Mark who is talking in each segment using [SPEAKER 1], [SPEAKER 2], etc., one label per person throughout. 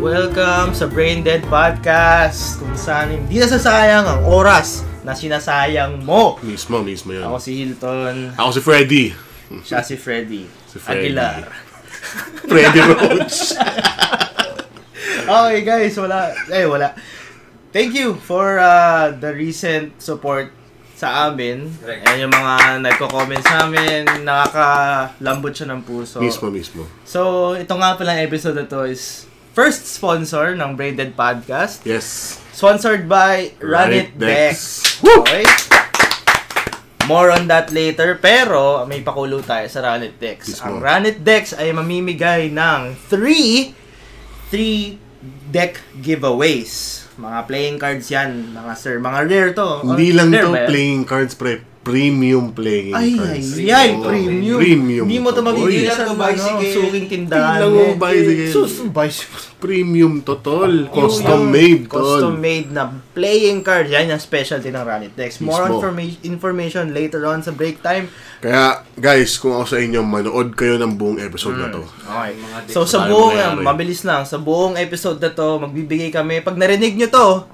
[SPEAKER 1] Welcome sa Brain Dead Podcast kung saan hindi nasasayang ang oras na sinasayang mo.
[SPEAKER 2] Mismo, mismo yun.
[SPEAKER 1] Ako si Hilton,
[SPEAKER 2] Ako si Freddy.
[SPEAKER 1] siya si Freddy.
[SPEAKER 2] Si Freddy.
[SPEAKER 1] Aguilar.
[SPEAKER 2] Freddy Roach.
[SPEAKER 1] Okay guys, wala. Eh, wala. Thank you for uh, the recent support sa amin.
[SPEAKER 3] Correct.
[SPEAKER 1] And yung mga nagko-comment sa amin, nakakalambot siya ng puso.
[SPEAKER 2] mismo, mismo.
[SPEAKER 1] So, ito nga pala ang episode na to is first sponsor ng Brain Dead Podcast.
[SPEAKER 2] Yes.
[SPEAKER 1] Sponsored by Run It Dex. Okay? More on that later. Pero, may pakulo tayo sa Runit Dex.
[SPEAKER 2] Mismo.
[SPEAKER 1] Ang Runit Dex ay mamimigay ng 3 3 deck giveaways. Mga playing cards yan, mga sir. Mga rare to.
[SPEAKER 2] Hindi
[SPEAKER 1] Or
[SPEAKER 2] lang
[SPEAKER 1] rare
[SPEAKER 2] to
[SPEAKER 1] ba yan?
[SPEAKER 2] playing cards, pre. Premium playing
[SPEAKER 1] Ay, ay,
[SPEAKER 2] cards.
[SPEAKER 1] ay,
[SPEAKER 2] Oo,
[SPEAKER 1] premium.
[SPEAKER 2] Premium.
[SPEAKER 1] Hindi mo to
[SPEAKER 2] Uy,
[SPEAKER 1] mabibili
[SPEAKER 3] Hindi
[SPEAKER 1] sa
[SPEAKER 3] lang to
[SPEAKER 1] ano,
[SPEAKER 3] bicycle.
[SPEAKER 1] suking tindahan.
[SPEAKER 2] Hindi
[SPEAKER 1] eh.
[SPEAKER 2] lang mo bicycle.
[SPEAKER 1] Sus, bicycle.
[SPEAKER 2] Premium to, tol.
[SPEAKER 1] Yung-
[SPEAKER 2] Custom made,
[SPEAKER 1] Custom
[SPEAKER 2] tol.
[SPEAKER 1] made na playing card. Yan ang specialty ng Runit Dex. More
[SPEAKER 2] Mismo.
[SPEAKER 1] informa- information later on sa break time.
[SPEAKER 2] Kaya, guys, kung ako sa inyo, manood kayo ng buong episode na to.
[SPEAKER 1] Okay.
[SPEAKER 3] Mga dick
[SPEAKER 1] So sa
[SPEAKER 2] Tayo
[SPEAKER 1] buong, ano,
[SPEAKER 2] mangyayari.
[SPEAKER 1] mabilis lang, sa buong episode na to, magbibigay kami, pag narinig nyo to,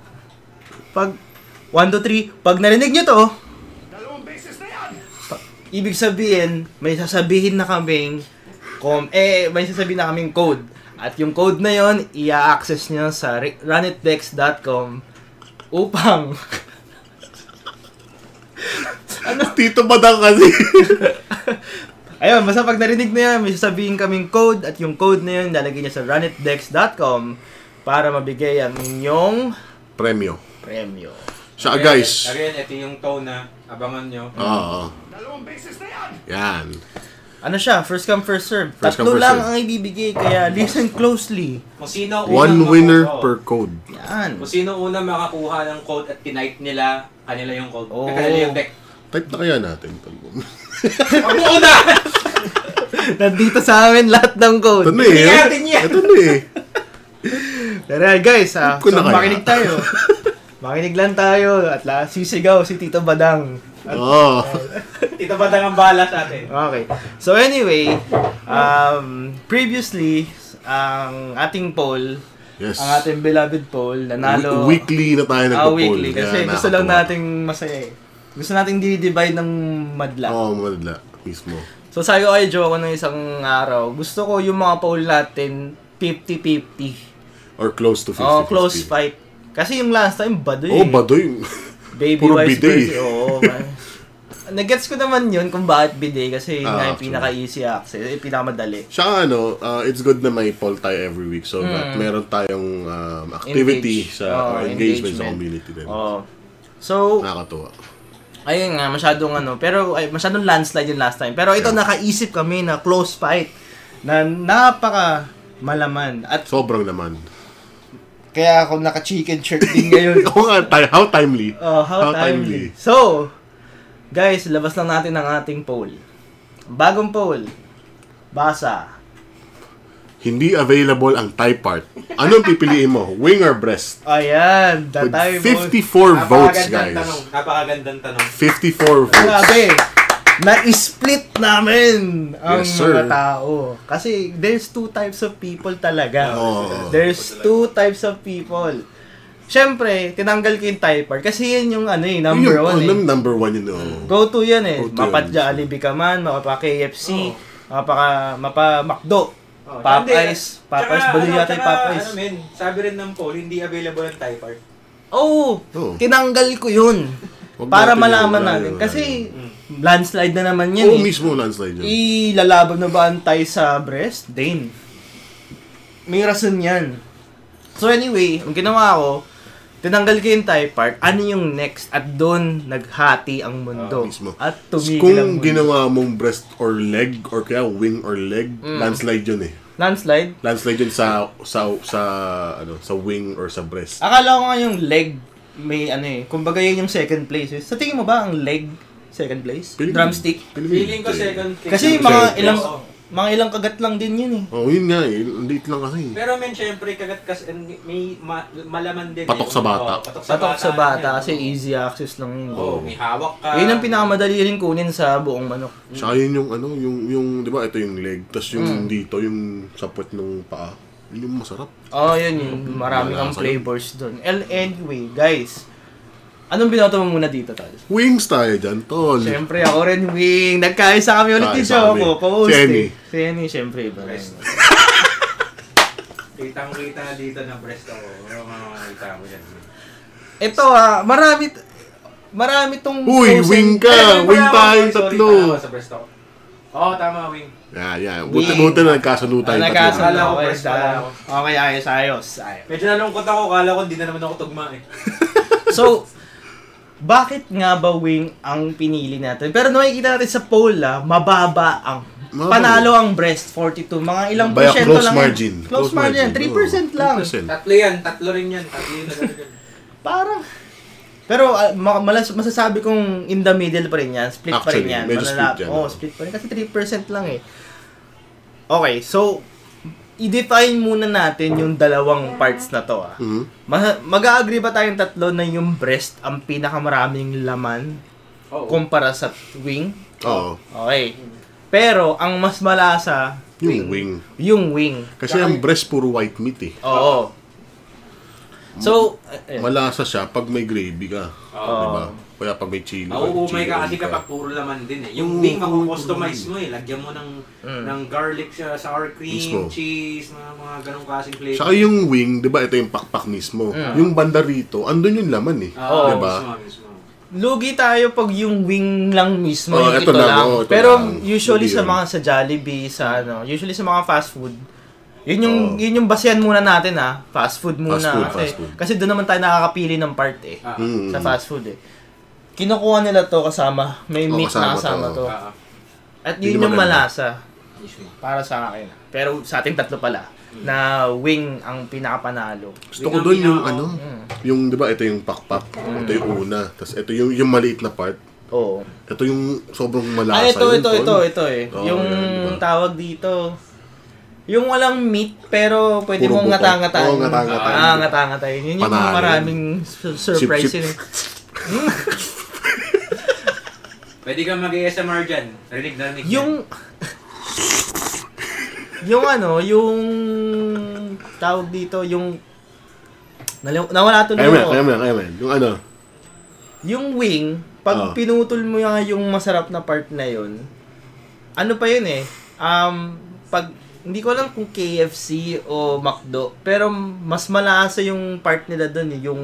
[SPEAKER 1] pag 1, 2, 3, pag narinig nyo to, pa- ibig sabihin, may sasabihin na kaming, com, eh, may sasabihin na kaming code. At yung code na yon i-access nyo sa re- runitdex.com upang
[SPEAKER 2] Ano? Tito Badang kasi.
[SPEAKER 1] Ayun, basta pag narinig na yan, may sasabihin kaming code at yung code na yun, lalagay niya sa runitdex.com para mabigay ang inyong
[SPEAKER 2] Premium.
[SPEAKER 1] premyo.
[SPEAKER 2] Siya, ah, guys.
[SPEAKER 3] Again, ito yung tone na abangan nyo.
[SPEAKER 2] Oo. Yan.
[SPEAKER 1] Ano siya? First come, first serve.
[SPEAKER 2] First come,
[SPEAKER 1] Tatlo
[SPEAKER 2] first
[SPEAKER 1] lang
[SPEAKER 2] serve. Ah,
[SPEAKER 1] ang ibibigay, kaya listen closely.
[SPEAKER 3] Kung sino ang unang
[SPEAKER 2] One winner
[SPEAKER 3] makuha-
[SPEAKER 2] per code.
[SPEAKER 1] Yan.
[SPEAKER 3] Kung sino una makakuha ng code at tinight nila, kanila yung code.
[SPEAKER 1] Oo.
[SPEAKER 3] Oh. Kanila yung deck.
[SPEAKER 2] Type na kaya natin, tol.
[SPEAKER 3] Ako una!
[SPEAKER 1] Nandito sa amin lahat ng code.
[SPEAKER 2] Ito na eh.
[SPEAKER 3] Tingnan natin yan.
[SPEAKER 2] Ito na eh.
[SPEAKER 1] Tara guys, ah,
[SPEAKER 2] Ko
[SPEAKER 1] so
[SPEAKER 2] na kaya.
[SPEAKER 1] makinig tayo. makinig lang tayo at la sisigaw si Tito Badang.
[SPEAKER 2] Oo.
[SPEAKER 3] Tito Badang ang bala sa atin.
[SPEAKER 1] Okay. So anyway, um, previously, ang ating poll,
[SPEAKER 2] Yes.
[SPEAKER 1] ang ating beloved poll, nanalo...
[SPEAKER 2] Wi- weekly na
[SPEAKER 1] Ah,
[SPEAKER 2] tayo nagpo-poll.
[SPEAKER 1] weekly.
[SPEAKER 2] Kaya
[SPEAKER 1] Kasi gusto lang
[SPEAKER 2] nakakatuwa.
[SPEAKER 1] nating masaya eh. Gusto nating di-divide ng madla.
[SPEAKER 2] Oo, madla. Mismo.
[SPEAKER 1] So sabi ko kay Joe ako ng isang araw, gusto ko yung mga poll natin 50-50.
[SPEAKER 2] Or close to 50.
[SPEAKER 1] Oh, close fight. Kasi yung last time, baduy.
[SPEAKER 2] Oh, baduy.
[SPEAKER 1] Baby
[SPEAKER 2] puro
[SPEAKER 1] wise
[SPEAKER 2] bidet. eh.
[SPEAKER 1] versus- Oo, man. Nagets ko naman yun kung bakit bidet kasi yun
[SPEAKER 2] Ah,
[SPEAKER 1] nga yung
[SPEAKER 2] actually.
[SPEAKER 1] pinaka-easy access, yung pinakamadali.
[SPEAKER 2] Siya ano, uh, it's good na may poll tayo every week so that meron tayong um, activity
[SPEAKER 1] Hmm. Engage.
[SPEAKER 2] sa
[SPEAKER 1] Oo,
[SPEAKER 2] or engagement, sa
[SPEAKER 1] engagement. Oh.
[SPEAKER 2] community din.
[SPEAKER 1] Oo. So,
[SPEAKER 2] Nakakatuwa.
[SPEAKER 1] ayun nga, masyadong ano, pero ay, masyadong landslide yung last time. Pero ito,
[SPEAKER 2] Yeah.
[SPEAKER 1] nakaisip kami na close fight na napaka malaman. At
[SPEAKER 2] Sobrang naman.
[SPEAKER 1] kaya ako naka-chicken shirt din ngayon.
[SPEAKER 2] Oo nga, ti- how timely.
[SPEAKER 1] Oh, how, timely. So, guys, labas lang natin ang ating poll. Bagong poll. Basa.
[SPEAKER 2] Hindi available ang tie part. Anong pipiliin mo? Wing or breast?
[SPEAKER 1] Ayan, the
[SPEAKER 2] With
[SPEAKER 1] time
[SPEAKER 2] 54 votes,
[SPEAKER 3] Napakagandang
[SPEAKER 2] guys.
[SPEAKER 3] tanong. Napakagandang tanong.
[SPEAKER 2] 54 votes.
[SPEAKER 1] Grabe. Na-split namin ang
[SPEAKER 2] Yes, sir.
[SPEAKER 1] mga tao. Kasi there's two types of people talaga.
[SPEAKER 2] Oo.
[SPEAKER 1] There's two types of people. Siyempre, tinanggal ko yung typer kasi yun yung ano eh, number
[SPEAKER 2] Yun,
[SPEAKER 1] one
[SPEAKER 2] oh,
[SPEAKER 1] eh.
[SPEAKER 2] num- Number one yun. oh.
[SPEAKER 1] Go to yan eh.
[SPEAKER 2] Go to
[SPEAKER 1] Mapa
[SPEAKER 2] yan.
[SPEAKER 1] Jollibee ka man, mapa KFC,
[SPEAKER 3] Oo.
[SPEAKER 1] mapa, mapa McDo,
[SPEAKER 3] Oh,
[SPEAKER 1] Popeyes,
[SPEAKER 3] hindi.
[SPEAKER 1] Popeyes,
[SPEAKER 3] Tsaka,
[SPEAKER 1] bali
[SPEAKER 3] ano,
[SPEAKER 1] yata yung
[SPEAKER 3] tsaka,
[SPEAKER 1] Popeyes.
[SPEAKER 3] Ano men, sabi rin ng poll, hindi available ang type art.
[SPEAKER 1] Oh,
[SPEAKER 2] Oo.
[SPEAKER 1] tinanggal ko yun.
[SPEAKER 2] Huwag
[SPEAKER 1] Para
[SPEAKER 2] natin
[SPEAKER 1] malaman
[SPEAKER 2] yun, wala
[SPEAKER 1] natin.
[SPEAKER 2] yun, wala
[SPEAKER 1] Kasi landslide na naman yan eh.
[SPEAKER 2] Oo, mismo landslide yun.
[SPEAKER 1] Ilalaban na ba ang Thai sa breast? Dane. May rason yan. So anyway, ang ginawa ko, tinanggal ko yung Thai part, ano yung next? At doon, naghati ang mundo.
[SPEAKER 2] Ah, mismo.
[SPEAKER 1] At tumigil ang
[SPEAKER 2] Kung
[SPEAKER 1] mundo.
[SPEAKER 2] ginawa mong breast or leg or kaya wing or leg,
[SPEAKER 1] Mm.
[SPEAKER 2] landslide yun eh.
[SPEAKER 1] Landslide?
[SPEAKER 2] Landslide yun sa sa sa ano, sa wing or sa breast.
[SPEAKER 1] Akala ko nga yung leg may ano eh. Kumbaga yun yung second place. Eh. Sa tingin mo ba ang leg second place?
[SPEAKER 2] Feeling-
[SPEAKER 1] Drumstick?
[SPEAKER 3] Feeling ko second pick.
[SPEAKER 1] Kasi
[SPEAKER 2] Second
[SPEAKER 1] mga
[SPEAKER 2] place.
[SPEAKER 1] ilang
[SPEAKER 3] Oo.
[SPEAKER 1] mga ilang kagat lang din yun eh.
[SPEAKER 2] Oh, yun nga eh. Ang liit lang kasi. eh.
[SPEAKER 3] Pero men, syempre, kagat kas, and may ma- malaman din. eh.
[SPEAKER 2] Patok sa bata.
[SPEAKER 3] Oo, patok sa
[SPEAKER 1] Patok
[SPEAKER 3] bata.
[SPEAKER 1] sa bata
[SPEAKER 3] yan.
[SPEAKER 1] kasi easy access lang yun.
[SPEAKER 3] Oo, may hawak ka.
[SPEAKER 1] Yun ang pinakamadali rin kunin sa buong manok. Mm.
[SPEAKER 2] Tsaka yun yung ano, yung yung 'di ba, ito yung leg, tapos yung dito yung sapot ng paa. Yung masarap.
[SPEAKER 1] Oh, yun yun. Marami ang
[SPEAKER 2] Wala sa'yo.
[SPEAKER 1] flavors doon. And anyway, guys, anong binoto mo muna dito, Tal?
[SPEAKER 2] Wings tayo dyan, tol.
[SPEAKER 1] Siyempre, ako rin, Wing. Nagkaisa kami ulit ni
[SPEAKER 2] Nagkaisa kami.
[SPEAKER 1] Choco. Pa-host
[SPEAKER 2] Si Emmy.
[SPEAKER 1] eh. Si Emmy, siyempre. Iba rin.
[SPEAKER 3] Kitang-kita na dito ng breast ako. Ano mga kita ko dyan.
[SPEAKER 1] Ito ah, marami... Marami tong...
[SPEAKER 2] Uy,
[SPEAKER 1] chosen-
[SPEAKER 2] wing ka!
[SPEAKER 3] Ay, wala
[SPEAKER 2] wing
[SPEAKER 3] ako,
[SPEAKER 2] tayong
[SPEAKER 3] sorry,
[SPEAKER 2] tatlo!
[SPEAKER 3] tama Sa breast ako. Oo, tama, wing.
[SPEAKER 2] Yeah, yeah.
[SPEAKER 1] Wing.
[SPEAKER 2] Buti-buti na nagkasundo
[SPEAKER 1] Ah,
[SPEAKER 2] tayong
[SPEAKER 1] nagkasal
[SPEAKER 2] tatlo.
[SPEAKER 3] Akala
[SPEAKER 1] ako.
[SPEAKER 3] ko,
[SPEAKER 1] Okay,
[SPEAKER 3] press pala ako.
[SPEAKER 1] okay, ayos, ayos, ayos.
[SPEAKER 3] Medyo nalungkot ako. Kala ko hindi na naman ako tugma eh.
[SPEAKER 1] So, bakit nga ba wing ang pinili natin? Pero nakikita natin sa poll ah, mababa ang
[SPEAKER 2] Mababa.
[SPEAKER 1] panalo ang breast 42. Mga ilang
[SPEAKER 2] By a
[SPEAKER 1] porsyento
[SPEAKER 2] close
[SPEAKER 1] lang. yan.
[SPEAKER 2] margin.
[SPEAKER 1] Close, margin, 3% lang.
[SPEAKER 2] 3%.
[SPEAKER 3] Tatlo yan. Tatlo rin yan. Tatlo yun na gano'n.
[SPEAKER 1] Parang pero ah, ma- malas- masasabi kong in the middle pa rin yan. Split pa
[SPEAKER 2] Actually,
[SPEAKER 1] rin yan.
[SPEAKER 2] medyo split
[SPEAKER 1] Malala-
[SPEAKER 2] yan,
[SPEAKER 1] Oo,
[SPEAKER 2] oo.
[SPEAKER 1] split pa rin. Kasi 3% lang eh. Okay, so i-define muna natin yung dalawang parts na to ah.
[SPEAKER 2] Mhm.
[SPEAKER 1] Ma- mag-agree ba tayong tatlo na yung breast ang pinakamaraming laman
[SPEAKER 3] Oo.
[SPEAKER 1] kumpara sa wing?
[SPEAKER 2] Oo.
[SPEAKER 1] Okay. Pero ang mas malasa
[SPEAKER 2] Yung wing.
[SPEAKER 1] yung wing.
[SPEAKER 2] Kasi ang breast puro white meat eh.
[SPEAKER 1] Oo. So, eh, oh.
[SPEAKER 2] Malasa siya pag may gravy ka.
[SPEAKER 3] Oo.
[SPEAKER 2] Diba? Kaya pag may chili.
[SPEAKER 3] Mauumay
[SPEAKER 2] chili
[SPEAKER 3] ka kasi
[SPEAKER 2] oil
[SPEAKER 3] kapag puro laman din eh.
[SPEAKER 2] Oo,
[SPEAKER 3] Yung wing,
[SPEAKER 2] oh. puro
[SPEAKER 3] makukustomize mo eh. Lagyan mo ng
[SPEAKER 1] Mm.
[SPEAKER 3] ng garlic siya, sour cream,
[SPEAKER 2] Mismo.
[SPEAKER 3] cheese, mga mga ganong klaseng flavor.
[SPEAKER 2] Saka yung wing, di ba, ito yung pakpak mismo.
[SPEAKER 1] Mm.
[SPEAKER 2] Yung banda rito, andun yung laman eh.
[SPEAKER 3] Ah,
[SPEAKER 1] Oo.
[SPEAKER 2] Diba?
[SPEAKER 3] mismo, mismo.
[SPEAKER 1] lugi tayo pag yung wing lang mismo,
[SPEAKER 2] Oo,
[SPEAKER 1] yung ito,
[SPEAKER 2] eto Oh, lang,
[SPEAKER 1] lang.
[SPEAKER 2] oo, eto
[SPEAKER 1] Pero
[SPEAKER 2] lang.
[SPEAKER 1] usually
[SPEAKER 2] Hindi
[SPEAKER 1] sa
[SPEAKER 2] yun.
[SPEAKER 1] mga sa Jollibee, sa ano, usually sa mga fast food, yun yung
[SPEAKER 2] Oo.
[SPEAKER 1] yun yung basehan muna natin ha. Fast food muna
[SPEAKER 2] Oh. Fast food,
[SPEAKER 1] kasi
[SPEAKER 2] fast food.
[SPEAKER 1] kasi doon naman tayo nakakapili ng part eh
[SPEAKER 3] Ah,
[SPEAKER 2] Mm.
[SPEAKER 1] sa fast food eh. Kinukuha nila to kasama, may
[SPEAKER 2] Oo,
[SPEAKER 1] meat na kasama
[SPEAKER 2] Oh, kasama
[SPEAKER 1] to.
[SPEAKER 2] to,
[SPEAKER 3] ah,
[SPEAKER 1] At
[SPEAKER 2] Yun
[SPEAKER 1] yun
[SPEAKER 2] yung
[SPEAKER 1] yung
[SPEAKER 2] maganda.
[SPEAKER 1] malasa.
[SPEAKER 3] mismo.
[SPEAKER 1] Para sa akin. Mm. Pero sa ating tatlo pala, na wing ang pinakapanalo.
[SPEAKER 2] Gusto ko doon yung
[SPEAKER 3] Yung
[SPEAKER 2] ano, yung di ba, ito yung pakpak.
[SPEAKER 1] Mm.
[SPEAKER 2] Ito yung una. Tapos ito yung, yung maliit na part.
[SPEAKER 1] Oo.
[SPEAKER 2] Ito yung sobrang malasa.
[SPEAKER 1] Ah, ito,
[SPEAKER 2] yun,
[SPEAKER 1] ito,
[SPEAKER 2] tol.
[SPEAKER 1] ito, ito eh.
[SPEAKER 2] Oo,
[SPEAKER 1] yung
[SPEAKER 2] yan, diba?
[SPEAKER 1] tawag dito, yung walang meat pero pwede
[SPEAKER 2] Puro
[SPEAKER 1] mong
[SPEAKER 2] buto.
[SPEAKER 1] ngata-ngatayin.
[SPEAKER 2] Oo, ngata-ngatayin.
[SPEAKER 1] Ah, ngata-ngatayin. Yun yung
[SPEAKER 2] Panalo.
[SPEAKER 1] maraming su- surprise
[SPEAKER 2] Sip,
[SPEAKER 1] yun. eh.
[SPEAKER 2] sip.
[SPEAKER 3] Pwede ka mag-ASMR dyan. Rinig na rinig.
[SPEAKER 1] Yung... yung ano, yung... Tawag dito, yung... Naliw- nawala tuloy
[SPEAKER 2] Kaya mo yan,
[SPEAKER 1] ako.
[SPEAKER 2] kaya mo yan, kaya mo yan. Yung ano,
[SPEAKER 1] Yung wing, pag
[SPEAKER 2] Oo.
[SPEAKER 1] pinutol mo nga yung masarap na part na yun, ano pa yun eh, um, pag, hindi ko alam kung KFC o McDo, pero mas malasa yung part nila dun eh, yung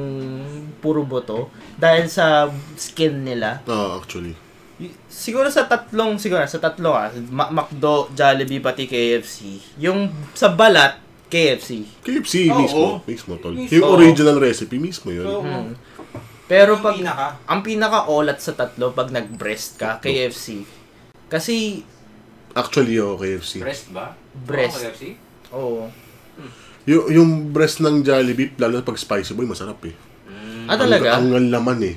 [SPEAKER 1] puro boto, dahil sa skin nila.
[SPEAKER 2] oo, actually.
[SPEAKER 1] Y- Siguro sa tatlong, siguro sa tatlo ah, Ma- McDo, Jollibee, pati KFC, yung sa balat, KFC.
[SPEAKER 2] KFC
[SPEAKER 3] Oo.
[SPEAKER 2] mismo, mismo tol.
[SPEAKER 3] Mismo.
[SPEAKER 2] Yung original recipe mismo yun.
[SPEAKER 3] So,
[SPEAKER 1] Mm. Pero
[SPEAKER 3] Yung
[SPEAKER 1] pag
[SPEAKER 3] pinaka?
[SPEAKER 1] ang pinaka-olat sa tatlo pag nag-breast ka, KFC. Kasi
[SPEAKER 2] Actually, oo, KFC.
[SPEAKER 3] breast ba?
[SPEAKER 1] Breast.
[SPEAKER 3] Oo, KFC?
[SPEAKER 1] oo.
[SPEAKER 2] Yung, yung breast ng Jollibee, lalo na pag spicy boy, masarap eh.
[SPEAKER 3] Hmm.
[SPEAKER 1] Ah, talaga?
[SPEAKER 2] Ang, ang laman eh.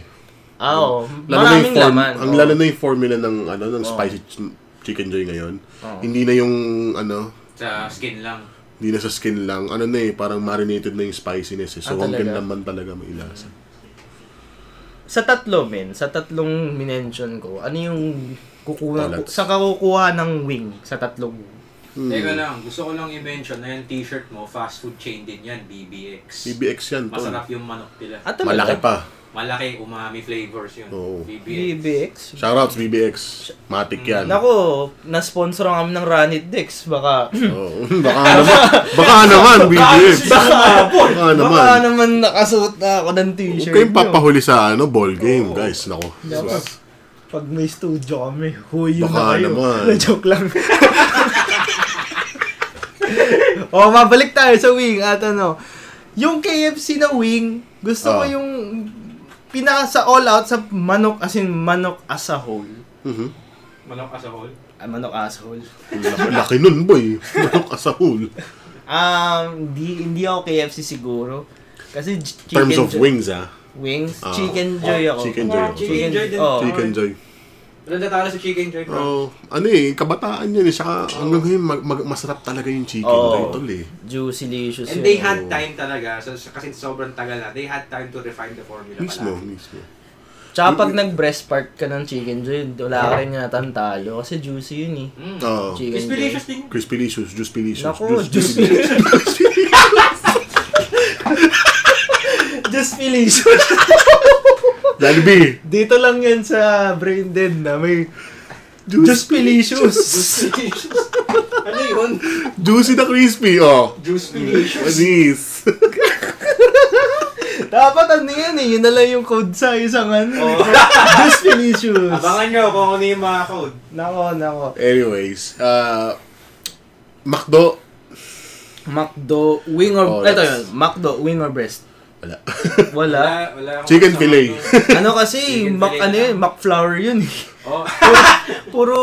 [SPEAKER 1] Ah, oo.
[SPEAKER 2] Lalo na
[SPEAKER 1] Maraming
[SPEAKER 2] yung form,
[SPEAKER 1] laman.
[SPEAKER 2] Ang
[SPEAKER 1] oo.
[SPEAKER 2] lalo na yung formula ng, ano, ng spicy ch- chicken joy ngayon. Hindi na yung, ano,
[SPEAKER 3] Sa skin lang.
[SPEAKER 2] hindi na sa skin lang. Ano na eh, parang marinated na yung spiciness eh. So,
[SPEAKER 1] Ah,
[SPEAKER 2] ang
[SPEAKER 1] talaga?
[SPEAKER 2] ganda man talaga may ilasa.
[SPEAKER 1] Sa tatlo, men, sa tatlong minention ko, ano yung kukuha,
[SPEAKER 2] Olats.
[SPEAKER 1] sa kukuha ng wing sa tatlong
[SPEAKER 3] Teka
[SPEAKER 2] Hmm.
[SPEAKER 3] lang, gusto ko lang i-mention na yung t-shirt mo, fast food chain din yan, BBX.
[SPEAKER 2] BBX yan, tol.
[SPEAKER 3] Masarap yung manok nila.
[SPEAKER 1] At
[SPEAKER 2] Malaki pa.
[SPEAKER 3] Malaki, umami flavors yun.
[SPEAKER 2] Oo.
[SPEAKER 3] BBX.
[SPEAKER 1] BBX.
[SPEAKER 2] Shoutouts, BBX. Matik yan.
[SPEAKER 1] Nako, na-sponsor kami ng Ranit Dex. Baka,
[SPEAKER 2] Oo. Oh, baka naman. Baka naman, BBX.
[SPEAKER 1] baka,
[SPEAKER 2] Baka naman.
[SPEAKER 1] baka naman nakasuot na ako ng
[SPEAKER 2] Huwag
[SPEAKER 1] t-shirt
[SPEAKER 2] kayong
[SPEAKER 1] nyo.
[SPEAKER 2] papahuli sa ano, ball game, guys. Nako.
[SPEAKER 1] Dapat, pag may studio kami, huyo na
[SPEAKER 2] Baka
[SPEAKER 1] kayo.
[SPEAKER 2] naman.
[SPEAKER 1] Joke lang. o, Oh, mabalik tayo sa wing at ano. Yung KFC na wing, gusto ko
[SPEAKER 2] Ah.
[SPEAKER 1] yung pinaka sa all out sa manok as in manok as a whole.
[SPEAKER 2] Mhm.
[SPEAKER 3] Manok as a whole.
[SPEAKER 1] Ah, manok as a whole.
[SPEAKER 2] Laki, laki nun, boy. Manok as a whole.
[SPEAKER 1] Um, di, hindi ako KFC siguro. Kasi j-
[SPEAKER 2] In terms
[SPEAKER 1] chicken
[SPEAKER 2] of
[SPEAKER 1] joy-
[SPEAKER 2] wings, ah.
[SPEAKER 1] wings,
[SPEAKER 2] Ah.
[SPEAKER 1] oh, chicken joy ako.
[SPEAKER 2] Chicken joy. ako.
[SPEAKER 3] Chicken joy din.
[SPEAKER 1] oh.
[SPEAKER 2] Chicken joy.
[SPEAKER 3] Maganda talo sa chicken joy bro.
[SPEAKER 2] Oh, ano eh, kabataan yun eh. Saka hanggang ngayon, mag, mag- masarap talaga yung chicken
[SPEAKER 1] Oo.
[SPEAKER 2] joy, tol eh.
[SPEAKER 1] Juicy delicious.
[SPEAKER 3] And
[SPEAKER 1] yun.
[SPEAKER 3] they had time talaga, so, so- kasi sobrang tagal na, they had time to refine the formula
[SPEAKER 2] Mismo,
[SPEAKER 3] pala.
[SPEAKER 2] mismo.
[SPEAKER 1] Tsaka pag nag-breast part ka ng chicken joy, wala ka rin natang talo kasi juicy yun eh.
[SPEAKER 3] Mm.
[SPEAKER 2] Oo.
[SPEAKER 1] Chicken
[SPEAKER 3] It's delicious din.
[SPEAKER 2] Crispy licious, juice delicious.
[SPEAKER 1] Naku,
[SPEAKER 2] juice delicious.
[SPEAKER 1] compilation.
[SPEAKER 2] Jollibee!
[SPEAKER 1] Dito lang yan sa Brain Dead na may Just Delicious.
[SPEAKER 3] ano yun?
[SPEAKER 2] Juicy na crispy, oh.
[SPEAKER 3] Juice Delicious.
[SPEAKER 2] Manis.
[SPEAKER 1] Dapat ano yan eh, yun na lang yung code sa isang ano. Just Delicious.
[SPEAKER 3] Oh. Abangan nyo kung ano yung mga code.
[SPEAKER 1] Nako, nako.
[SPEAKER 2] Anyways, uh, McDo.
[SPEAKER 1] McDo, wing
[SPEAKER 2] Oh,
[SPEAKER 1] or... ito
[SPEAKER 2] that's-
[SPEAKER 1] yun, McDo, wing or breast.
[SPEAKER 2] Wala.
[SPEAKER 1] Wala.
[SPEAKER 3] wala akong
[SPEAKER 2] Chicken
[SPEAKER 3] kasama
[SPEAKER 2] fillet.
[SPEAKER 3] doon.
[SPEAKER 1] ano kasi,
[SPEAKER 3] Chicken
[SPEAKER 1] mac,
[SPEAKER 3] fillet
[SPEAKER 1] ano
[SPEAKER 3] lang.
[SPEAKER 1] yun, McFlower yun eh.
[SPEAKER 3] Oo.
[SPEAKER 1] Puro...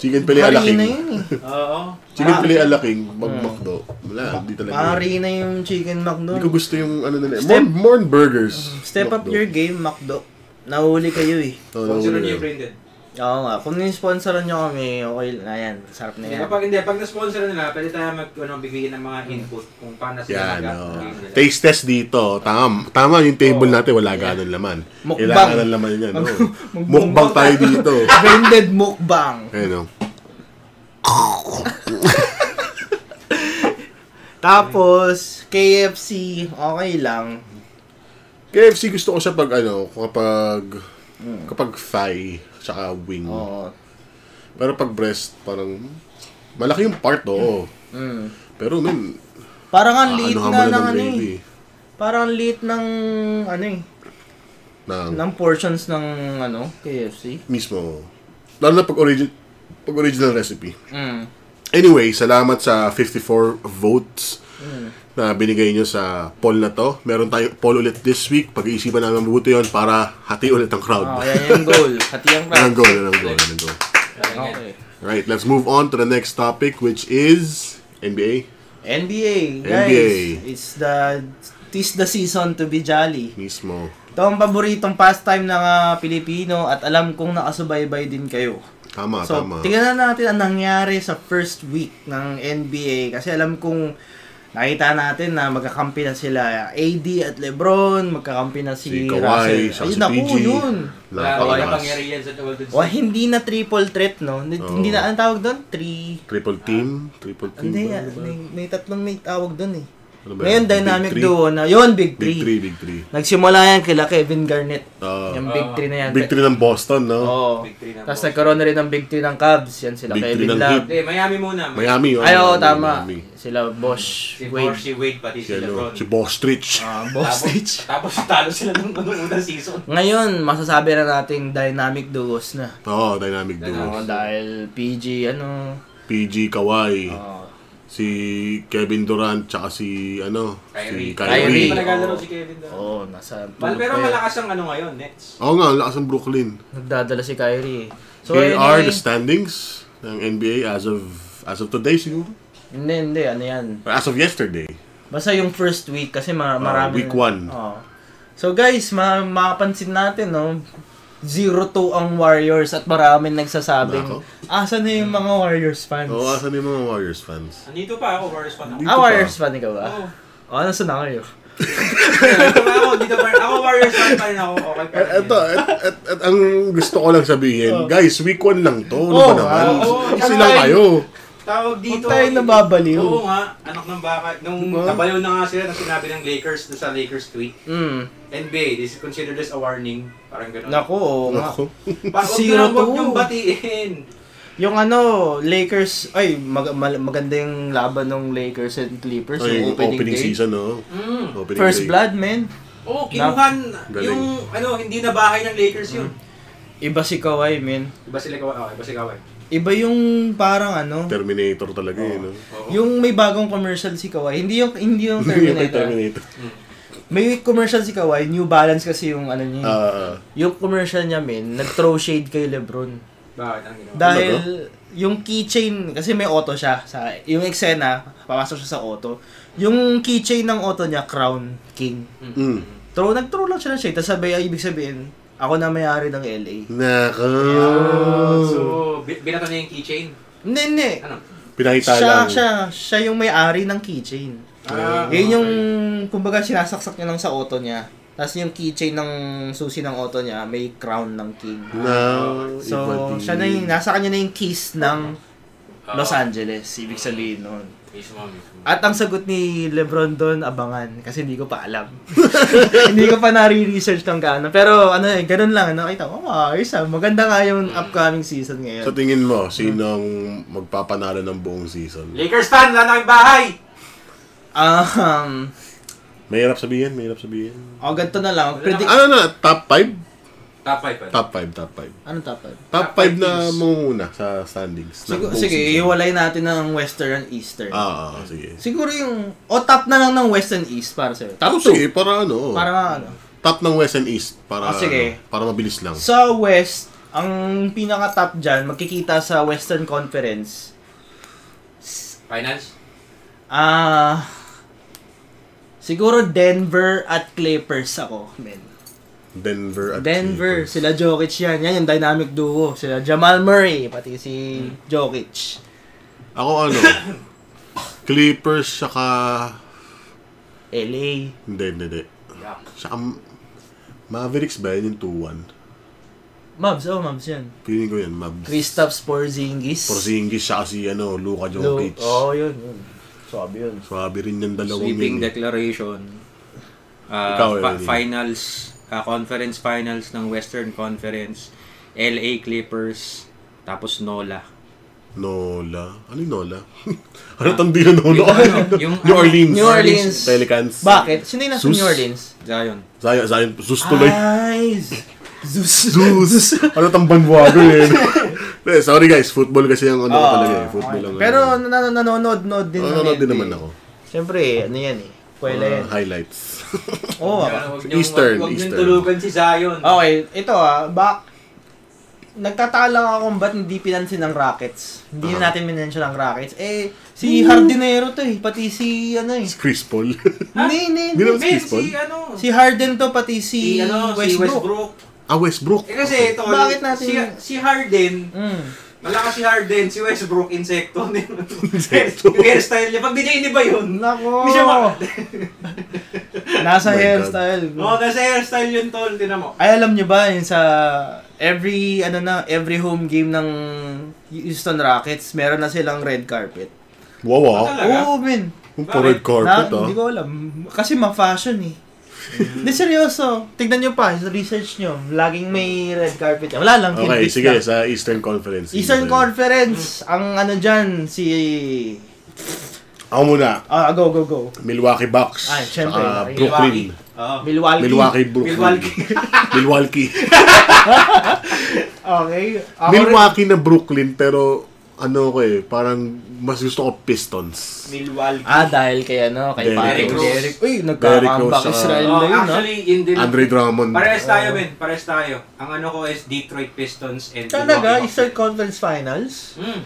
[SPEAKER 2] Chicken fillet ala
[SPEAKER 1] harina
[SPEAKER 2] king.
[SPEAKER 1] yun eh.
[SPEAKER 3] Oo.
[SPEAKER 2] Chicken
[SPEAKER 1] Ah.
[SPEAKER 2] fillet ala king, mag McDo. Wala, hindi talaga.
[SPEAKER 1] Parang
[SPEAKER 2] yun.
[SPEAKER 1] harina yung chicken McDo.
[SPEAKER 2] Hindi ko gusto yung ano nila.
[SPEAKER 1] Step- Mm,
[SPEAKER 2] More, more on burgers.
[SPEAKER 1] Step up
[SPEAKER 2] McDo.
[SPEAKER 1] your game, McDo. Nahuli kayo eh.
[SPEAKER 2] Oh,
[SPEAKER 3] Kung sino
[SPEAKER 2] yun.
[SPEAKER 3] niyo yung branded.
[SPEAKER 1] Oo nga, kung nisponsoran nyo kami, okay na yan. Sarap na yan.
[SPEAKER 3] Yeah. Kapag hindi, pag na-sponsor nila, pwede tayo mag, ano, bigay ng mga input kung paano sila
[SPEAKER 2] Yan,
[SPEAKER 3] nag-
[SPEAKER 2] oh.
[SPEAKER 3] game nila.
[SPEAKER 2] Taste test dito. Tama, tama yung table
[SPEAKER 3] Oo.
[SPEAKER 2] natin. Wala ganun laman.
[SPEAKER 1] Oh. Mukbang.
[SPEAKER 2] Kailangan ng laman yan.
[SPEAKER 1] Mag-
[SPEAKER 2] oo.
[SPEAKER 1] mukbang.
[SPEAKER 2] Mukbang tayo dito.
[SPEAKER 1] Branded mukbang.
[SPEAKER 2] Ayun, oh.
[SPEAKER 1] Tapos, KFC, okay lang.
[SPEAKER 2] KFC gusto ko siya pag ano, kapag kapag thigh tsaka wing.
[SPEAKER 1] Hmm. Oo.
[SPEAKER 2] Pero pag breast, parang malaki yung part, oo.
[SPEAKER 1] Mm.
[SPEAKER 2] Pero men,
[SPEAKER 1] Parang ang
[SPEAKER 2] ano
[SPEAKER 1] liit
[SPEAKER 2] ka
[SPEAKER 1] nga
[SPEAKER 2] muna
[SPEAKER 1] ng
[SPEAKER 2] ng
[SPEAKER 1] ano
[SPEAKER 2] gravy.
[SPEAKER 1] eh. Parang ang liit ng ano eh.
[SPEAKER 2] Ng,
[SPEAKER 1] Ng portions ng ano, KFC.
[SPEAKER 2] mismo. Lalo na pag, origi- pag original recipe.
[SPEAKER 1] Mm.
[SPEAKER 2] Anyway, salamat sa 54 votes na binigay nyo sa poll na to. Meron tayong poll ulit this week. Pag-iisipan namin mabuti yon para hati ulit ang crowd.
[SPEAKER 1] Oh, yan yung goal. Hati ang
[SPEAKER 2] Yan
[SPEAKER 1] crowd.
[SPEAKER 2] ang goal, yan ang goal, yan ang goal.
[SPEAKER 1] Okay.
[SPEAKER 2] Alright, let's move on to the next topic which is NBA.
[SPEAKER 1] NBA,
[SPEAKER 2] NBA.
[SPEAKER 1] guys. It's the tis the season to be jolly.
[SPEAKER 2] Mismo.
[SPEAKER 1] Ito ang paboritong pastime ng ah, Pilipino at alam kong nakasubaybay din kayo.
[SPEAKER 2] Tama,
[SPEAKER 1] so,
[SPEAKER 2] Ah, tama.
[SPEAKER 1] tingnan na natin ang nangyari sa first week ng NBA kasi alam kong nakita natin na magkakampi na sila AD at LeBron, magkakampi na si,
[SPEAKER 2] Si Kawhi,
[SPEAKER 1] Russell.
[SPEAKER 2] saka
[SPEAKER 1] Ay,
[SPEAKER 2] si
[SPEAKER 1] naku,
[SPEAKER 2] PG.
[SPEAKER 1] yun.
[SPEAKER 3] Wala wala
[SPEAKER 2] Napakalakas.
[SPEAKER 3] pangyari yan sa Golden
[SPEAKER 1] O,
[SPEAKER 3] State.
[SPEAKER 1] hindi na triple threat, no? Ni-
[SPEAKER 2] Oo.
[SPEAKER 1] Hindi na, anong tawag doon? Three...
[SPEAKER 2] Triple team, triple team.
[SPEAKER 1] Hindi,
[SPEAKER 2] ba?
[SPEAKER 1] ah, may, may tatlong may tawag doon eh.
[SPEAKER 2] Ano ba
[SPEAKER 1] Ngayon,
[SPEAKER 2] yan? Big
[SPEAKER 1] dynamic
[SPEAKER 2] three?
[SPEAKER 1] duo na. Yun, big
[SPEAKER 2] Big
[SPEAKER 1] three.
[SPEAKER 2] three, big three.
[SPEAKER 1] Nagsimula yan kila Kevin Garnett.
[SPEAKER 2] Oo.
[SPEAKER 1] yung Oh. big
[SPEAKER 3] Ah.
[SPEAKER 1] three na yan.
[SPEAKER 2] big three ng Boston, no?
[SPEAKER 1] Oo.
[SPEAKER 3] Big three ng
[SPEAKER 1] Tapos
[SPEAKER 3] Boston.
[SPEAKER 1] nagkaroon na rin ng Big Three ng Cavs. Yan sila
[SPEAKER 2] Big three
[SPEAKER 1] Kevin
[SPEAKER 2] ng
[SPEAKER 1] Love.
[SPEAKER 2] Heat.
[SPEAKER 3] Hindi, Miami muna.
[SPEAKER 2] Miami, oh.
[SPEAKER 1] Ay, oo,
[SPEAKER 2] Miami,
[SPEAKER 1] tama.
[SPEAKER 2] Miami.
[SPEAKER 1] Sila Bosch,
[SPEAKER 3] Si Wade.
[SPEAKER 1] Wade.
[SPEAKER 3] si Wade pati
[SPEAKER 2] Si,
[SPEAKER 3] si
[SPEAKER 2] ano,
[SPEAKER 3] LeBron.
[SPEAKER 2] si Bostrich.
[SPEAKER 1] Ah,
[SPEAKER 3] Tapos-
[SPEAKER 1] Bosch Stage.
[SPEAKER 3] Tapos talo sila nung nung unang season.
[SPEAKER 1] Ngayon, masasabi na nating dynamic duos na.
[SPEAKER 2] Oo, dynamic duo.
[SPEAKER 1] Oo, dahil PG, ano...
[SPEAKER 2] PG Kawhi,
[SPEAKER 1] oo.
[SPEAKER 2] si Kevin Durant, tsaka si, ano, si
[SPEAKER 3] Kyrie.
[SPEAKER 1] Kyrie.
[SPEAKER 3] Hindi
[SPEAKER 2] Kyrie.
[SPEAKER 3] pa naglalaro
[SPEAKER 1] Oh.
[SPEAKER 3] si Kevin Durant.
[SPEAKER 1] Oo, nasa...
[SPEAKER 3] Mal,
[SPEAKER 1] tulog
[SPEAKER 3] pero
[SPEAKER 1] pa yan.
[SPEAKER 3] malakas ang ano ngayon, Nets.
[SPEAKER 2] Oo nga, ang lakas ng Brooklyn.
[SPEAKER 1] Nagdadala si Kyrie. eh. So,
[SPEAKER 2] Here
[SPEAKER 1] anyway,
[SPEAKER 2] are the standings ng NBA as of as of today siguro.
[SPEAKER 1] Hindi, hindi. Ano yan?
[SPEAKER 2] Or as of yesterday. Uh,
[SPEAKER 1] Basta yung first week kasi ma- Ah, marami...
[SPEAKER 2] Ah, week one.
[SPEAKER 1] Oo. So guys, ma- mapapansin natin, no? 0-2 ang Warriors at maraming nagsasabing,
[SPEAKER 2] Nako.
[SPEAKER 1] asan na yung mga Warriors fans?
[SPEAKER 2] Oo, asan yung mga Warriors fans?
[SPEAKER 3] Nandito pa ako, Warriors pa ako.
[SPEAKER 2] Dito
[SPEAKER 1] ah,
[SPEAKER 2] pa.
[SPEAKER 1] Warriors fan ka ba?
[SPEAKER 3] Oo.
[SPEAKER 1] Oh, ano sa na kayo?
[SPEAKER 3] Dito pa ako, dito pa rin. Ako Warriors fan pa rin ako. Okay pa rin.
[SPEAKER 1] Eh,
[SPEAKER 2] At, eto, at, at, at ang gusto ko lang
[SPEAKER 1] Oh.
[SPEAKER 2] sabihin, guys, week 1 lang to. Ano
[SPEAKER 1] Oo,
[SPEAKER 2] ba naman?
[SPEAKER 1] ah,
[SPEAKER 3] oo.
[SPEAKER 2] Kasi lang kayo.
[SPEAKER 3] Tawag dito.
[SPEAKER 1] Huwag tayo nababaliw.
[SPEAKER 3] Oo nga, anak ng baka. Nung
[SPEAKER 2] Diba?
[SPEAKER 3] nabaliw na nga sila nang sinabi ng Lakers doon sa Lakers tweet.
[SPEAKER 1] Mm.
[SPEAKER 3] NBA, this is considered as a warning. Parang ganun.
[SPEAKER 1] Nako, oo nga.
[SPEAKER 2] Ako.
[SPEAKER 3] Pa, huwag
[SPEAKER 1] Zero
[SPEAKER 3] nyo- huwag
[SPEAKER 1] to.
[SPEAKER 3] niyong batiin.
[SPEAKER 1] Yung ano, Lakers, ay, mag- mal- maganda yung laban ng Lakers and Clippers
[SPEAKER 2] Ay,
[SPEAKER 1] yung
[SPEAKER 2] opening,
[SPEAKER 1] opening, day.
[SPEAKER 2] season, no?
[SPEAKER 3] Mm.
[SPEAKER 2] Opening
[SPEAKER 1] First
[SPEAKER 2] day.
[SPEAKER 1] blood, man.
[SPEAKER 3] Oo, kinuhan
[SPEAKER 2] Galing.
[SPEAKER 3] yung ano, hindi na bahay ng Lakers yun.
[SPEAKER 1] Mm. Iba si Kawhi, man.
[SPEAKER 3] Iba sila kaway. Oh, iba sila kaway.
[SPEAKER 1] Iba yung parang ano,
[SPEAKER 2] Terminator talaga yun,
[SPEAKER 1] Oh.
[SPEAKER 2] no?
[SPEAKER 3] Oo.
[SPEAKER 1] yung may bagong commercial si Kawhi. Hindi yung hindi yung
[SPEAKER 2] Yung kay
[SPEAKER 1] Terminator.
[SPEAKER 2] Terminator.
[SPEAKER 1] may commercial si Kawhi, New Balance kasi yung ano niya.
[SPEAKER 2] Ah, ah.
[SPEAKER 1] yung commercial niya, men, nag-throw shade kay LeBron.
[SPEAKER 3] Bakit? Anong ginawa?
[SPEAKER 1] Dahil yung keychain, kasi may auto siya. Sa, yung eksena, papasok siya sa auto. Yung keychain ng auto niya, Crown King.
[SPEAKER 2] mm.
[SPEAKER 1] Throw, nag-throw lang siya ng shade. Tapos sabi, ay, ibig sabihin, ako na may-ari ng LA.
[SPEAKER 2] Nako.
[SPEAKER 1] Mm.
[SPEAKER 3] Ah, so, bi- binato niya yung keychain.
[SPEAKER 1] Hindi, hindi.
[SPEAKER 3] Ano?
[SPEAKER 2] Pinakita
[SPEAKER 1] Siya,
[SPEAKER 2] lang.
[SPEAKER 1] siya, siya yung may-ari ng keychain.
[SPEAKER 3] Ah,
[SPEAKER 1] Yun yung, kumbaga, sinasaksak niya lang sa auto niya. Tapos yung keychain ng susi ng auto niya, may crown ng king.
[SPEAKER 2] No,
[SPEAKER 1] So,
[SPEAKER 2] iba din.
[SPEAKER 1] siya na yung, nasa kanya na yung keys ng
[SPEAKER 3] Ah.
[SPEAKER 1] Los Angeles. Ibig sabihin nun.
[SPEAKER 3] Mismo, mismo.
[SPEAKER 1] At ang sagot ni Lebron doon, abangan. Kasi hindi ko pa alam. hindi ko pa nare-research ng gaano. Pero ano eh, ganun lang. Ano, kita ko, oh, ayos ah. Maganda nga yung upcoming season
[SPEAKER 2] Sa
[SPEAKER 1] ngayon.
[SPEAKER 2] tingin
[SPEAKER 1] Hmm.
[SPEAKER 2] mo, sinong magpapanalo ng buong season?
[SPEAKER 3] Lakers fan, wala na kayong bahay!
[SPEAKER 1] Um,
[SPEAKER 2] Mahirap sabihin, mahirap sabihin.
[SPEAKER 1] o, ganito na lang. Predict,
[SPEAKER 2] Ano na, top 5?
[SPEAKER 3] Top 5 pa. rin.
[SPEAKER 2] Top 5, top 5.
[SPEAKER 1] ano top five?
[SPEAKER 2] Top 5 na mangunguna sa standings. ng
[SPEAKER 1] Sigur,
[SPEAKER 2] buong
[SPEAKER 1] sige,
[SPEAKER 2] season.
[SPEAKER 1] iwalay natin ng Western and Eastern.
[SPEAKER 2] Ah, ah, ah, sige.
[SPEAKER 1] Siguro yung, o top na lang ng West and East para sa'yo. Top
[SPEAKER 2] Top
[SPEAKER 1] two.
[SPEAKER 2] sige, para ano.
[SPEAKER 1] Para nga ano.
[SPEAKER 2] top ng West and East. Para,
[SPEAKER 1] Ah, sige.
[SPEAKER 2] ano, para mabilis lang.
[SPEAKER 1] Sa West, ang pinaka-top dyan, magkikita sa Western Conference.
[SPEAKER 3] Finals?
[SPEAKER 1] Ah, siguro Denver at Clippers ako, men.
[SPEAKER 2] Denver at
[SPEAKER 1] Denver,
[SPEAKER 2] Clippers.
[SPEAKER 1] sila Jokic yan. Yan yung dynamic duo. Sila Jamal Murray, pati si
[SPEAKER 2] Hmm.
[SPEAKER 1] Jokic.
[SPEAKER 2] Ako ano, Clippers saka...
[SPEAKER 1] LA.
[SPEAKER 2] Hindi, hindi, hindi.
[SPEAKER 3] Yuck.
[SPEAKER 2] Saka M- Mavericks ba yun yung 2-1?
[SPEAKER 1] Mavs, oh Mavs yan.
[SPEAKER 2] Feeling ko yun, Mavs.
[SPEAKER 1] Kristaps Porzingis.
[SPEAKER 2] Porzingis saka si ano, Luka
[SPEAKER 1] Lo-
[SPEAKER 2] Jokic.
[SPEAKER 1] Oo, oh, yun, yun. Sabi yun.
[SPEAKER 2] Swabe rin yung dalawang
[SPEAKER 3] Sweeping
[SPEAKER 2] yun. eh.
[SPEAKER 3] declaration. Uh,
[SPEAKER 2] Ikaw,
[SPEAKER 3] fa-
[SPEAKER 2] Ernie.
[SPEAKER 3] finals, uh, conference finals ng Western Conference. LA Clippers. Tapos NOLA.
[SPEAKER 2] Nola. Ano yung Nola? ano tandila Nola?
[SPEAKER 3] Yung ano, yung-
[SPEAKER 2] New Orleans.
[SPEAKER 1] New Orleans.
[SPEAKER 2] Pelicans.
[SPEAKER 1] Bakit? Sino yung nasa
[SPEAKER 2] Sus.
[SPEAKER 1] New Orleans?
[SPEAKER 3] Zion.
[SPEAKER 2] Zion, Zion, Zeus tuloy.
[SPEAKER 1] Ah. Ay, Zeus.
[SPEAKER 2] Zeus! ano tambang wago yun? Eh, Sorry guys, football kasi yung ano ko talaga eh. Football lang.
[SPEAKER 1] Ah. Pero nan- nanonood-nood din. ng
[SPEAKER 2] ano din
[SPEAKER 1] NBA.
[SPEAKER 2] naman ako.
[SPEAKER 1] Siyempre, ano yan eh. Kwela
[SPEAKER 2] Mga
[SPEAKER 1] yan.
[SPEAKER 2] highlights.
[SPEAKER 3] Oh,
[SPEAKER 1] Oo. ah.
[SPEAKER 2] Eastern, Eastern.
[SPEAKER 3] si Zion.
[SPEAKER 1] Okay, ito ah. Back. Nagtataka lang ako kung ba't hindi pinansin ng Rockets. Hindi
[SPEAKER 2] Aha.
[SPEAKER 1] natin minention ang Rockets. Eh, si Hardinero to eh. Pati si ano eh.
[SPEAKER 2] Chris Paul.
[SPEAKER 1] Hindi, hindi,
[SPEAKER 2] Hindi
[SPEAKER 1] hindi.
[SPEAKER 2] naman si Chris Paul.
[SPEAKER 3] ano?
[SPEAKER 1] Si Harden to, pati si, Westbrook.
[SPEAKER 2] Ah, Westbrook.
[SPEAKER 3] Eh kasi ito,
[SPEAKER 1] Bakit natin-
[SPEAKER 3] si, si Harden,
[SPEAKER 1] Mm.
[SPEAKER 3] malakas si Harden, si Westbrook, insekto.
[SPEAKER 2] Insekto.
[SPEAKER 3] yung hairstyle niya, pag di niya iniba yun.
[SPEAKER 1] Nako.
[SPEAKER 3] Hindi siya ma-
[SPEAKER 1] Nasa
[SPEAKER 2] My God.
[SPEAKER 1] hairstyle.
[SPEAKER 3] Oo, nasa hairstyle yun, tol. Tinan mo.
[SPEAKER 1] Ay, alam nyo ba, yun sa every, ano na, every home game ng Houston Rockets, meron na silang red carpet.
[SPEAKER 2] Wow, wow.
[SPEAKER 3] Talaga?
[SPEAKER 1] Oo, men.
[SPEAKER 2] Yung po red carpet
[SPEAKER 1] Na-
[SPEAKER 2] ah.
[SPEAKER 1] Hindi ko alam. Kasi ma-fashion eh.
[SPEAKER 2] Mm.
[SPEAKER 1] Hindi, seryoso. Tignan nyo pa, sa research nyo. Laging may red carpet. Wala lang.
[SPEAKER 2] Okay,
[SPEAKER 1] Philippines
[SPEAKER 2] sige,
[SPEAKER 1] lang.
[SPEAKER 2] sa Eastern Conference.
[SPEAKER 1] Eastern
[SPEAKER 2] Sino ba yun?
[SPEAKER 1] Conference, ang ano dyan, si...
[SPEAKER 2] Ako muna.
[SPEAKER 1] Ah, go, go, go.
[SPEAKER 2] Milwaukee Bucks.
[SPEAKER 1] Ay, syempre.
[SPEAKER 2] saka
[SPEAKER 1] Milwaukee.
[SPEAKER 2] Brooklyn.
[SPEAKER 3] Oo.
[SPEAKER 1] Milwaukee.
[SPEAKER 2] Milwaukee, Brooklyn.
[SPEAKER 3] Milwaukee.
[SPEAKER 2] Milwaukee.
[SPEAKER 1] Okay. Ah, Ako rin-
[SPEAKER 2] Milwaukee na Brooklyn, pero ano ko eh, parang mas gusto ko Pistons.
[SPEAKER 3] Milwaukee.
[SPEAKER 1] Ah, dahil kay ano, kay
[SPEAKER 2] Derrick
[SPEAKER 1] Derek
[SPEAKER 3] Rose.
[SPEAKER 1] Derek. Uy,
[SPEAKER 2] Derrick
[SPEAKER 1] nagka-comeback
[SPEAKER 2] Rose,
[SPEAKER 1] Israel
[SPEAKER 3] Oh,
[SPEAKER 1] na yun, ah.
[SPEAKER 3] actually, in the...
[SPEAKER 2] Andre Drummond.
[SPEAKER 3] Pares tayo, men. Pares tayo. Ang ano ko is Detroit Pistons and
[SPEAKER 1] Talaga,
[SPEAKER 3] Milwaukee
[SPEAKER 1] Eastern
[SPEAKER 3] Bucks.
[SPEAKER 1] Conference Finals?
[SPEAKER 3] Mm.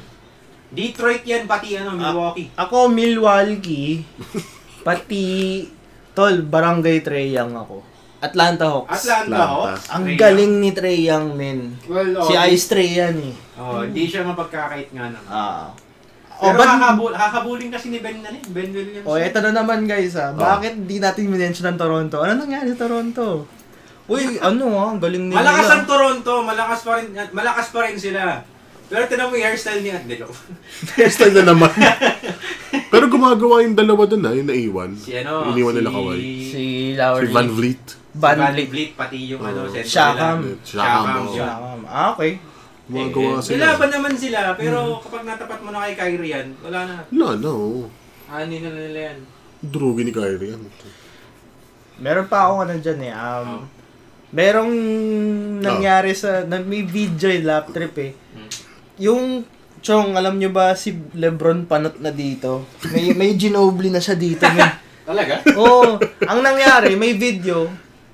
[SPEAKER 3] Detroit yan, pati
[SPEAKER 1] Ah.
[SPEAKER 3] ano, Milwaukee.
[SPEAKER 1] Ako, Milwaukee, pati, tol, Barangay Trey Young ako. Atlanta Hawks.
[SPEAKER 3] Atlanta, oh.
[SPEAKER 2] Atlanta.
[SPEAKER 3] Hawks.
[SPEAKER 1] Ang
[SPEAKER 3] Trey
[SPEAKER 1] galing ni Trey Young, men.
[SPEAKER 3] Young. Well,
[SPEAKER 1] Si
[SPEAKER 3] okay.
[SPEAKER 1] Ice Trey yan eh.
[SPEAKER 3] Oh, hindi siya mapagkakait nga naman.
[SPEAKER 1] Ah. Oh,
[SPEAKER 3] Pero
[SPEAKER 1] ba't-
[SPEAKER 3] hahabol, hahabuling kasi ni Ben na rin. Ben Williams.
[SPEAKER 1] O, eto na naman guys ah.
[SPEAKER 2] Oh.
[SPEAKER 1] Bakit di natin minention ng Toronto? Ano nangyari sa Toronto? Uy, ano ah, ang galing nila.
[SPEAKER 3] Malakas ang Toronto. Malakas pa rin, malakas pa rin sila. Pero tinan mo yung hairstyle niya. Hindi, joke.
[SPEAKER 2] Hairstyle na naman. Pero gumagawa yung dalawa dun ah, yung naiwan.
[SPEAKER 3] Si ano,
[SPEAKER 2] Yung iniwan
[SPEAKER 3] si...
[SPEAKER 2] nila kaway.
[SPEAKER 1] Si
[SPEAKER 2] Si
[SPEAKER 1] Lowry.
[SPEAKER 2] Van Vliet.
[SPEAKER 1] Van
[SPEAKER 3] Van
[SPEAKER 1] Vliet.
[SPEAKER 3] Vliet, pati yung ano,
[SPEAKER 2] Oh.
[SPEAKER 3] center
[SPEAKER 1] Siakam.
[SPEAKER 3] nila.
[SPEAKER 2] Siakam,
[SPEAKER 3] Siakam,
[SPEAKER 2] oh.
[SPEAKER 3] yun.
[SPEAKER 1] Ah, okay.
[SPEAKER 2] Gumagawa
[SPEAKER 3] Eh,
[SPEAKER 2] sila. Mm-hmm.
[SPEAKER 3] Laban naman sila, pero kapag natapat mo na kay Kyrie yan, wala na.
[SPEAKER 2] Wala na, oh.
[SPEAKER 3] Ani na nila yan.
[SPEAKER 2] Drugi ni Kyrie yan.
[SPEAKER 1] Meron pa akong ano dyan eh. Um,
[SPEAKER 3] Oh.
[SPEAKER 1] Merong
[SPEAKER 2] Oh.
[SPEAKER 1] nangyari sa, na, may video eh, lap trip eh.
[SPEAKER 3] Mm.
[SPEAKER 1] Yung, Chong, alam nyo ba si Lebron panot na dito? May, may Ginobili na siya dito. May,
[SPEAKER 3] Talaga?
[SPEAKER 1] Oo. Ang nangyari, may video.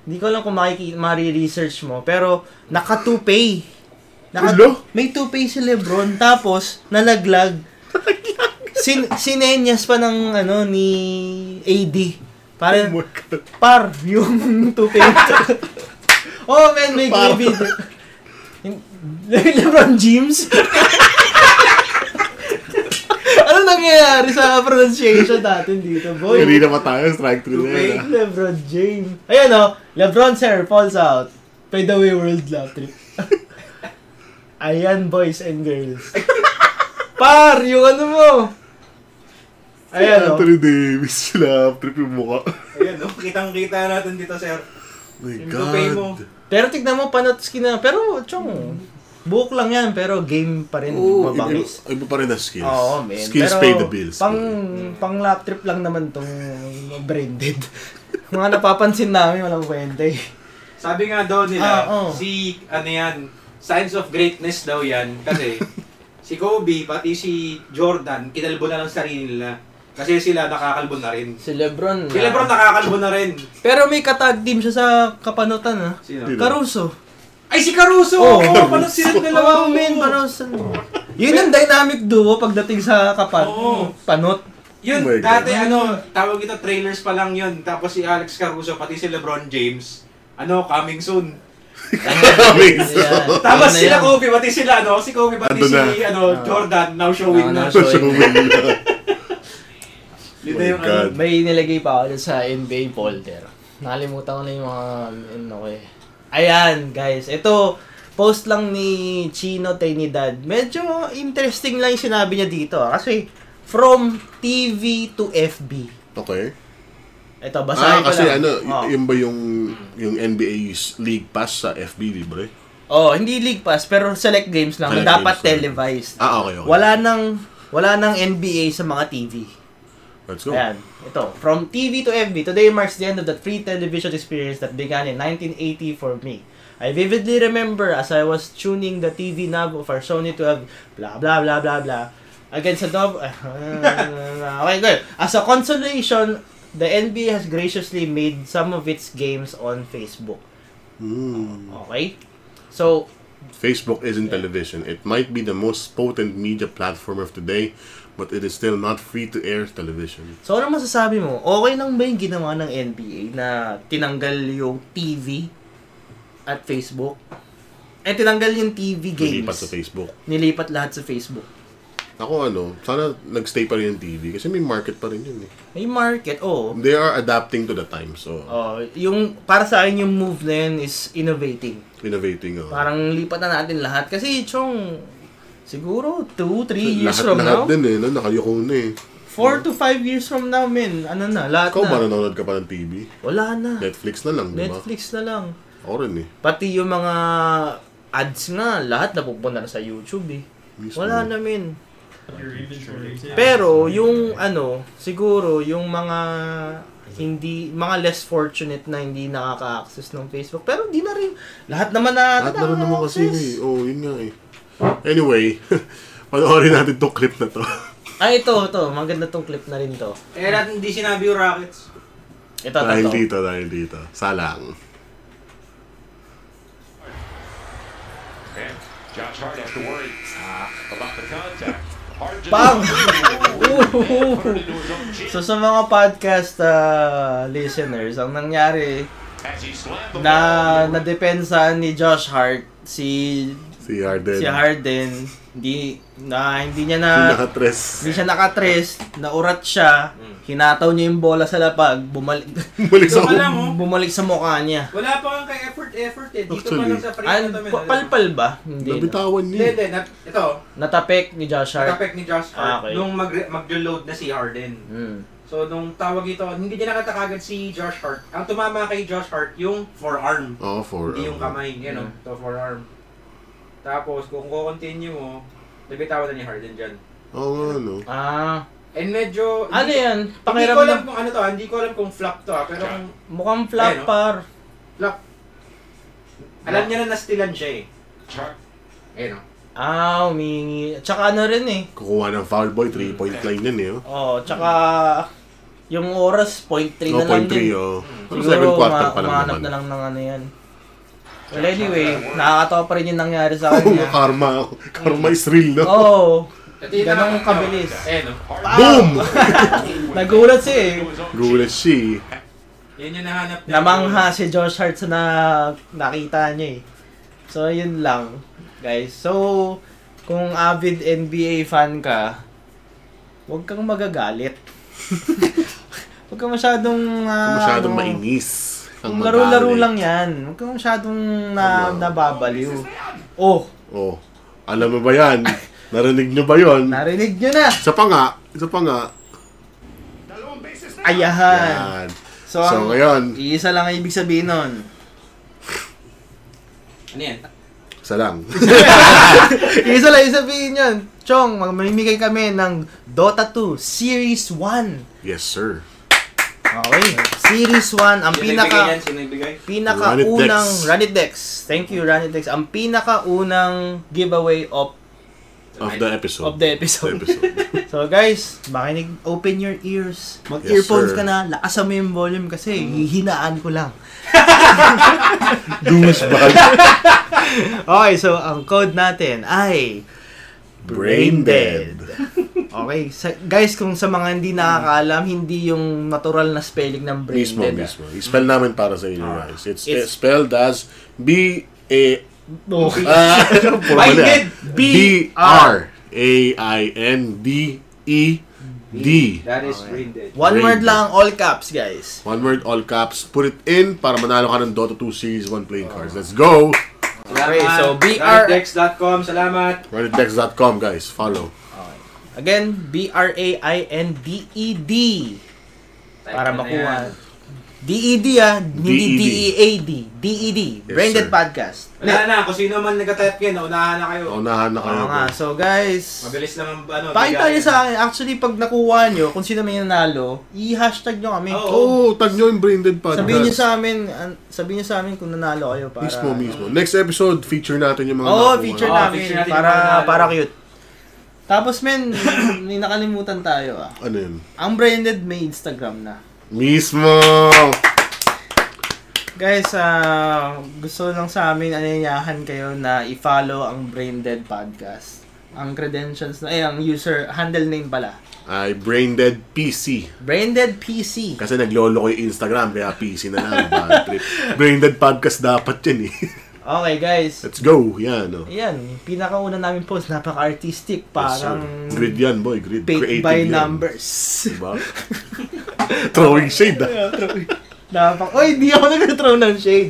[SPEAKER 1] Hindi ko alam kung makiki- mari-research mo. Pero, naka-toupee. Naka
[SPEAKER 2] Ulo?
[SPEAKER 1] May toupee si Lebron. Tapos, nalaglag. Sin sinenyas pa ng ano ni AD. Para
[SPEAKER 2] Oh my God.
[SPEAKER 1] par yung toupee. oh man, may
[SPEAKER 2] Par.
[SPEAKER 1] may video. Yung- Lebron James. ano nangyayari sa pronunciation natin dito, boy?
[SPEAKER 2] Hindi na matayos, strike through na ah. yan.
[SPEAKER 1] Fake Lebron James. Ayan o, Lebron sir falls out. Fade away world love trip. Ayan boys and girls. Par, yung ano mo. Ayan, oh.
[SPEAKER 2] Anthony Davis sila, trip yung mukha.
[SPEAKER 3] Ayan, oh, kitang-kita natin dito, sir.
[SPEAKER 2] My
[SPEAKER 3] Yung tupay mo.
[SPEAKER 2] God.
[SPEAKER 1] Pero tignan mo, panatski na. Pero, chong, buhok lang yan. Pero game pa rin.
[SPEAKER 2] Oo, iba,
[SPEAKER 1] mabangis.
[SPEAKER 2] iba pa rin na skills.
[SPEAKER 1] Oo, man.
[SPEAKER 2] Skills
[SPEAKER 1] Pero
[SPEAKER 2] pay the bills. Mm.
[SPEAKER 1] Pang, pang lap trip lang naman tong branded. Mga napapansin namin, walang kwenta eh.
[SPEAKER 3] Sabi nga daw nila,
[SPEAKER 1] Ah,
[SPEAKER 2] oh.
[SPEAKER 1] oo.
[SPEAKER 3] si, ano yan, signs of greatness daw yan. Kasi, si Kobe, pati si Jordan, kinalbo na lang sarili nila. Kasi sila nakakalbo na rin.
[SPEAKER 1] Si Lebron. ah,
[SPEAKER 3] Si Lebron nakakalbo na rin.
[SPEAKER 1] Pero may katag team siya sa kapanutan ah.
[SPEAKER 3] Sino?
[SPEAKER 2] Sino?
[SPEAKER 1] Caruso.
[SPEAKER 3] Ay, si Caruso!
[SPEAKER 1] Oh,
[SPEAKER 3] Oo, oh,
[SPEAKER 2] Caruso.
[SPEAKER 3] paano silang
[SPEAKER 1] Oh,
[SPEAKER 3] dalawa?
[SPEAKER 1] man, Caruso. Yun yung dynamic duo pagdating sa kapat.
[SPEAKER 3] Oo.
[SPEAKER 1] Panot.
[SPEAKER 3] Yun,
[SPEAKER 2] Oh my God.
[SPEAKER 3] dati ano, tawag ito, trailers pa lang yun. Tapos si Alex Caruso, pati si Lebron James, ano, coming soon.
[SPEAKER 1] Ayan.
[SPEAKER 3] Tapos
[SPEAKER 1] Ano na
[SPEAKER 3] sila
[SPEAKER 1] yan?
[SPEAKER 3] Kobe, pati sila, ano, si Kobe, pati
[SPEAKER 2] Ando
[SPEAKER 3] si,
[SPEAKER 2] na.
[SPEAKER 3] ano, Jordan, now showing
[SPEAKER 1] Ah, now
[SPEAKER 3] na.
[SPEAKER 1] showing.
[SPEAKER 2] So, win na.
[SPEAKER 3] Yun
[SPEAKER 2] Oh My
[SPEAKER 3] na yung, ano,
[SPEAKER 2] God.
[SPEAKER 1] May nilagay pa ako dun sa NBA folder. Nakalimutan ko na yung mga ano ko eh. Ayan, guys. Ito, post lang ni Chino Trinidad. Medyo interesting lang yung sinabi niya dito. ah. Kasi, from TV to FB.
[SPEAKER 2] Okay.
[SPEAKER 1] Ito,
[SPEAKER 2] Ah,
[SPEAKER 1] basahin ko
[SPEAKER 2] kasi
[SPEAKER 1] lang.
[SPEAKER 2] ano,
[SPEAKER 1] Oh.
[SPEAKER 2] y- yun ba yung, yung NBA League Pass sa FB, libre?
[SPEAKER 1] Oh, hindi League Pass, pero select games lang.
[SPEAKER 2] Select
[SPEAKER 1] dapat
[SPEAKER 2] games lang.
[SPEAKER 1] televised.
[SPEAKER 2] Ah, okay, okay.
[SPEAKER 1] Wala nang wala nang NBA sa mga TV.
[SPEAKER 2] Let's go.
[SPEAKER 1] Ayan, ito. From TV to FB, today marks the end of the free television experience that began in 1980 for me. I vividly remember as I was tuning the TV knob of our Sony 12, blah blah blah blah blah, against a dub... okay, good. As a consolation, the NBA has graciously made some of its games on Facebook.
[SPEAKER 2] Hmm.
[SPEAKER 1] Okay? So,
[SPEAKER 2] Facebook isn't television. It might be the most potent media platform of today, but it is still not free to air television.
[SPEAKER 1] So ano masasabi mo? Okay lang ba yung ginawa ng NBA na tinanggal yung TV at Facebook? Eh, tinanggal yung TV games.
[SPEAKER 2] Nilipat sa Facebook.
[SPEAKER 1] Nilipat lahat sa Facebook.
[SPEAKER 2] Ako ano, sana nagstay pa rin yung TV kasi may market pa rin yun eh.
[SPEAKER 1] May market, oo.
[SPEAKER 2] They are adapting to the time, so
[SPEAKER 1] Oh, yung para sa akin yung move na yun is innovating.
[SPEAKER 2] innovating. oh.
[SPEAKER 1] Parang lipat na natin lahat kasi chong siguro 2 3 years
[SPEAKER 2] lahat,
[SPEAKER 1] from
[SPEAKER 2] lahat
[SPEAKER 1] now.
[SPEAKER 2] din eh, no? nakayuko na eh.
[SPEAKER 1] 4 to 5 years from now, men. Ano na, lahat
[SPEAKER 2] Ikaw ba
[SPEAKER 1] na.
[SPEAKER 2] nanonood ka pa ng TV?
[SPEAKER 1] Wala na.
[SPEAKER 2] Netflix na lang, di ba?
[SPEAKER 1] Netflix na lang.
[SPEAKER 2] Ako rin eh.
[SPEAKER 1] Pati yung mga ads nga, lahat napupunta na sa YouTube eh.
[SPEAKER 2] Mismo.
[SPEAKER 1] Wala na min. Pero yung ano, siguro yung mga hindi mga less fortunate na hindi nakaka-access ng Facebook. Pero di na rin lahat naman na
[SPEAKER 2] Lahat naman naman kasi eh. Oo, oh, yun nga eh. Anyway, panoorin natin tong clip na to.
[SPEAKER 1] Ay Ah, ito, ito, maganda tong clip na rin to.
[SPEAKER 3] eh, lahat hindi sinabi yung Rockets.
[SPEAKER 1] Ito, ito,
[SPEAKER 2] dahil
[SPEAKER 1] ito.
[SPEAKER 2] dito, dahil dito. Salang.
[SPEAKER 4] And Josh Hart has to worry uh, about the contact. Hart just
[SPEAKER 1] Bang!
[SPEAKER 4] Ooh. put it into his own chin
[SPEAKER 1] So sa mga podcast ah, listeners, ang nangyari
[SPEAKER 4] as he slammed the
[SPEAKER 1] na
[SPEAKER 4] ball.
[SPEAKER 1] nadepensa ni Josh Hart si
[SPEAKER 2] Si Harden.
[SPEAKER 1] si Harden hindi na hindi niya na
[SPEAKER 2] Yung nakatres.
[SPEAKER 1] Hindi siya nakatres, naurat siya, hinataw niya yung bola sa lapag, bumalik
[SPEAKER 2] Balik sa
[SPEAKER 3] Ito ka lang, oh.
[SPEAKER 1] bumalik sa mukha niya.
[SPEAKER 3] Wala pa kang kay effort, effort eh. Dito
[SPEAKER 2] Actually.
[SPEAKER 3] pa lang sa free
[SPEAKER 1] An,
[SPEAKER 3] na to,
[SPEAKER 1] pa-
[SPEAKER 3] men.
[SPEAKER 1] palpal ba? Hindi. no.
[SPEAKER 2] Nabitawan
[SPEAKER 3] Hindi,
[SPEAKER 2] niya. eh.
[SPEAKER 3] hindi. na- Ito,
[SPEAKER 1] Natapek ni Josh Hart.
[SPEAKER 3] kapek ni Josh
[SPEAKER 1] Ah,
[SPEAKER 3] Hart,
[SPEAKER 1] okay.
[SPEAKER 3] nung mag maglo-load na si Harden.
[SPEAKER 1] Mm.
[SPEAKER 3] So, nung tawag ito, hindi niya nakita kagad si Josh Hart. Ang tumama kay Josh Hart, yung forearm.
[SPEAKER 2] Oo, for...
[SPEAKER 3] Hindi yung
[SPEAKER 2] ah,
[SPEAKER 3] kamay, yun know, to forearm. Tapos, kung ko-continue mo, nabitawan na ni Harden dyan.
[SPEAKER 2] Oo nga, no.
[SPEAKER 1] Ah,
[SPEAKER 3] And medyo...
[SPEAKER 1] ano
[SPEAKER 3] hindi-
[SPEAKER 1] yan?
[SPEAKER 3] Hindi ko alam
[SPEAKER 1] Pakiramdam.
[SPEAKER 3] kung ano to, ah, hindi ko alam kung flop to ah, pero kung
[SPEAKER 1] Mukhang flop
[SPEAKER 3] Ayun, oh.
[SPEAKER 1] par.
[SPEAKER 3] flop, alam niya na nastilan siya eh. oh.
[SPEAKER 4] Hart
[SPEAKER 3] Ayun o.
[SPEAKER 1] Ah, humingi. Tsaka ano rin eh.
[SPEAKER 2] Kukuha ng foul boy, 3-point line yun eh.
[SPEAKER 1] Oh,
[SPEAKER 2] oh.
[SPEAKER 1] tsaka yung oras, 0.3 na
[SPEAKER 2] No,
[SPEAKER 1] lang
[SPEAKER 2] point three,
[SPEAKER 1] din.
[SPEAKER 2] oh. Ano,
[SPEAKER 1] Siguro,
[SPEAKER 2] second quarter
[SPEAKER 1] uma-
[SPEAKER 2] pa lang
[SPEAKER 1] umahanap
[SPEAKER 2] naman.
[SPEAKER 1] na lang ng ano yan. Well, anyway, nakakatawa pa rin yung nangyari sa
[SPEAKER 2] Oo,
[SPEAKER 1] kanya.
[SPEAKER 2] Oh, karma. Karma is real, no?
[SPEAKER 1] Oo. Ganong kabilis.
[SPEAKER 3] Ayun o.
[SPEAKER 1] ah.
[SPEAKER 2] Boom!
[SPEAKER 1] Nagulat siya eh.
[SPEAKER 4] into his own chin.
[SPEAKER 2] Gulat siya eh.
[SPEAKER 3] Yun yung nahanap niya.
[SPEAKER 1] Namangha si Josh Hart sa na nakita niya eh. So, yun lang, guys. So, kung avid NBA fan ka, huwag kang magagalit. huwag kang masyadong... ah,
[SPEAKER 2] Masyadong
[SPEAKER 1] ano,
[SPEAKER 2] mainis. Ang
[SPEAKER 1] Kung laro-laro
[SPEAKER 2] magalit.
[SPEAKER 1] lang yan. Huwag kang masyadong na,
[SPEAKER 2] Tama.
[SPEAKER 1] nababaliw. Oh,
[SPEAKER 2] Oh, alam mo ba yan? Narinig nyo ba yon?
[SPEAKER 1] narinig nyo na!
[SPEAKER 2] Isa pa nga, isa pa nga,
[SPEAKER 1] Ayahan.
[SPEAKER 2] Yan.
[SPEAKER 1] So,
[SPEAKER 2] So,
[SPEAKER 1] ang,
[SPEAKER 2] ngayon.
[SPEAKER 1] Iisa lang ang ibig sabihin nun.
[SPEAKER 3] Ano yan?
[SPEAKER 2] Isa lang.
[SPEAKER 1] Iisa lang yung sabihin yun. Chong, mamimigay kami ng Dota 2 Series 1.
[SPEAKER 2] yes, sir.
[SPEAKER 1] Okay. Series 1, ang
[SPEAKER 3] Sino
[SPEAKER 1] pinaka...
[SPEAKER 3] nagbigay yan? Sino nagbigay?
[SPEAKER 1] pinakaunang
[SPEAKER 2] Runit Dex.
[SPEAKER 1] Runit Dex. Thank you Runit Dex. Ang pinakaunang giveaway of
[SPEAKER 2] Of the episode.
[SPEAKER 1] of the
[SPEAKER 2] The
[SPEAKER 1] episode.
[SPEAKER 2] episode.
[SPEAKER 1] so guys, makinig open your ears. Mag-earphones
[SPEAKER 2] Yes,
[SPEAKER 1] ka
[SPEAKER 2] sir. Mm.
[SPEAKER 1] na, lakasan mo yung volume kasi hihinaan ko lang.
[SPEAKER 2] Dumas bakal.
[SPEAKER 1] Okay, so ang code natin ay
[SPEAKER 2] Brain dead.
[SPEAKER 1] Okay, sa, guys, kung sa mga hindi nakakaalam, hindi yung natural na spelling ng brain
[SPEAKER 2] Mismo,
[SPEAKER 1] dead. ah.
[SPEAKER 2] mismo. I-spell namin para sa inyo, guys. It's,
[SPEAKER 1] It's-
[SPEAKER 2] it's spelled as B-A...
[SPEAKER 1] Okay.
[SPEAKER 2] Ah,
[SPEAKER 3] Blinded.
[SPEAKER 2] E B-R-A-I-N-D-E-D.
[SPEAKER 3] That is brain dead.
[SPEAKER 1] One
[SPEAKER 2] Brain
[SPEAKER 1] word
[SPEAKER 2] dead.
[SPEAKER 1] lang, all caps, guys.
[SPEAKER 2] One word, all caps. Put it in para manalo ka ng Dota 2 Series 1 playing cards. Let's go!
[SPEAKER 1] Okay, so BR...
[SPEAKER 3] Rundex.com, salamat.
[SPEAKER 2] Redditdex.com, guys. Follow.
[SPEAKER 1] Again, B-R-A-I-N-D-E-D. E Para
[SPEAKER 3] Type na
[SPEAKER 1] makuha.
[SPEAKER 3] yan.
[SPEAKER 1] D-E-D ah, hindi
[SPEAKER 2] D-E-D.
[SPEAKER 1] D-E-A-D. D-E-D.
[SPEAKER 2] E Yes,
[SPEAKER 1] Branded
[SPEAKER 2] sir.
[SPEAKER 1] Podcast.
[SPEAKER 3] Wala na, kung sino man nagka-type yan, naunahan na kayo.
[SPEAKER 1] Oh.
[SPEAKER 2] Unahan na kayo.
[SPEAKER 1] Oo nga, so guys,
[SPEAKER 3] Mabilis naman ano.
[SPEAKER 1] pakita
[SPEAKER 3] bigayan.
[SPEAKER 1] niyo sa akin, actually pag nakuha niyo, kung sino may nanalo, i-hashtag niyo kami.
[SPEAKER 3] Oo.
[SPEAKER 2] Oh, tag nyo yung Brain Dead Podcast.
[SPEAKER 1] Sabihin niyo sa amin, an- sabihin niyo sa amin kung nanalo kayo para
[SPEAKER 2] Mismo, mismo. Next episode, feature natin yung mga
[SPEAKER 1] Oo,
[SPEAKER 2] nakuha.
[SPEAKER 1] feature
[SPEAKER 3] Oo,
[SPEAKER 1] namin
[SPEAKER 3] feature natin
[SPEAKER 1] para
[SPEAKER 3] yung nanalo.
[SPEAKER 1] para cute. Tapos men, may nakalimutan tayo ah.
[SPEAKER 2] Ano yun?
[SPEAKER 1] Ang branded may Instagram na.
[SPEAKER 2] Mismo!
[SPEAKER 1] Guys, ah, gusto lang sa amin anyayahan kayo na i-follow ang Brain Dead Podcast. Ang credentials na, eh, ang user, handle name pala.
[SPEAKER 2] Ay, Brain Dead PC.
[SPEAKER 1] Brain Dead PC.
[SPEAKER 2] Kasi naglolo ko yung Instagram, kaya PC na lang. Bad trip. Brain Dead Podcast dapat yan eh.
[SPEAKER 1] Okay, guys.
[SPEAKER 2] Let's go! Yan, no?
[SPEAKER 1] Ayan, yung pinakauna namin post, napaka-artistic. Parang
[SPEAKER 2] Grid yan, boy. Grid.
[SPEAKER 1] paint
[SPEAKER 2] Creative
[SPEAKER 1] by
[SPEAKER 2] yan.
[SPEAKER 1] numbers.
[SPEAKER 2] Diba? Throwing shade, ah.
[SPEAKER 1] Napak- Uy, di ako nag-throw ng shade.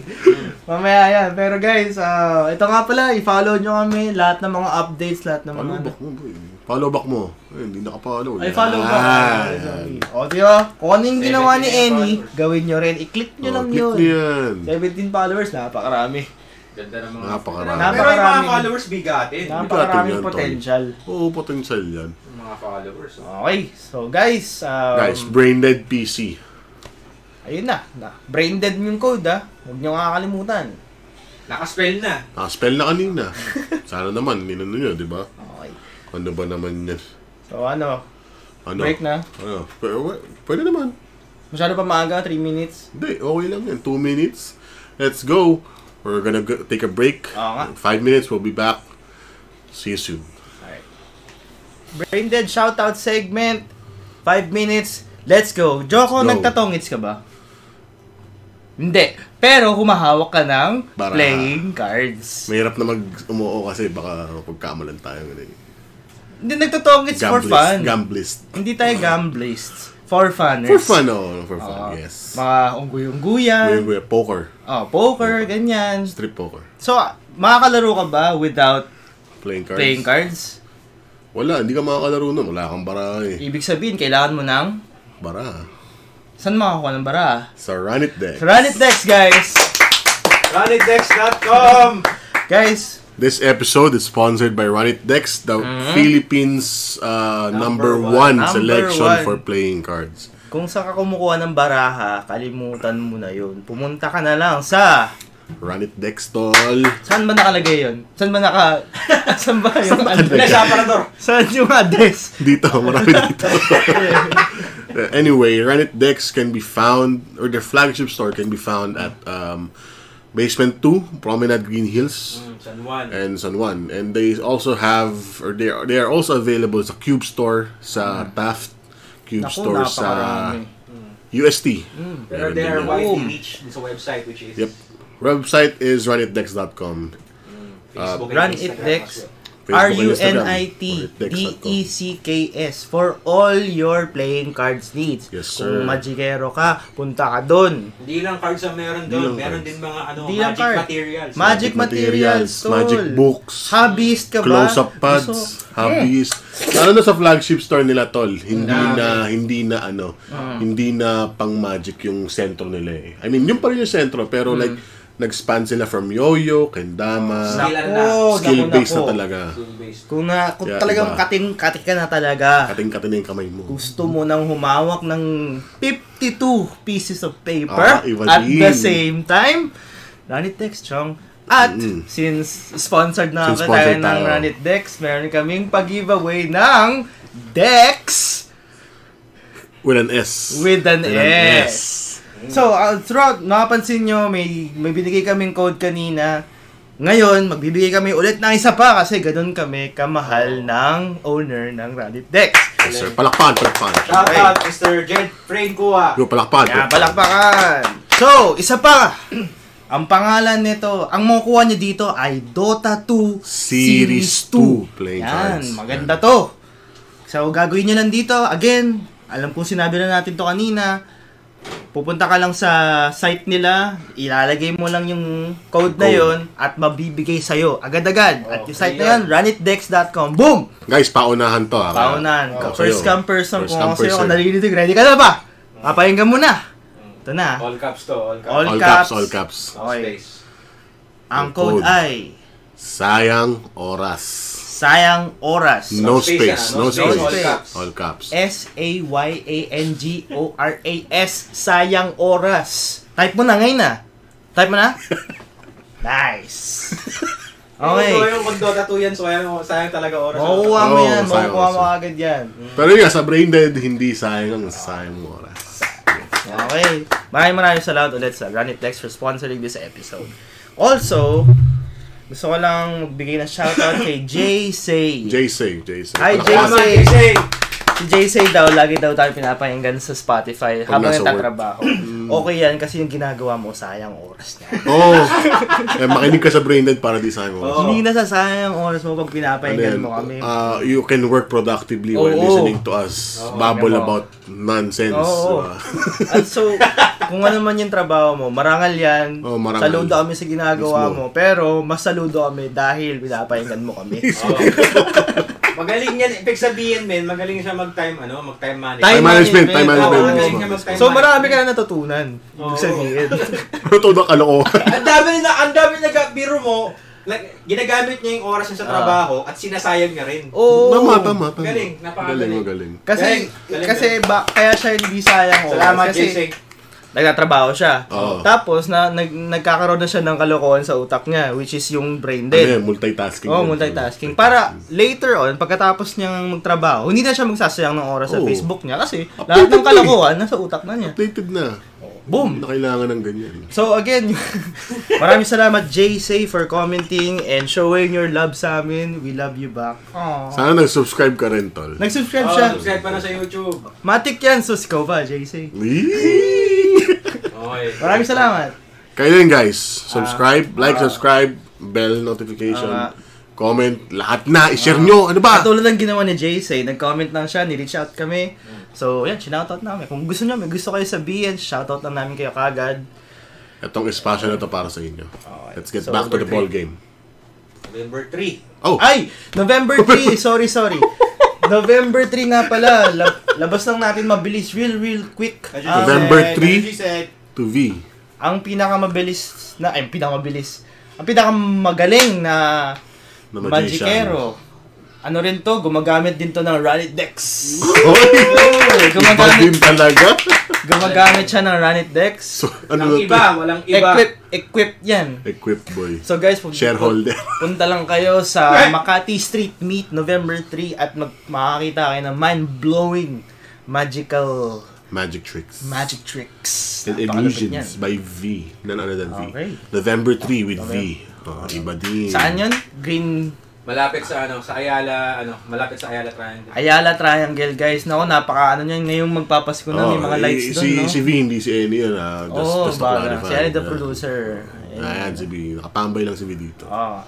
[SPEAKER 1] Mamaya yan. Pero guys, ah, ito nga pala, i-follow nyo kami. Lahat ng mga updates, lahat ng mga...
[SPEAKER 2] Follow back mo, boy. Follow back mo. Ay, hindi naka-follow.
[SPEAKER 1] Ay, follow
[SPEAKER 2] Yan.
[SPEAKER 1] ba? O, di ba? Kung ano yung ginawa ni Annie, gawin nyo rin. I-click nyo
[SPEAKER 2] Oh,
[SPEAKER 1] lang
[SPEAKER 2] click
[SPEAKER 1] yun.
[SPEAKER 2] na yan.
[SPEAKER 1] 17 followers, napakarami.
[SPEAKER 3] Ganda ng mga...
[SPEAKER 2] Napakarami.
[SPEAKER 3] Pero yung mga
[SPEAKER 1] Napakaraming-
[SPEAKER 3] followers, bigatin.
[SPEAKER 1] Napakaraming
[SPEAKER 2] yan, Tol.
[SPEAKER 1] potential.
[SPEAKER 2] Oo, potential yan.
[SPEAKER 3] Yung Mga followers. oh.
[SPEAKER 1] Okay, so guys, um,
[SPEAKER 2] Guys, Brain Dead PC.
[SPEAKER 1] ayun na, na. Brain dead yung code ah. Huwag nyo kakalimutan.
[SPEAKER 3] Nakaspell na.
[SPEAKER 2] Nakaspell na kanina. Sana naman, ninano nyo, di ba?
[SPEAKER 1] Okay.
[SPEAKER 2] Ano ba naman yan?
[SPEAKER 1] So ano,
[SPEAKER 2] Ano?
[SPEAKER 1] break na.
[SPEAKER 2] Ano? Pero, pwede naman.
[SPEAKER 1] Masyado pa maaga, 3 minutes.
[SPEAKER 2] Hindi, okay lang yan. Two minutes. Let's go. We're gonna go- take a break.
[SPEAKER 1] Oo nga.
[SPEAKER 2] Five minutes, we'll be back. See you soon.
[SPEAKER 1] Brain dead shoutout segment. 5 minutes. Let's go. Joko,
[SPEAKER 2] Go.
[SPEAKER 1] nagtatongits ka ba? Hindi. Pero humahawak ka ng
[SPEAKER 2] Baraha.
[SPEAKER 1] playing cards.
[SPEAKER 2] Mahirap na mag-umoo kasi baka pagkamalan tayo. Ganun.
[SPEAKER 1] Hindi, nagtatongits for
[SPEAKER 2] Gamblist.
[SPEAKER 1] fun.
[SPEAKER 2] Gamblist.
[SPEAKER 1] Hindi tayo gamblists. For fun.
[SPEAKER 2] For fun, oh. For fun,
[SPEAKER 1] Oo.
[SPEAKER 2] yes.
[SPEAKER 1] Mga unggoy-ungguyan,
[SPEAKER 2] We're, we're poker.
[SPEAKER 1] oh, poker, ganyan.
[SPEAKER 2] Strip poker.
[SPEAKER 1] So, ah, makakalaro ka ba without
[SPEAKER 2] Playing cards.
[SPEAKER 1] playing cards?
[SPEAKER 2] Wala, hindi ka makakalaro nun. Wala kang bara eh.
[SPEAKER 1] Ibig sabihin, kailangan mo ng...
[SPEAKER 2] Bara.
[SPEAKER 1] Saan makakuha ng bara?
[SPEAKER 2] Sa Runit Deck.
[SPEAKER 1] So, run it next, guys!
[SPEAKER 3] Rundex.com!
[SPEAKER 1] Guys,
[SPEAKER 2] This episode is sponsored by Runit Dex, the Philippines uh, number,
[SPEAKER 3] Number
[SPEAKER 2] one,
[SPEAKER 3] one.
[SPEAKER 1] Mm-hmm. Number
[SPEAKER 2] selection
[SPEAKER 1] one.
[SPEAKER 2] for playing cards.
[SPEAKER 1] kung saan ka kumukuha ng baraha, kalimutan mo na yun. Pumunta ka na lang sa...
[SPEAKER 2] Runit Dex, tol.
[SPEAKER 1] Saan ba nakalagay yun? Saan ba naka... saan ba yung
[SPEAKER 3] Hindi,
[SPEAKER 1] address?
[SPEAKER 3] sa aparador.
[SPEAKER 1] Saan yung address?
[SPEAKER 2] Dito, marami dito. Uh, anyway, Runit Dex can be found, or their flagship store can be found at um, Basement 2, Promenade Green Hills.
[SPEAKER 3] Mm, San Juan.
[SPEAKER 2] and San Juan. And they also have or they are they are also available sa Cube Store sa Taft Cube
[SPEAKER 1] Naku,
[SPEAKER 2] Store sa
[SPEAKER 1] napakarami.
[SPEAKER 2] UST.
[SPEAKER 3] Mm, Pero
[SPEAKER 2] Meron din
[SPEAKER 3] they are
[SPEAKER 2] yan.
[SPEAKER 3] widely
[SPEAKER 1] Boom.
[SPEAKER 3] reached sa website which is
[SPEAKER 2] Yep. Website is runitdex.com.
[SPEAKER 3] Facebook and
[SPEAKER 1] Run
[SPEAKER 2] Uh,
[SPEAKER 1] It
[SPEAKER 3] Instagram
[SPEAKER 1] Dex.
[SPEAKER 3] as
[SPEAKER 2] Facebook
[SPEAKER 3] well.
[SPEAKER 1] E
[SPEAKER 2] and Instagram. Or Dex.com.
[SPEAKER 3] E
[SPEAKER 1] R-U-N-I-T-D-E-C-K-S for all your playing cards needs.
[SPEAKER 2] Yes,
[SPEAKER 1] Kung
[SPEAKER 2] sir.
[SPEAKER 1] magikero ka, punta ka doon.
[SPEAKER 3] Hindi lang cards ang meron
[SPEAKER 2] Hindi lang
[SPEAKER 3] doon. Meron
[SPEAKER 2] cards.
[SPEAKER 3] din mga ano,
[SPEAKER 1] Hindi lang
[SPEAKER 3] magic
[SPEAKER 1] card.
[SPEAKER 3] materials.
[SPEAKER 1] Magic materials, tol.
[SPEAKER 2] magic books,
[SPEAKER 1] Hobbyist ka ba?
[SPEAKER 2] close-up pads,
[SPEAKER 1] Diba? Gusto-
[SPEAKER 2] hobbyist. Lalo na sa flagship store nila, tol. Hindi
[SPEAKER 3] Dami.
[SPEAKER 2] na, hindi na ano,
[SPEAKER 1] Ah.
[SPEAKER 2] hindi na pang magic yung sentro nila eh. I mean, yung pa rin yung sentro, pero
[SPEAKER 1] Hmm.
[SPEAKER 2] like, nag-span sila from Yoyo, Kendama,
[SPEAKER 3] Skill-
[SPEAKER 1] Nako,
[SPEAKER 3] na.
[SPEAKER 2] skill-based na
[SPEAKER 1] nako.
[SPEAKER 2] talaga.
[SPEAKER 3] Ah. Skill-based.
[SPEAKER 1] Kung, na, kung
[SPEAKER 2] Yeah,
[SPEAKER 1] talagang
[SPEAKER 2] iba.
[SPEAKER 1] kating kating ka na talaga.
[SPEAKER 2] Kating-kating na yung kamay mo.
[SPEAKER 1] Gusto mo nang humawak ng 52 pieces of paper
[SPEAKER 2] Ah, iba
[SPEAKER 1] at
[SPEAKER 2] din.
[SPEAKER 1] the same time. Ranit Dex, Chong. At
[SPEAKER 2] Mm-mm.
[SPEAKER 1] since sponsored na
[SPEAKER 2] Mm. Since
[SPEAKER 1] ako tayo
[SPEAKER 2] sponsored
[SPEAKER 1] ng
[SPEAKER 2] tayo.
[SPEAKER 1] Ranit Dex, meron kaming pag-giveaway ng Dex
[SPEAKER 2] With an S.
[SPEAKER 1] with an
[SPEAKER 2] With
[SPEAKER 1] S. So, uh, throughout, napansin nyo, may, may binigay kaming code kanina. Ngayon, magbibigay kami ulit ng isa pa kasi ganun kami kamahal ng owner ng Ranit Dex.
[SPEAKER 2] Yes, sir. Palakpan, palakpan.
[SPEAKER 3] Shout out, Mr. Jed Frame Kua.
[SPEAKER 2] Yo, palakpan.
[SPEAKER 1] Kaya palakpakan! So, isa pa! ang pangalan nito, ang makukuha niyo dito ay Dota 2
[SPEAKER 2] Series 2 playing
[SPEAKER 1] Yan,
[SPEAKER 2] cards.
[SPEAKER 1] maganda to. So, gagawin niyo lang dito. Again, alam kong sinabi na natin to kanina. Pupunta ka lang sa site nila, ilalagay mo lang yung code na
[SPEAKER 2] Code. Oh,
[SPEAKER 1] yon at mabibigay sa'yo agad-agad. at yung site na
[SPEAKER 3] Okay.
[SPEAKER 1] yun, runitdex.com. Boom!
[SPEAKER 2] Guys, paunahan to ha.
[SPEAKER 1] Paunahan.
[SPEAKER 2] Oo,
[SPEAKER 1] first
[SPEAKER 2] sa'yo.
[SPEAKER 1] come, first serve.
[SPEAKER 2] Oh, First
[SPEAKER 1] Kung
[SPEAKER 2] come,
[SPEAKER 1] ako sa'yo,
[SPEAKER 2] first
[SPEAKER 1] kung
[SPEAKER 2] serve. Mm.
[SPEAKER 1] nalilitig, ready ka na ba? Papahinga mo na. Ito na.
[SPEAKER 3] All caps to, all caps.
[SPEAKER 1] All,
[SPEAKER 2] All
[SPEAKER 1] caps,
[SPEAKER 2] caps, all caps.
[SPEAKER 3] All
[SPEAKER 1] Okay.
[SPEAKER 3] space.
[SPEAKER 1] Ang
[SPEAKER 2] Ang
[SPEAKER 1] code
[SPEAKER 2] code.
[SPEAKER 1] ay
[SPEAKER 2] Sayang oras.
[SPEAKER 1] sayang oras.
[SPEAKER 2] No
[SPEAKER 3] space
[SPEAKER 2] space,
[SPEAKER 3] yan,
[SPEAKER 2] no
[SPEAKER 3] no
[SPEAKER 2] space.
[SPEAKER 1] space. All
[SPEAKER 3] caps.
[SPEAKER 2] All caps.
[SPEAKER 1] S A Y A N G O R A S sayang oras. Type mo na ngayon na. Type mo na. nice. Okay.
[SPEAKER 3] Ito yung kung Dota 2 yan, so kaya sayang talaga oras.
[SPEAKER 1] Makukuha mo
[SPEAKER 2] Oo,
[SPEAKER 1] yan.
[SPEAKER 2] Oh, sayang
[SPEAKER 1] Makukuha mo
[SPEAKER 2] oras.
[SPEAKER 1] agad yan. Hmm.
[SPEAKER 2] Pero yun nga, sa brain dead, hindi sayang ang sayang mo oras.
[SPEAKER 1] Okay. Maraming maraming salamat ulit sa Granite Dex for sponsoring this episode. Also, gusto ko lang magbigay ng shoutout kay Jay Say.
[SPEAKER 2] Jay say, Jay Ano say.
[SPEAKER 1] Ay, Jay
[SPEAKER 2] Palakpakan.
[SPEAKER 1] say.
[SPEAKER 3] Tama, Jay.
[SPEAKER 1] Si JC daw, lagi daw tayo pinapakinggan sa Spotify
[SPEAKER 2] Pag
[SPEAKER 1] habang
[SPEAKER 2] nasa Mm.
[SPEAKER 1] nagtatrabaho. okay yan kasi yung ginagawa mo, sayang oras niya.
[SPEAKER 2] Oh, eh, makinig ka sa brain dead para di sayang oras.
[SPEAKER 3] Oo.
[SPEAKER 1] Oh. Hindi nasasayang oras mo pag pinapakinggan mo
[SPEAKER 2] Ano
[SPEAKER 1] kami.
[SPEAKER 2] yan? Uh, you can work productively while
[SPEAKER 1] Oo.
[SPEAKER 2] listening to us
[SPEAKER 3] Oo,
[SPEAKER 2] babble
[SPEAKER 1] ganun.
[SPEAKER 2] about nonsense.
[SPEAKER 1] Oo.
[SPEAKER 2] diba?
[SPEAKER 1] At Ah, so, kung ano man yung trabaho mo, marangal yan.
[SPEAKER 2] Oo, Oh, marangal.
[SPEAKER 1] Saludo kami sa ginagawa
[SPEAKER 2] Mismo.
[SPEAKER 1] mo. Pero, masaludo kami dahil pinapakinggan mo kami.
[SPEAKER 3] Magaling yan. Ibig sabihin, men, magaling siya mag-time, ano, mag-time
[SPEAKER 2] Time
[SPEAKER 3] management.
[SPEAKER 2] management, time
[SPEAKER 1] management.
[SPEAKER 2] management.
[SPEAKER 1] Oo,
[SPEAKER 2] Time
[SPEAKER 1] oo.
[SPEAKER 2] management.
[SPEAKER 1] Oh. So, marami ka na natutunan.
[SPEAKER 3] Oo.
[SPEAKER 1] Ibig sabihin.
[SPEAKER 2] Ito na kalokohan.
[SPEAKER 3] ang dami na, ang dami na biro mo, like, ginagamit niya yung oras niya sa
[SPEAKER 1] Ah.
[SPEAKER 3] trabaho at sinasayang niya rin.
[SPEAKER 1] Oo.
[SPEAKER 2] Tama, tama, tama.
[SPEAKER 3] Galing,
[SPEAKER 2] Galing,
[SPEAKER 3] napakagaling.
[SPEAKER 2] magaling.
[SPEAKER 1] Kasi,
[SPEAKER 3] Galing, galing,
[SPEAKER 1] kasi ba, kaya siya hindi sayang oras.
[SPEAKER 3] Salamat,
[SPEAKER 1] kasi,
[SPEAKER 3] Jay.
[SPEAKER 1] nagtatrabaho siya.
[SPEAKER 2] Oo.
[SPEAKER 1] Tapos na nag, nagkakaroon na siya ng kalokohan sa utak niya which is yung brain
[SPEAKER 2] Ano
[SPEAKER 1] dead.
[SPEAKER 2] yan, multitasking.
[SPEAKER 1] Oh,
[SPEAKER 2] din.
[SPEAKER 1] multitasking. Para later on, pagkatapos niyang magtrabaho, hindi na siya magsasayang ng oras sa
[SPEAKER 2] Oo.
[SPEAKER 1] Facebook niya kasi
[SPEAKER 2] Updated
[SPEAKER 1] lahat ng
[SPEAKER 2] na eh.
[SPEAKER 1] kalokohan nasa utak na niya.
[SPEAKER 2] Updated na.
[SPEAKER 1] Boom.
[SPEAKER 2] Na kailangan ng ganyan.
[SPEAKER 1] So again, maraming salamat JC for commenting and showing your love sa amin. We love you back. Aww.
[SPEAKER 2] Sana nag-subscribe ka rin, tol.
[SPEAKER 1] Nag-subscribe
[SPEAKER 3] Oh,
[SPEAKER 1] siya.
[SPEAKER 2] Ah.
[SPEAKER 3] subscribe pa na sa YouTube.
[SPEAKER 1] Matik yan, sus ko ba, JC?
[SPEAKER 2] Yee!
[SPEAKER 3] Okay.
[SPEAKER 1] Maraming salamat.
[SPEAKER 2] Kayo din guys, subscribe, like, subscribe, bell notification,
[SPEAKER 1] Ah.
[SPEAKER 2] comment, lahat na, i-share nyo, ano ba?
[SPEAKER 1] Katulad ng ginawa ni Jace, eh, nag-comment lang siya, ni-reach out kami. So, yan, out namin. Kung gusto nyo, may gusto kayo sabihin, shoutout lang namin kayo kagad.
[SPEAKER 2] Itong espasyo na to para sa inyo. Let's get
[SPEAKER 1] So,
[SPEAKER 2] back to the
[SPEAKER 1] number
[SPEAKER 2] ball game.
[SPEAKER 3] November 3.
[SPEAKER 2] Oh,
[SPEAKER 1] Ay! November 3! sorry, sorry. November 3 nga pala. Lab- labas lang natin mabilis, real, real quick. Ang-
[SPEAKER 2] Ah. November
[SPEAKER 5] Set,
[SPEAKER 2] 3.
[SPEAKER 5] energy set.
[SPEAKER 2] to V.
[SPEAKER 1] ang pinakamabilis na, ay, pinakamabilis. Ang pinakamagaling na
[SPEAKER 2] Na magician.
[SPEAKER 1] magikero. Ano rin to, gumagamit din to ng Rally Dex.
[SPEAKER 2] Hoy! Iba din
[SPEAKER 1] gumagamit,
[SPEAKER 2] talaga.
[SPEAKER 1] gumagamit siya ng Ranit Dex.
[SPEAKER 2] So, ano na
[SPEAKER 3] Walang
[SPEAKER 2] to?
[SPEAKER 3] iba, walang iba.
[SPEAKER 1] Equip, equip yan.
[SPEAKER 2] Equip boy.
[SPEAKER 1] So guys, pag-
[SPEAKER 2] Shareholder.
[SPEAKER 1] Punta lang kayo sa Makati Street Meet November 3 at mag makakita kayo ng mind-blowing magical
[SPEAKER 2] Magic tricks.
[SPEAKER 1] magic tricks.
[SPEAKER 2] and
[SPEAKER 1] Napakalupit
[SPEAKER 2] illusions
[SPEAKER 1] niyan.
[SPEAKER 2] by V. None other than V.
[SPEAKER 1] Okay.
[SPEAKER 2] November 3 with V. Oh, iba din.
[SPEAKER 1] Saan yun? Green
[SPEAKER 3] Malapit sa ano, sa Ayala, ano, malapit sa Ayala Triangle.
[SPEAKER 1] Ayala Triangle, guys. Nako, napaka ano niyan. Ngayong magpapasko na, Ano, may
[SPEAKER 2] Oh,
[SPEAKER 1] mga lights
[SPEAKER 2] eh,
[SPEAKER 1] doon,
[SPEAKER 2] si,
[SPEAKER 1] no? Oh,
[SPEAKER 2] Si V, hindi si Ellie yun. ah. just,
[SPEAKER 1] Oo,
[SPEAKER 2] just to
[SPEAKER 1] baga.
[SPEAKER 2] clarify.
[SPEAKER 1] Si Ellie, the
[SPEAKER 2] Ah.
[SPEAKER 1] producer. Ayun. Oh,
[SPEAKER 2] Ayan, si V. Nakatambay lang si V dito.
[SPEAKER 1] Oo. Ah.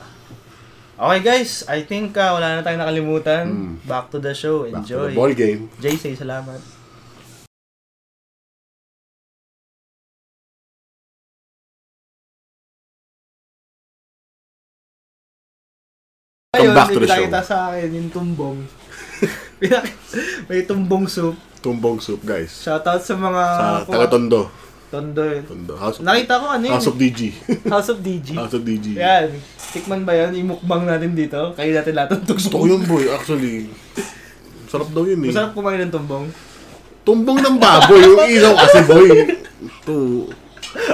[SPEAKER 1] Okay guys, I think ah, wala na tayong nakalimutan.
[SPEAKER 2] Mm.
[SPEAKER 1] Back to the show.
[SPEAKER 2] Back to
[SPEAKER 1] Enjoy.
[SPEAKER 2] the ball game.
[SPEAKER 1] Jay, say salamat.
[SPEAKER 2] Come back to
[SPEAKER 1] may
[SPEAKER 2] the show.
[SPEAKER 1] pinakita sa akin yung tumbong. Pinak- may tumbong soup.
[SPEAKER 2] Tumbong soup, guys.
[SPEAKER 1] Shoutout sa mga...
[SPEAKER 2] Sa taga-tondo.
[SPEAKER 1] Tondo yun.
[SPEAKER 2] Tondo. House of,
[SPEAKER 1] Nakita ko ano yun?
[SPEAKER 2] House of DG.
[SPEAKER 1] House of DG.
[SPEAKER 2] House of DG.
[SPEAKER 1] Yan. Tikman ba yan? Imukbang natin dito. Kayo natin lahat ang
[SPEAKER 2] Gusto
[SPEAKER 1] tumbong.
[SPEAKER 2] ko yun, boy. Actually, sarap daw yun, eh.
[SPEAKER 1] Masarap kumain ng tumbong.
[SPEAKER 2] Tumbong ng baboy. Yung ilaw kasi, boy. Ito.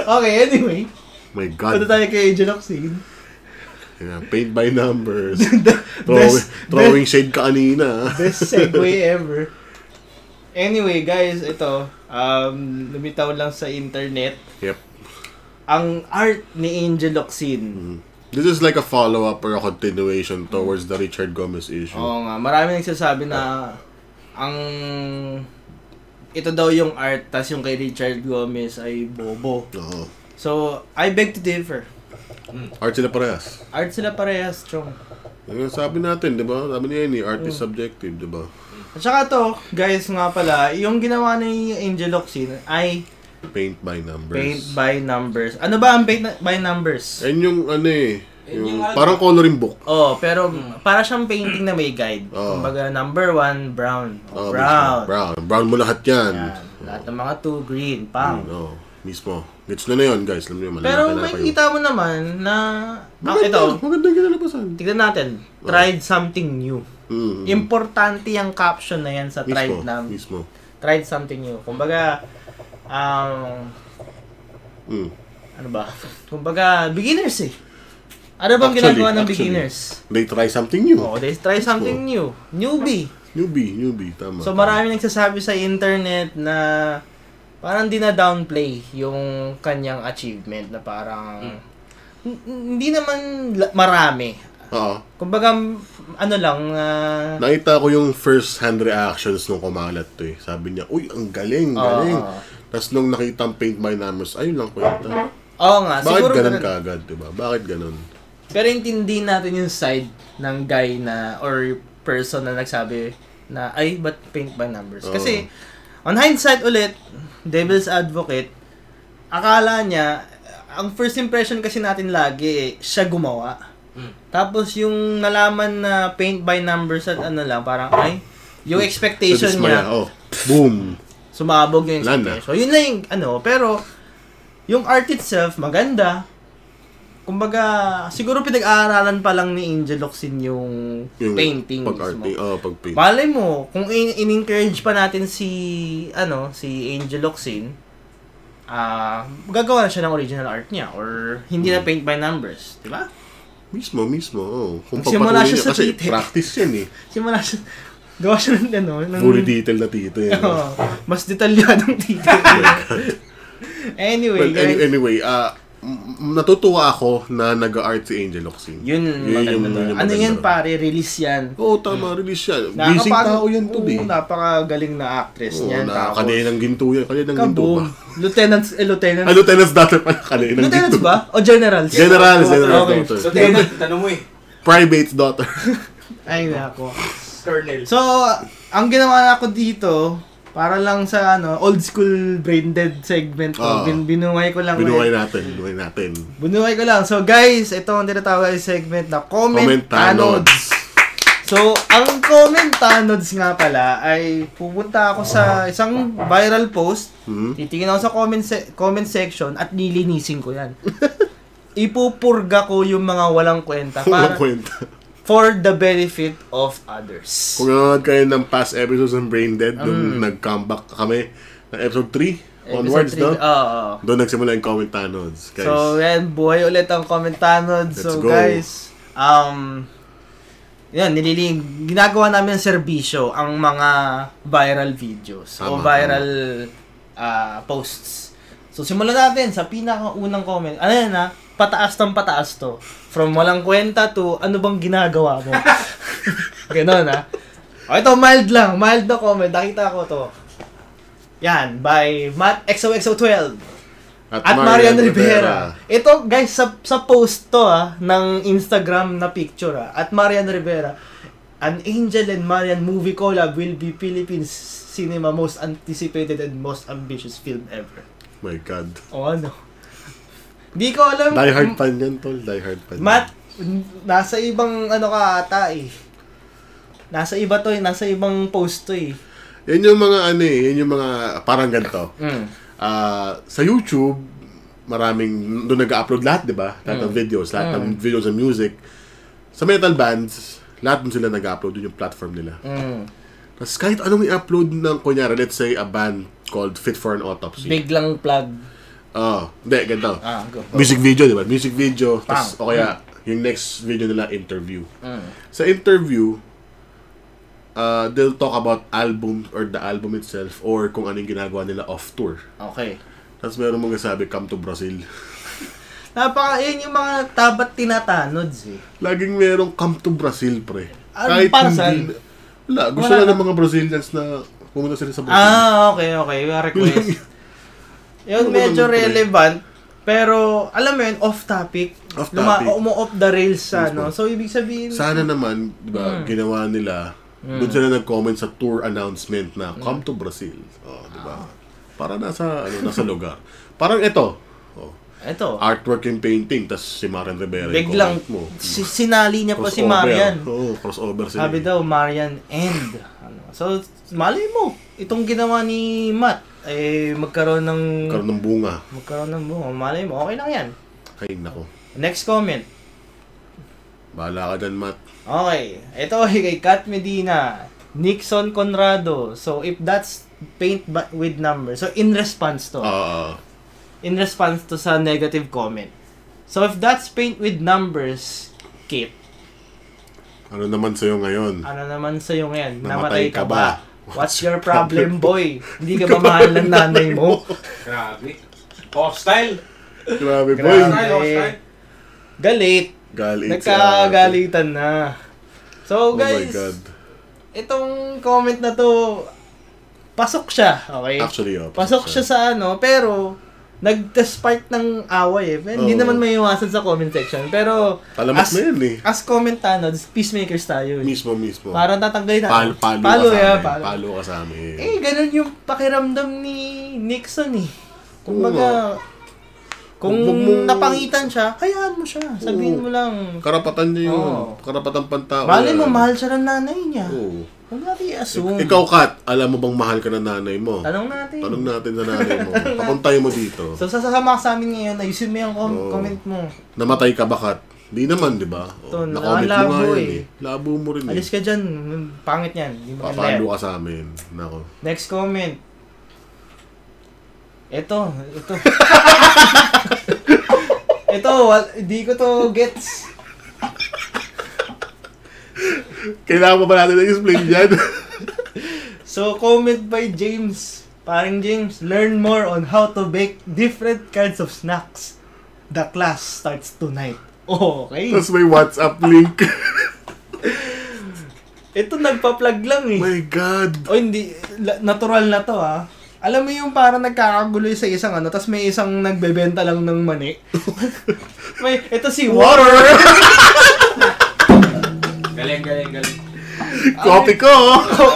[SPEAKER 1] Okay, anyway.
[SPEAKER 2] My
[SPEAKER 1] Punta
[SPEAKER 2] God.
[SPEAKER 1] tayo kay Genoxine.
[SPEAKER 2] Yeah, paint by numbers. throwing,
[SPEAKER 1] best-
[SPEAKER 2] throwing shade ka kanina.
[SPEAKER 1] Best segue ever. Anyway, guys, ito. Um, lumitaw lang sa internet.
[SPEAKER 2] Yep.
[SPEAKER 1] Ang art ni Angel Locsin.
[SPEAKER 2] This is like a follow-up or a continuation towards the Richard Gomez issue.
[SPEAKER 1] Oo nga. Marami nagsasabi na ang ito daw yung art tas yung kay Richard Gomez ay bobo.
[SPEAKER 2] Oo.
[SPEAKER 1] So, I beg to differ.
[SPEAKER 2] Art sila parehas.
[SPEAKER 1] Art sila parehas, strong.
[SPEAKER 2] Yung sabi natin, di ba? Sabi niya yun eh, art is subjective, di ba?
[SPEAKER 1] At saka to, guys, nga pala, yung ginawa ni Angel Locsin ay
[SPEAKER 2] Paint by numbers.
[SPEAKER 1] paint by numbers. Ano ba ang paint na- by numbers?
[SPEAKER 2] And yung ano eh,
[SPEAKER 3] And
[SPEAKER 2] yung,
[SPEAKER 3] yung ano-
[SPEAKER 2] parang coloring book.
[SPEAKER 1] Oh, pero para siyang painting na may guide.
[SPEAKER 2] Oo.
[SPEAKER 1] Kumbaga, number one, brown.
[SPEAKER 2] Oo,
[SPEAKER 1] brown.
[SPEAKER 2] mismo. Oh. Ah, Brown. Brown mo lahat yan.
[SPEAKER 1] Yan. Lahat ng mga two, green,
[SPEAKER 2] Mm,
[SPEAKER 1] pang.
[SPEAKER 2] oo. mismo. Gets na na yun, guys. Alam niyo, malalaman
[SPEAKER 1] Pero
[SPEAKER 2] na
[SPEAKER 1] may
[SPEAKER 2] kayo.
[SPEAKER 1] kita mo naman na... Ah,
[SPEAKER 2] Maganda, Hmm, Oh.
[SPEAKER 1] ito,
[SPEAKER 2] magandang kinalabasan.
[SPEAKER 1] tignan natin. Tried something new.
[SPEAKER 2] Mm, mm.
[SPEAKER 1] Importante yung caption na yan sa
[SPEAKER 2] mismo,
[SPEAKER 1] tried nam.
[SPEAKER 2] Mismo.
[SPEAKER 1] Tried something new. Kumbaga, um,
[SPEAKER 2] Mm.
[SPEAKER 1] ano ba? Kumbaga, beginners eh. Ano bang
[SPEAKER 2] Actually,
[SPEAKER 1] ginagawa ng
[SPEAKER 2] actually.
[SPEAKER 1] beginners?
[SPEAKER 2] They try something new.
[SPEAKER 1] Oo, they try something new. Newbie.
[SPEAKER 2] Newbie, newbie. Tama.
[SPEAKER 1] So marami nagsasabi sa internet na parang dina-downplay yung kanyang achievement na
[SPEAKER 2] Hmm.
[SPEAKER 1] parang N- hindi naman la- marami.
[SPEAKER 2] Oo.
[SPEAKER 1] Kumbaga m- ano lang ah,
[SPEAKER 2] Nakita ko yung first hand reactions nung kumalat to eh. Sabi niya, uy, ang
[SPEAKER 1] Oo,
[SPEAKER 2] galing, galing.
[SPEAKER 1] oo.
[SPEAKER 2] Tapos nung nakita ang paint by numbers, ayun lang kwenta.
[SPEAKER 1] Oo nga, Ah,
[SPEAKER 2] Bakit
[SPEAKER 1] siguro
[SPEAKER 2] ganun
[SPEAKER 1] ganun.
[SPEAKER 2] ka agad, diba? Bakit ganun?
[SPEAKER 1] Pero intindihin natin yung side ng guy na or person na nagsabi na ay but paint by numbers.
[SPEAKER 2] Oo.
[SPEAKER 1] Kasi on hindsight ulit, devil's advocate, akala niya ang first impression kasi natin lagi eh, siya gumawa. Tapos yung nalaman na paint by numbers at ano lang, parang ay yung expectation niya
[SPEAKER 2] Nadismaya, Oh, boom.
[SPEAKER 1] sumabog yung
[SPEAKER 2] Wala na.
[SPEAKER 1] expectation. So yun lang yung ano, pero yung art itself maganda. Kumbaga, siguro pinag-aaralan pa lang ni Angel Locsin yung, painting
[SPEAKER 2] pag art
[SPEAKER 1] mismo.
[SPEAKER 2] Oh, pag paint.
[SPEAKER 1] Malay mo, kung in- in-encourage pa natin si ano, si Angel Locsin, ah, gagawa na siya ng original art niya or hindi na
[SPEAKER 2] Hmm.
[SPEAKER 1] paint by numbers, di ba?
[SPEAKER 2] mismo, mismo. Oh. Kung
[SPEAKER 1] Nagsimula
[SPEAKER 2] papatuloy
[SPEAKER 1] siya
[SPEAKER 2] niya,
[SPEAKER 1] sa
[SPEAKER 2] kasi
[SPEAKER 1] titik.
[SPEAKER 2] practice yan eh.
[SPEAKER 1] Simula siya, gawa siya ng ano, ng
[SPEAKER 2] Fully detail na tito yan.
[SPEAKER 1] Oo, mas detalyadong detail. anyway,
[SPEAKER 2] Well,
[SPEAKER 1] guys.
[SPEAKER 2] any- anyway, ah, m- m- natutuwa ako na nag-art si Angel Oxin.
[SPEAKER 1] Yun, maganda to. ano yan pare, release yan.
[SPEAKER 2] Oo, oh, tama, release siya. Busy tao yan today.
[SPEAKER 1] Oo, napakagaling na actress
[SPEAKER 2] Oo,
[SPEAKER 1] niyan.
[SPEAKER 2] na,
[SPEAKER 1] Tapos,
[SPEAKER 2] kanina ng ginto yan. Kanina ng ginto
[SPEAKER 1] kaboom.
[SPEAKER 2] ba?
[SPEAKER 1] Lieutenants, eh, lieutenants.
[SPEAKER 2] Ano tenants daughter pala? Kanina ng ginto.
[SPEAKER 1] lieutenants Ano, ba? O generals?
[SPEAKER 2] Generals, generals
[SPEAKER 1] Okay.
[SPEAKER 2] daughter.
[SPEAKER 3] So, Tenant, tanong mo eh.
[SPEAKER 2] Private daughter.
[SPEAKER 1] Ay, nako.
[SPEAKER 3] Colonel.
[SPEAKER 1] So, ang ginawa ko dito, para lang sa ano, old school brain dead segment ko.
[SPEAKER 2] Oo.
[SPEAKER 1] Bin- binuhay ko lang.
[SPEAKER 2] Ah.
[SPEAKER 1] ulit.
[SPEAKER 2] Binuhay natin, binuhay natin.
[SPEAKER 1] Binuhay ko lang. So, guys, ito ang tinatawag ay segment na comment,
[SPEAKER 2] Comment
[SPEAKER 1] tanods.
[SPEAKER 2] tanods.
[SPEAKER 1] So, ang comment tanods nga pala ay pupunta ako sa isang viral post.
[SPEAKER 2] Ah. Hmm?
[SPEAKER 1] Titingin ako sa comment, se- comment section at nilinisin ko yan. Ipupurga ko yung mga walang kwenta
[SPEAKER 2] Walang
[SPEAKER 1] para,
[SPEAKER 2] kwenta.
[SPEAKER 1] for the benefit of others.
[SPEAKER 2] Kung nanonood kayo ng past episodes ng Brain Dead, nung nag-comeback kami, ng episode 3
[SPEAKER 1] Mm. Episode
[SPEAKER 2] onwards,
[SPEAKER 1] three-
[SPEAKER 2] no?
[SPEAKER 1] Oo, oo.
[SPEAKER 2] Doon nagsimula yung comment tanods, guys.
[SPEAKER 1] So, yan, buhay ulit ang komentanods.
[SPEAKER 2] Let's
[SPEAKER 1] So,
[SPEAKER 2] go.
[SPEAKER 1] guys, um, yan, nililing, ginagawa namin ng serbisyo ang mga viral videos o
[SPEAKER 2] Tama,
[SPEAKER 1] viral ah, posts. So, simulan natin sa pinakaunang comment. Ano yan, ha? Pataas ng pataas to. From walang kwenta to, ano bang ginagawa mo? Ganon, ha? O, ito, mild lang. Mild na comment. Nakita ko to. Yan, by Matt XOXO12. At Marian Rivera. Ito, guys, sa, sa post to ah, ng Instagram na picture ah, at Marian Rivera, An Angel and Marian movie collab will be Philippines cinema most anticipated and most ambitious film ever.
[SPEAKER 2] My God.
[SPEAKER 1] O ano? Di ko alam.
[SPEAKER 2] Die hard fan yan, tol. Die hard fan.
[SPEAKER 1] Matt, nasa ibang ano ka ata eh. Nasa iba to eh, nasa ibang post to eh.
[SPEAKER 2] Yan yung mga ano eh, yan yung mga parang ganito.
[SPEAKER 1] Mm.
[SPEAKER 2] Ah, sa YouTube, maraming, doon nag-upload lahat, di ba?
[SPEAKER 1] Mm.
[SPEAKER 2] Lahat ng videos, lahat ng videos and music. Sa metal bands, lahat dun sila nag-upload, yun yung platform nila.
[SPEAKER 1] Mm.
[SPEAKER 2] Tapos kahit anong i-upload ng, kunyari, let's say, a band called Fit for an Autopsy.
[SPEAKER 1] Biglang plug.
[SPEAKER 2] Oh, hindi, ganito.
[SPEAKER 1] Ah, go.
[SPEAKER 2] Music video, di ba? Music video, tapos,
[SPEAKER 1] Pang.
[SPEAKER 2] o kaya, yung next video nila, interview.
[SPEAKER 1] Mm.
[SPEAKER 2] Sa interview, uh, they'll talk about album or the album itself or kung anong ginagawa nila off tour.
[SPEAKER 1] Okay.
[SPEAKER 2] Tapos meron mong sabi, come to Brazil.
[SPEAKER 1] Napaka, yun yung mga tabat tinatanods eh.
[SPEAKER 2] Laging merong come to Brazil, pre.
[SPEAKER 1] Ano, para saan?
[SPEAKER 2] Wala, gusto
[SPEAKER 1] Wala
[SPEAKER 2] lang
[SPEAKER 1] na.
[SPEAKER 2] ng mga Brazilians na pumunta sila sa Brazil.
[SPEAKER 1] Ah, okay, okay. Yung request. yun
[SPEAKER 2] Ano ba
[SPEAKER 1] medyo
[SPEAKER 2] naman, pre?
[SPEAKER 1] relevant. Pero, alam mo yun, off topic.
[SPEAKER 2] Off
[SPEAKER 1] Luma-
[SPEAKER 2] topic.
[SPEAKER 1] Umo-off the rails siya,
[SPEAKER 2] Yes,
[SPEAKER 1] no?
[SPEAKER 2] po.
[SPEAKER 1] So, ibig sabihin...
[SPEAKER 2] Sana naman,
[SPEAKER 1] Hmm.
[SPEAKER 2] di ba, ginawa nila, doon sila nag-comment sa tour announcement na
[SPEAKER 1] Hmm.
[SPEAKER 2] come to Brazil. Oh, di ba? Para nasa, ano, nasa lugar. Parang ito, oh,
[SPEAKER 1] Eto.
[SPEAKER 2] artwork and painting, tas si Maren Rivera yung
[SPEAKER 1] Biglang
[SPEAKER 2] comment mo.
[SPEAKER 1] si- sinali niya pa si
[SPEAKER 2] Crossover.
[SPEAKER 1] Marian.
[SPEAKER 2] Oo, crossover sila.
[SPEAKER 1] Sabi daw, Marian and. Ano. So, malay mo, itong ginawa ni Matt, eh, magkaroon ng...
[SPEAKER 2] Karoon ng bunga.
[SPEAKER 1] Magkaroon ng bunga. Malay mo, okay lang yan.
[SPEAKER 2] Ay, nako.
[SPEAKER 1] Next comment.
[SPEAKER 2] Bahala ka dyan, Matt.
[SPEAKER 1] Okay. Ito ay kay Kat Medina. Nixon Conrado. So, if that's paint but with numbers. So, in response to.
[SPEAKER 2] Ah,
[SPEAKER 1] in response to sa negative comment. So, if that's paint with numbers, Kate,
[SPEAKER 2] ano naman sa'yo ngayon?
[SPEAKER 1] ano naman sa'yo ngayon?
[SPEAKER 2] Namatay ka ba?
[SPEAKER 1] What's your problem, boy? Hindi ka ba mahal ng nanay mo?
[SPEAKER 3] Grabe. Off-style.
[SPEAKER 2] Grabe, boy.
[SPEAKER 3] Off-style, off-style.
[SPEAKER 1] Galit.
[SPEAKER 2] Galit
[SPEAKER 1] Nagkagalitan na. So,
[SPEAKER 2] Oh my
[SPEAKER 1] guys,
[SPEAKER 2] God.
[SPEAKER 1] itong comment na to, pasok siya, okay?
[SPEAKER 2] Actually, oh,
[SPEAKER 1] eh, pasok siya sa ano, pero nag-spark ng away eh. Pero Hindi
[SPEAKER 2] Oo.
[SPEAKER 1] naman may iwasan sa comment section. Pero,
[SPEAKER 2] Talamak
[SPEAKER 1] as,
[SPEAKER 2] na yan eh.
[SPEAKER 1] as comment tanods, peacemakers tayo. eh.
[SPEAKER 2] Mismo, mismo.
[SPEAKER 1] Parang tatanggalin natin.
[SPEAKER 2] palo,
[SPEAKER 1] palo,
[SPEAKER 2] palo, ka sa
[SPEAKER 1] yeah,
[SPEAKER 2] amin.
[SPEAKER 1] palo.
[SPEAKER 2] Palo. ka sa amin.
[SPEAKER 1] Eh, ganun yung pakiramdam ni Nixon eh. Kumbaga, kung
[SPEAKER 2] Huwag mong-
[SPEAKER 1] napangitan siya, hayaan mo siya. Sabihin
[SPEAKER 2] Oo.
[SPEAKER 1] mo lang.
[SPEAKER 2] Karapatan niya yun.
[SPEAKER 1] Oo.
[SPEAKER 2] Karapatan pantao.
[SPEAKER 1] Oh. Malay mo,
[SPEAKER 2] yan.
[SPEAKER 1] mahal siya ng nanay niya.
[SPEAKER 2] Oo.
[SPEAKER 1] Huwag natin i-assume.
[SPEAKER 2] Ikaw, Kat, alam mo bang mahal ka ng nanay mo?
[SPEAKER 1] Tanong natin.
[SPEAKER 2] Tanong natin sa nanay mo. Papuntahin mo dito.
[SPEAKER 1] So, sasama ka sa amin ngayon, ayusin mo yung com-
[SPEAKER 2] Oo.
[SPEAKER 1] comment mo.
[SPEAKER 2] Namatay ka ba, Kat? Di naman, di ba?
[SPEAKER 1] Ito,
[SPEAKER 2] Oh, na-comment mo
[SPEAKER 1] nakalabo
[SPEAKER 2] nga yun
[SPEAKER 1] eh.
[SPEAKER 2] eh. Labo mo rin eh.
[SPEAKER 1] Alis ka dyan, mm, pangit yan. Hindi mo
[SPEAKER 2] Papalo ka sa amin. Nako.
[SPEAKER 1] Next comment. Ito, ito. ito, wal- di ko to gets.
[SPEAKER 2] Kailangan pa ba natin na-explain yan?
[SPEAKER 1] So, comment by James. Paring James, learn more on how to bake different kinds of snacks. The class starts tonight. Oh, Okay.
[SPEAKER 2] Tapos may WhatsApp link.
[SPEAKER 1] Ito, nagpa-plug lang eh.
[SPEAKER 2] my God.
[SPEAKER 1] O hindi, la- natural na to ha. Alam mo yung parang nagkakagulo yung sa isang ano, tapos may isang nagbebenta lang ng mani. may, ito si Water!
[SPEAKER 3] Galing, galing, galing.
[SPEAKER 2] Copy ko. oh.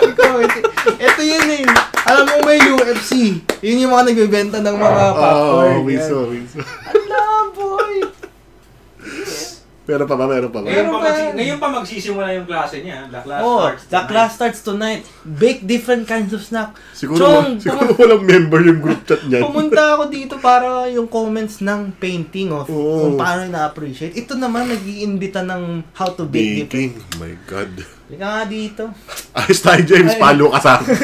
[SPEAKER 1] ito yun eh. Alam mo may UFC. Yun yung mga nagbebenta ng mga
[SPEAKER 3] Ah,
[SPEAKER 1] popcorn.
[SPEAKER 2] Oh,
[SPEAKER 1] yan.
[SPEAKER 2] wiso, wiso.
[SPEAKER 1] Ang laboy!
[SPEAKER 2] Meron pa ba? Meron pa ba?
[SPEAKER 3] Ngayon pa,
[SPEAKER 1] Meron
[SPEAKER 3] magsi-
[SPEAKER 1] pa.
[SPEAKER 3] ngayon pa magsisimula yung klase niya. ah, The class
[SPEAKER 1] Oh, the
[SPEAKER 3] starts tonight.
[SPEAKER 1] class starts tonight. Bake different kinds of snack.
[SPEAKER 2] Siguro,
[SPEAKER 1] Chong,
[SPEAKER 2] siguro walang member yung group chat niyan.
[SPEAKER 1] Pumunta ako dito para yung comments ng painting of
[SPEAKER 3] Oh.
[SPEAKER 2] Oo.
[SPEAKER 1] kung paano na-appreciate. Ito naman, nag iimbita ng how to bake different.
[SPEAKER 2] Baking. My God.
[SPEAKER 1] Halika nga dito.
[SPEAKER 2] Ayos tayo,
[SPEAKER 1] Ay.
[SPEAKER 2] James. Palo ka sa akin.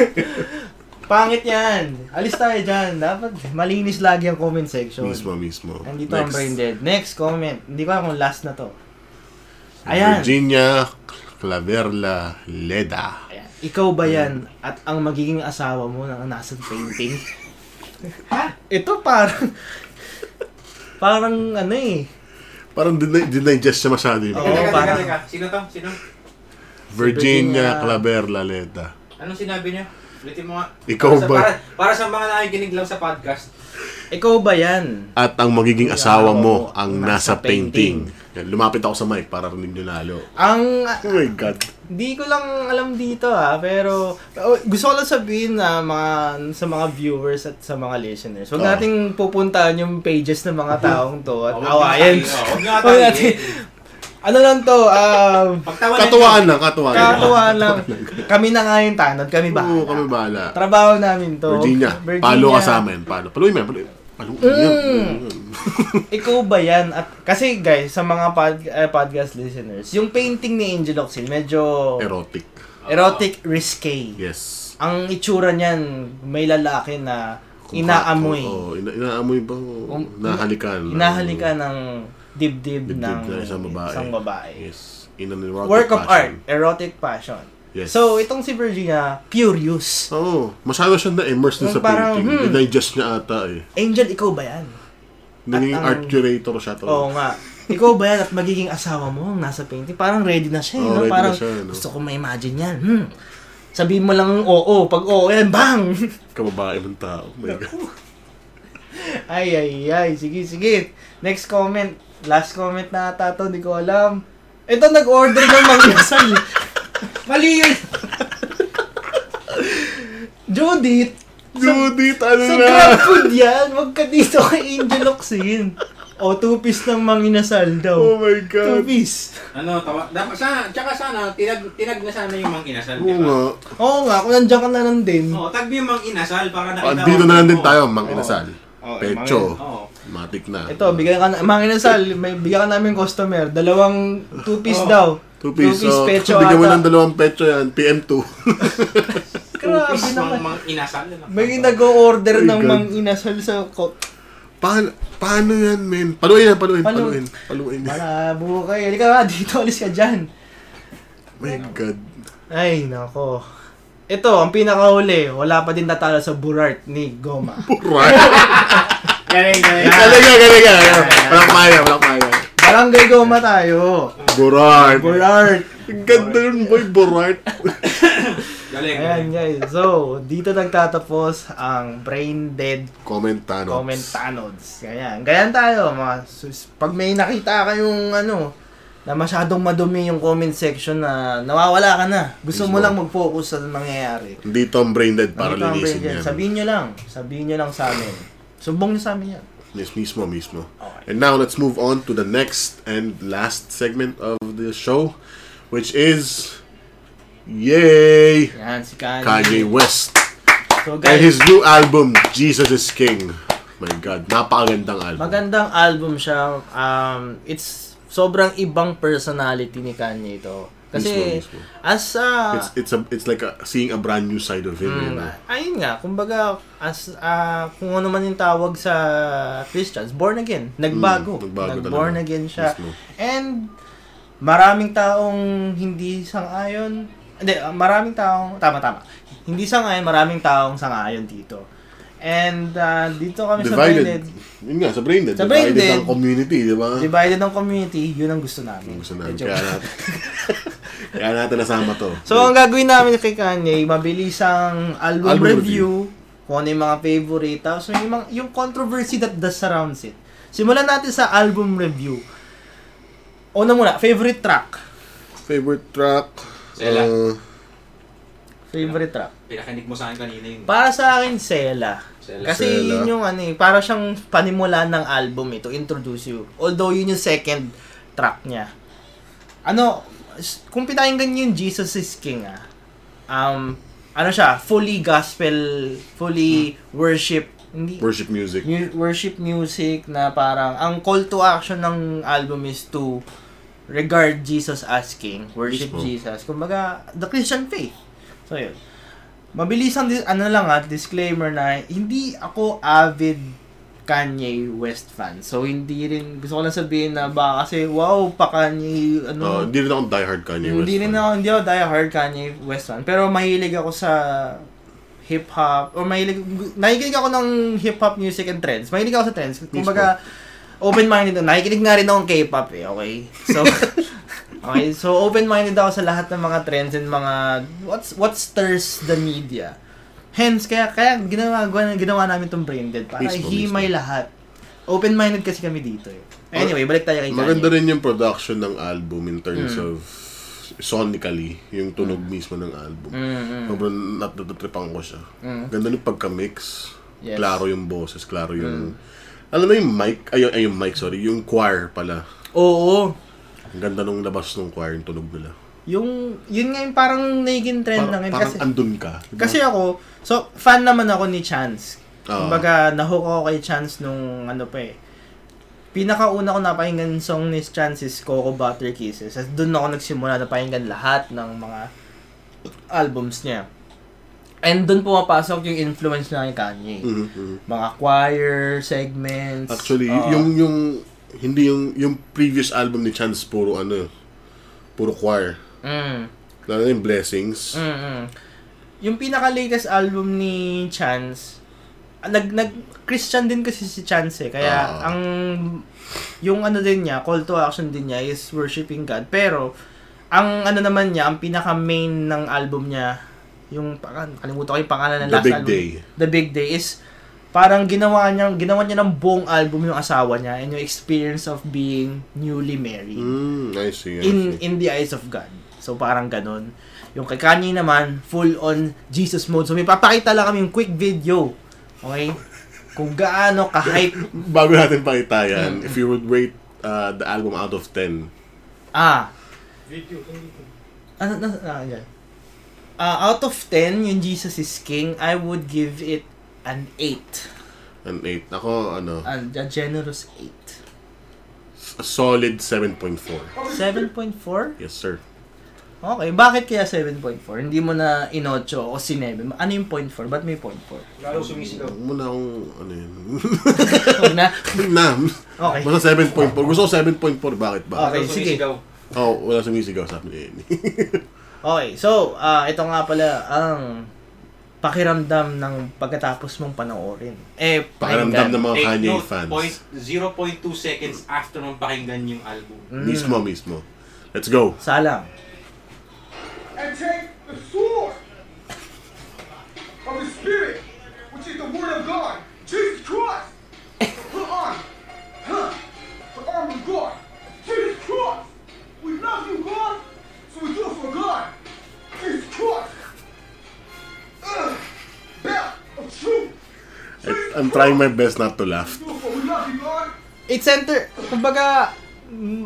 [SPEAKER 1] Pangit yan. Alis tayo dyan. Dapat malinis lagi ang comment section.
[SPEAKER 2] mismo, mismo.
[SPEAKER 1] Nandito ang brain dead. Next comment. Hindi ko alam kung last na to. Ayan.
[SPEAKER 2] Virginia Claverla Leda.
[SPEAKER 1] Ayan. Ikaw ba yan at ang magiging asawa mo na nasa painting? ha? Ito parang... parang ano eh.
[SPEAKER 2] Parang din- dinigest siya masyado yun.
[SPEAKER 1] Oo,
[SPEAKER 3] Teka, teka,
[SPEAKER 1] parang-
[SPEAKER 3] teka, teka. Sino to? Sino?
[SPEAKER 2] Virginia
[SPEAKER 1] Virginia-
[SPEAKER 2] Claverla Leda.
[SPEAKER 3] Anong sinabi niya? Ulitin mo nga.
[SPEAKER 2] Ikaw
[SPEAKER 3] para
[SPEAKER 2] ba?
[SPEAKER 3] Sa, para, para sa mga nakikinig lang sa podcast,
[SPEAKER 1] Ikaw ba yan?
[SPEAKER 2] At ang magiging asawa
[SPEAKER 1] Asawa mo
[SPEAKER 2] mo ang
[SPEAKER 1] ang
[SPEAKER 2] nasa
[SPEAKER 1] nasa
[SPEAKER 2] painting. Yan, Lumapit ako sa mic para rinig nyo lalo.
[SPEAKER 1] Ang,
[SPEAKER 2] Oh my God.
[SPEAKER 1] di ko lang alam dito ha, pero oh, gusto ko lang sabihin na mga, sa mga viewers at sa mga listeners, huwag
[SPEAKER 2] Oo.
[SPEAKER 1] nating pupuntahan yung pages ng mga taong to at
[SPEAKER 3] Oh, huwag
[SPEAKER 1] awayan.
[SPEAKER 3] nga tayo, oh, huwag nga
[SPEAKER 1] Huwag
[SPEAKER 3] tayo.
[SPEAKER 1] natin- ano lang to, um,
[SPEAKER 3] Pagtawanan
[SPEAKER 2] Katuwaan lang, katuwaan lang.
[SPEAKER 1] katuwaan lang. Kami na nga yung tanod, kami ba?
[SPEAKER 2] Oo, kami bahala.
[SPEAKER 1] Trabaho namin to.
[SPEAKER 2] Virginia, palo ka sa amin. Palo. Paluin mo yan, paluin. Paluin mo yan.
[SPEAKER 1] Mm. Ikaw ba yan? At, kasi guys, sa mga pod- eh, podcast listeners, yung painting ni Angel Oxil, medyo
[SPEAKER 2] Erotic.
[SPEAKER 1] erotic risque.
[SPEAKER 2] Yes.
[SPEAKER 1] Ang itsura niyan, may lalaki na
[SPEAKER 2] Kung oh,
[SPEAKER 1] inaamoy.
[SPEAKER 2] ka- Oo, ina- inaamoy ba? Oo,
[SPEAKER 1] Um,
[SPEAKER 2] Nahalikan.
[SPEAKER 1] Inahalika ng dibdib,
[SPEAKER 2] Dibdib
[SPEAKER 1] ng
[SPEAKER 2] na isang babae.
[SPEAKER 1] isang babae.
[SPEAKER 2] Yes. In an erotic
[SPEAKER 1] Work of art,
[SPEAKER 2] fashion.
[SPEAKER 1] erotic passion.
[SPEAKER 2] Yes.
[SPEAKER 1] So, itong si Virginia, curious.
[SPEAKER 2] Oo. Masyado siya na-immerse din
[SPEAKER 1] Yung
[SPEAKER 2] sa
[SPEAKER 1] parang,
[SPEAKER 2] painting.
[SPEAKER 1] hmm.
[SPEAKER 2] Dinigest niya ata eh.
[SPEAKER 1] Angel, ikaw ba yan?
[SPEAKER 2] Naging
[SPEAKER 1] ang-
[SPEAKER 2] art curator siya to.
[SPEAKER 1] um, Oo nga. Ikaw ba yan at magiging asawa mo ang nasa painting? Parang ready na siya, eh,
[SPEAKER 2] Oo,
[SPEAKER 1] no?
[SPEAKER 2] ready na
[SPEAKER 1] Parang
[SPEAKER 2] siya, no?
[SPEAKER 1] gusto ko ma-imagine yan. Hmm. Sabihin mo lang oo. Pag oo, yan, bang!
[SPEAKER 2] Kababae ng tao. Oh my God.
[SPEAKER 1] ay, ay, ay. Sige, sige. Next comment. Last comment na ata to, hindi ko alam. Ito, nag-order ng mangyasal.
[SPEAKER 3] Mali yun!
[SPEAKER 1] Judith!
[SPEAKER 2] Judith, ano
[SPEAKER 1] Sa
[SPEAKER 2] na?
[SPEAKER 1] grab food yan! Huwag ka dito kay Angel Oxin. O, two-piece ng manginasal daw.
[SPEAKER 2] Oh my God.
[SPEAKER 1] two-piece.
[SPEAKER 3] Ano, tawa, dapat sana, tsaka sana, tinag, tinag na sana yung mang inasal, di
[SPEAKER 2] Oo
[SPEAKER 3] ba?
[SPEAKER 2] nga.
[SPEAKER 1] Oo nga, kung nandiyan ka na lang din.
[SPEAKER 3] Oo, tagbi yung mang inasal para nakita
[SPEAKER 2] Andito
[SPEAKER 3] ko-
[SPEAKER 2] Ah, na lang din
[SPEAKER 3] Oo.
[SPEAKER 2] tayo, Mang Inasal.
[SPEAKER 1] Oo, eh,
[SPEAKER 2] Pecho.
[SPEAKER 3] Oo.
[SPEAKER 2] Matik na.
[SPEAKER 1] Ito, bigyan ka na, mga inasal, may bigyan ka namin customer, dalawang two-piece
[SPEAKER 3] Oh,
[SPEAKER 1] daw.
[SPEAKER 2] Two piece.
[SPEAKER 1] Two-piece
[SPEAKER 2] oh.
[SPEAKER 1] pecho
[SPEAKER 2] Bigyan mo
[SPEAKER 1] ata.
[SPEAKER 2] ng dalawang pecho yan. PM2.
[SPEAKER 1] Grabe
[SPEAKER 3] Upis
[SPEAKER 1] naman.
[SPEAKER 3] mang, mang inasal. ano?
[SPEAKER 1] May nag-o-order
[SPEAKER 2] Ay,
[SPEAKER 1] ng
[SPEAKER 2] Oh God.
[SPEAKER 1] mga inasal sa ko.
[SPEAKER 2] paano, paano yan, men? Paluin yan, paluin,
[SPEAKER 1] Palu-
[SPEAKER 2] paluin. Paluin.
[SPEAKER 1] Para buo kayo. Halika nga, dito, alis ka dyan.
[SPEAKER 2] My God.
[SPEAKER 1] Ay, nako. Ito, ang pinakahuli, wala pa din natalo sa Burart ni Goma.
[SPEAKER 2] Puray.
[SPEAKER 3] Galing, galing.
[SPEAKER 2] Talaga, talaga. Walang kaya, walang kaya.
[SPEAKER 1] Barangay Goma tayo.
[SPEAKER 2] Burart.
[SPEAKER 1] Burart.
[SPEAKER 2] Ang Ganda nun, boy. Burart.
[SPEAKER 3] Galing, galing.
[SPEAKER 1] Ayan guys, so dito nagtatapos ang Brain Dead
[SPEAKER 2] Comment, Thanos.
[SPEAKER 1] Comment tanods. Ganyan. Ganyan tayo, mga sus. Pag may nakita kayong ano, na masyadong madumi yung comment section na nawawala ka na. Gusto mo
[SPEAKER 2] Mismo.
[SPEAKER 1] lang mag-focus sa nangyayari.
[SPEAKER 2] Dito ang brain dead para
[SPEAKER 1] Nakita ang
[SPEAKER 2] linisin
[SPEAKER 1] brain yan.
[SPEAKER 2] yan.
[SPEAKER 1] Sabihin nyo lang. Sabihin nyo lang sa amin. Sumbong nyo sa amin yan.
[SPEAKER 2] Yes, mismo, mismo.
[SPEAKER 1] Okay.
[SPEAKER 2] And now let's move on to the next and last segment of the show, which is Yay!
[SPEAKER 1] Yan, si Kanye.
[SPEAKER 2] Kanye West
[SPEAKER 1] So
[SPEAKER 2] and
[SPEAKER 1] guys,
[SPEAKER 2] his new album Jesus is King. My God, napakagandang album.
[SPEAKER 1] magandang album siya. Um, it's sobrang ibang personality ni Kanye ito. Kasi, ah.
[SPEAKER 2] Mismo, mismo.
[SPEAKER 1] as a...
[SPEAKER 2] It's diba? it's a it's like a, seeing a brand new side of him. you
[SPEAKER 1] Mm,
[SPEAKER 2] know?
[SPEAKER 1] ayun nga, kumbaga, as, ah, kung ano man yung tawag sa Christians, born again. Nagbago.
[SPEAKER 2] Mm, nagbago
[SPEAKER 1] Nag-born
[SPEAKER 2] talaga.
[SPEAKER 1] again siya.
[SPEAKER 2] Mismo.
[SPEAKER 1] And, maraming taong hindi sang-ayon. Hindi, ah, maraming taong, tama-tama. Hindi sang-ayon, maraming taong sang-ayon dito. And, ah, dito kami
[SPEAKER 2] Divided.
[SPEAKER 1] sa Blended,
[SPEAKER 2] Yun nga, sa brain dead.
[SPEAKER 1] Sa brain
[SPEAKER 2] divided
[SPEAKER 1] dead.
[SPEAKER 2] ang community, di ba?
[SPEAKER 1] divided ng community, yun ang gusto namin.
[SPEAKER 2] Gusto namin.
[SPEAKER 1] Medyo-
[SPEAKER 2] Kaya natin, kaya natin nasama to.
[SPEAKER 1] So, ang gagawin namin kay Kanye, mabilis ang album,
[SPEAKER 2] Album
[SPEAKER 1] review, kung ano yung mga favorite, tapos yung, mga, yung controversy that, that surrounds it. Simulan natin sa album review. Una muna, favorite track.
[SPEAKER 2] favorite track.
[SPEAKER 3] Sela.
[SPEAKER 2] uh,
[SPEAKER 1] Favorite track.
[SPEAKER 3] Pinakinig mo sa akin kanina yun.
[SPEAKER 1] Para sa akin, Sela.
[SPEAKER 3] Sela.
[SPEAKER 1] Kasi
[SPEAKER 2] Sela.
[SPEAKER 1] yun yung ano eh, para siyang panimula ng album eh, to introduce you. Although yun yung second track niya. Ano, s- kung pinakinggan niyo yung Jesus is King ah, um, ano siya, fully gospel, fully worship, hindi,
[SPEAKER 2] worship music.
[SPEAKER 1] mu- worship music na parang, ang call to action ng album is to regard Jesus as King, worship
[SPEAKER 2] Mismo.
[SPEAKER 1] Jesus. Kumbaga, the Christian faith. So, yun. Mabilis ang, dis- ano lang at disclaimer na hindi ako avid Kanye West fan. So, hindi rin, gusto ko lang sabihin na baka kasi, wow, pa Kanye, ano,
[SPEAKER 2] Uh, hindi rin ako diehard Kanye West.
[SPEAKER 1] hindi rin
[SPEAKER 2] fan.
[SPEAKER 1] ako, hindi ako diehard Kanye West fan. Pero mahilig ako sa hip-hop, or mahilig, nakikinig ako ng hip-hop music and trends. Mahilig ako sa trends. Kumbaga, open-minded ako. Nakikinig nga rin ako ng K-pop eh, okay? So, okay, so open-minded ako sa lahat ng mga trends and mga, what's, what stirs the media. Hence, kaya, kaya ginawa, ginawa namin tong branded. Para
[SPEAKER 2] Mismo,
[SPEAKER 1] himay
[SPEAKER 2] mismo.
[SPEAKER 1] lahat. Open-minded kasi kami dito eh. Anyway, balik tayo kay Kanye.
[SPEAKER 2] Maganda rin yung production ng album in terms
[SPEAKER 1] Hmm.
[SPEAKER 2] of sonically, yung tunog mismo ng album.
[SPEAKER 1] Mm, mm.
[SPEAKER 2] Sobrang natututripan ko siya.
[SPEAKER 1] Mm.
[SPEAKER 2] Ganda ng pagka-mix.
[SPEAKER 1] Yes. Hmm.
[SPEAKER 2] Klaro yung boses, klaro yung... Alam mo yung mic, ay, ay yung mic, sorry, yung choir pala.
[SPEAKER 1] Oo.
[SPEAKER 2] Ang ganda nung labas ng choir, yung tunog nila.
[SPEAKER 1] Yung, yun nga yung parang naging trend
[SPEAKER 2] Parang,
[SPEAKER 1] na ngayon.
[SPEAKER 2] parang
[SPEAKER 1] Kasi,
[SPEAKER 2] andun ka. Diba?
[SPEAKER 1] kasi ako, so, fan naman ako ni Chance.
[SPEAKER 2] Oo.
[SPEAKER 1] Kumbaga, nahook ako kay Chance nung ano pa eh. Pinakauna ko napakinggan song ni Chance is Coco Butter Kisses. At doon ako nagsimula na pakinggan lahat ng mga albums niya. And doon pumapasok yung influence na kay Kanye.
[SPEAKER 2] Mhm, mhm.
[SPEAKER 1] Mga choir segments.
[SPEAKER 2] Actually,
[SPEAKER 1] Oo.
[SPEAKER 2] yung yung hindi yung yung previous album ni Chance puro ano, puro choir.
[SPEAKER 1] Mm.
[SPEAKER 2] Lalo na yung Blessings.
[SPEAKER 1] mm Yung pinaka-latest album ni Chance, ah, nag nag Christian din kasi si Chance eh. Kaya
[SPEAKER 2] Oo.
[SPEAKER 1] ang yung ano din niya, call to action din niya is worshiping God. Pero ang ano naman niya, ang pinaka-main ng album niya, yung parang kalimutan ko yung pangalan ng
[SPEAKER 2] The
[SPEAKER 1] last
[SPEAKER 2] Big
[SPEAKER 1] album.
[SPEAKER 2] Day.
[SPEAKER 1] The Big Day is parang ginawa niya, ginawa niya ng buong album yung asawa niya and yung experience of being newly married
[SPEAKER 2] Mm, I see. I
[SPEAKER 1] in
[SPEAKER 2] see.
[SPEAKER 1] in the eyes of God. So parang ganun. Yung kay Kanye naman, full on Jesus mode. So may papakita lang kami yung quick video. Okay? Kung gaano ka-hype.
[SPEAKER 2] Bago natin
[SPEAKER 1] Mm.
[SPEAKER 2] pakita yan, if you would rate uh, the album out of 10,
[SPEAKER 1] Ah,
[SPEAKER 5] Video, kung dito.
[SPEAKER 1] ano na ah, yan. Ah, out of 10, yung Jesus is King, I would give it an 8.
[SPEAKER 2] an 8. Ako, ano,
[SPEAKER 1] A, a generous 8.
[SPEAKER 2] a solid 7.4.
[SPEAKER 1] 7.4?
[SPEAKER 2] Yes, sir.
[SPEAKER 1] Okay, bakit kaya 7.4? Hindi mo na inocho o sinebe. Ano yung point 4? Ba't may point 4?
[SPEAKER 3] Lalo sumisigaw.
[SPEAKER 2] Huwag mo na akong, ano yun.
[SPEAKER 1] Huwag na.
[SPEAKER 2] Huwag na.
[SPEAKER 1] Okay.
[SPEAKER 2] Basta 7.4. Gusto ko 7.4. Bakit ba?
[SPEAKER 1] Okay,
[SPEAKER 3] Lalo
[SPEAKER 1] sige.
[SPEAKER 3] sumisigaw.
[SPEAKER 2] Oh, wala sumisigaw sa akin. Eh.
[SPEAKER 1] Okay, so, ah ito nga pala ang pakiramdam ng pagkatapos mong panoorin. Eh,
[SPEAKER 2] Pakiramdam
[SPEAKER 1] pakinggan.
[SPEAKER 2] ng mga
[SPEAKER 3] Take
[SPEAKER 2] Kanye
[SPEAKER 3] note,
[SPEAKER 2] fans.
[SPEAKER 3] Point 0.2 seconds after nung pakinggan yung album.
[SPEAKER 1] Hmm?
[SPEAKER 2] Mismo, mismo. Let's go.
[SPEAKER 1] Salang.
[SPEAKER 6] and take the sword of the Spirit, which is the Word of God, Jesus Christ. Put on, huh? The armor of God, Jesus Christ. We love you, God, so we do it for God, Jesus Christ. Ugh. Belt of truth.
[SPEAKER 2] I- I'm trying my best not to laugh.
[SPEAKER 6] Do it for we love you, God.
[SPEAKER 1] It's center, kumbaga, mm,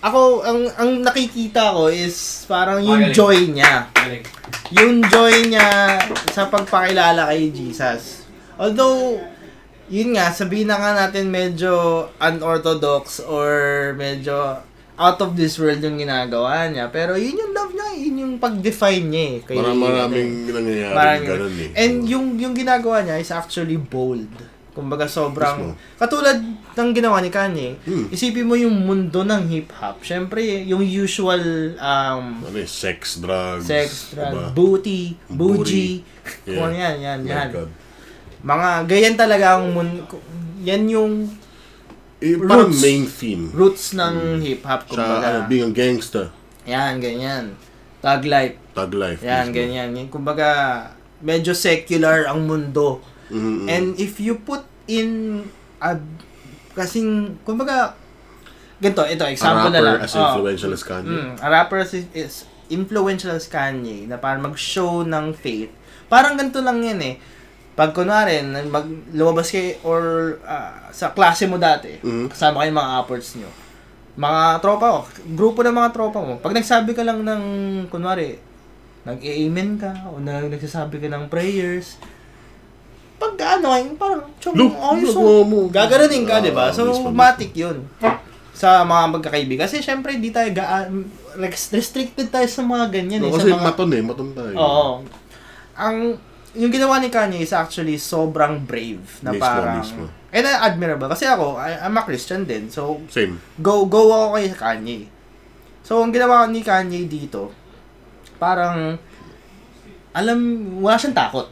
[SPEAKER 1] ako, ang, ang nakikita ko is parang yung
[SPEAKER 3] Magaling.
[SPEAKER 1] joy niya.
[SPEAKER 3] Galing.
[SPEAKER 1] Yung joy niya sa pagpakilala kay Jesus. Although, yun nga, sabihin na nga natin medyo unorthodox or medyo out of this world yung ginagawa niya. Pero yun yung love niya, yun yung pag-define niya eh. Kay,
[SPEAKER 2] Parang maraming nangyayari
[SPEAKER 1] Maraming-
[SPEAKER 2] ganun eh.
[SPEAKER 1] And yung yung ginagawa niya is actually bold. Kumbaga sobrang katulad ng ginawa ni Kanye.
[SPEAKER 2] Hmm.
[SPEAKER 1] Isipin mo yung mundo ng hip hop. Syempre yung usual um
[SPEAKER 2] Ano eh, sex, drugs.
[SPEAKER 1] sex, drug,
[SPEAKER 2] diba?
[SPEAKER 1] booty, bougie,
[SPEAKER 2] Yeah.
[SPEAKER 1] kung ano yan, yan,
[SPEAKER 2] My
[SPEAKER 1] yan.
[SPEAKER 2] God.
[SPEAKER 1] Mga ganyan talaga ang mun yan yung
[SPEAKER 2] Eh, parang
[SPEAKER 1] Roots.
[SPEAKER 2] main theme.
[SPEAKER 1] roots ng hip hop
[SPEAKER 2] Sa Hmm. ano,
[SPEAKER 1] kumbaga.
[SPEAKER 2] being a gangster.
[SPEAKER 1] Yan, ganyan. Tag life.
[SPEAKER 2] Thug life.
[SPEAKER 1] Yan,
[SPEAKER 2] mismo.
[SPEAKER 1] ganyan. Yan, kumbaga medyo secular ang mundo.
[SPEAKER 2] Mhm, mhm.
[SPEAKER 1] And if you put in a kasing kumbaga ganito, ito
[SPEAKER 2] a
[SPEAKER 1] example na
[SPEAKER 2] rapper
[SPEAKER 1] lang.
[SPEAKER 2] as
[SPEAKER 1] Oo.
[SPEAKER 2] influential as Kanye.
[SPEAKER 1] Mm, a rapper as is influential as Kanye na para mag-show ng faith. Parang ganito lang 'yan eh. Pag kunwari, mag, lumabas kayo or ah, sa klase mo dati,
[SPEAKER 2] Mhm.
[SPEAKER 1] kasama kayo yung mga upwards nyo, mga tropa ko, grupo ng mga tropa mo, pag nagsabi ka lang ng, kunwari, nag-amen ka, o na, nagsasabi ka ng prayers, pag ano, ay, parang, tsong,
[SPEAKER 2] Look,
[SPEAKER 1] oh,
[SPEAKER 2] look,
[SPEAKER 1] so,
[SPEAKER 2] wow, mo.
[SPEAKER 1] gaganunin ka,
[SPEAKER 2] Ah,
[SPEAKER 1] di ba? So,
[SPEAKER 2] mismo, mismo.
[SPEAKER 1] matik yun sa mga magkakaibigan. Kasi, syempre, di tayo ga- ah, restricted tayo sa mga ganyan.
[SPEAKER 2] No,
[SPEAKER 1] eh,
[SPEAKER 2] kasi
[SPEAKER 1] sa mga,
[SPEAKER 2] maton eh, maton tayo.
[SPEAKER 1] Oo. Ang yung ginawa ni Kanye is actually sobrang brave na
[SPEAKER 2] Mismo,
[SPEAKER 1] parang
[SPEAKER 2] mismo.
[SPEAKER 1] and uh, admirable kasi ako I, I'm a Christian din. So
[SPEAKER 2] Same.
[SPEAKER 1] go go ako kay Kanye. So ang ginawa ni Kanye dito parang alam wala siyang takot.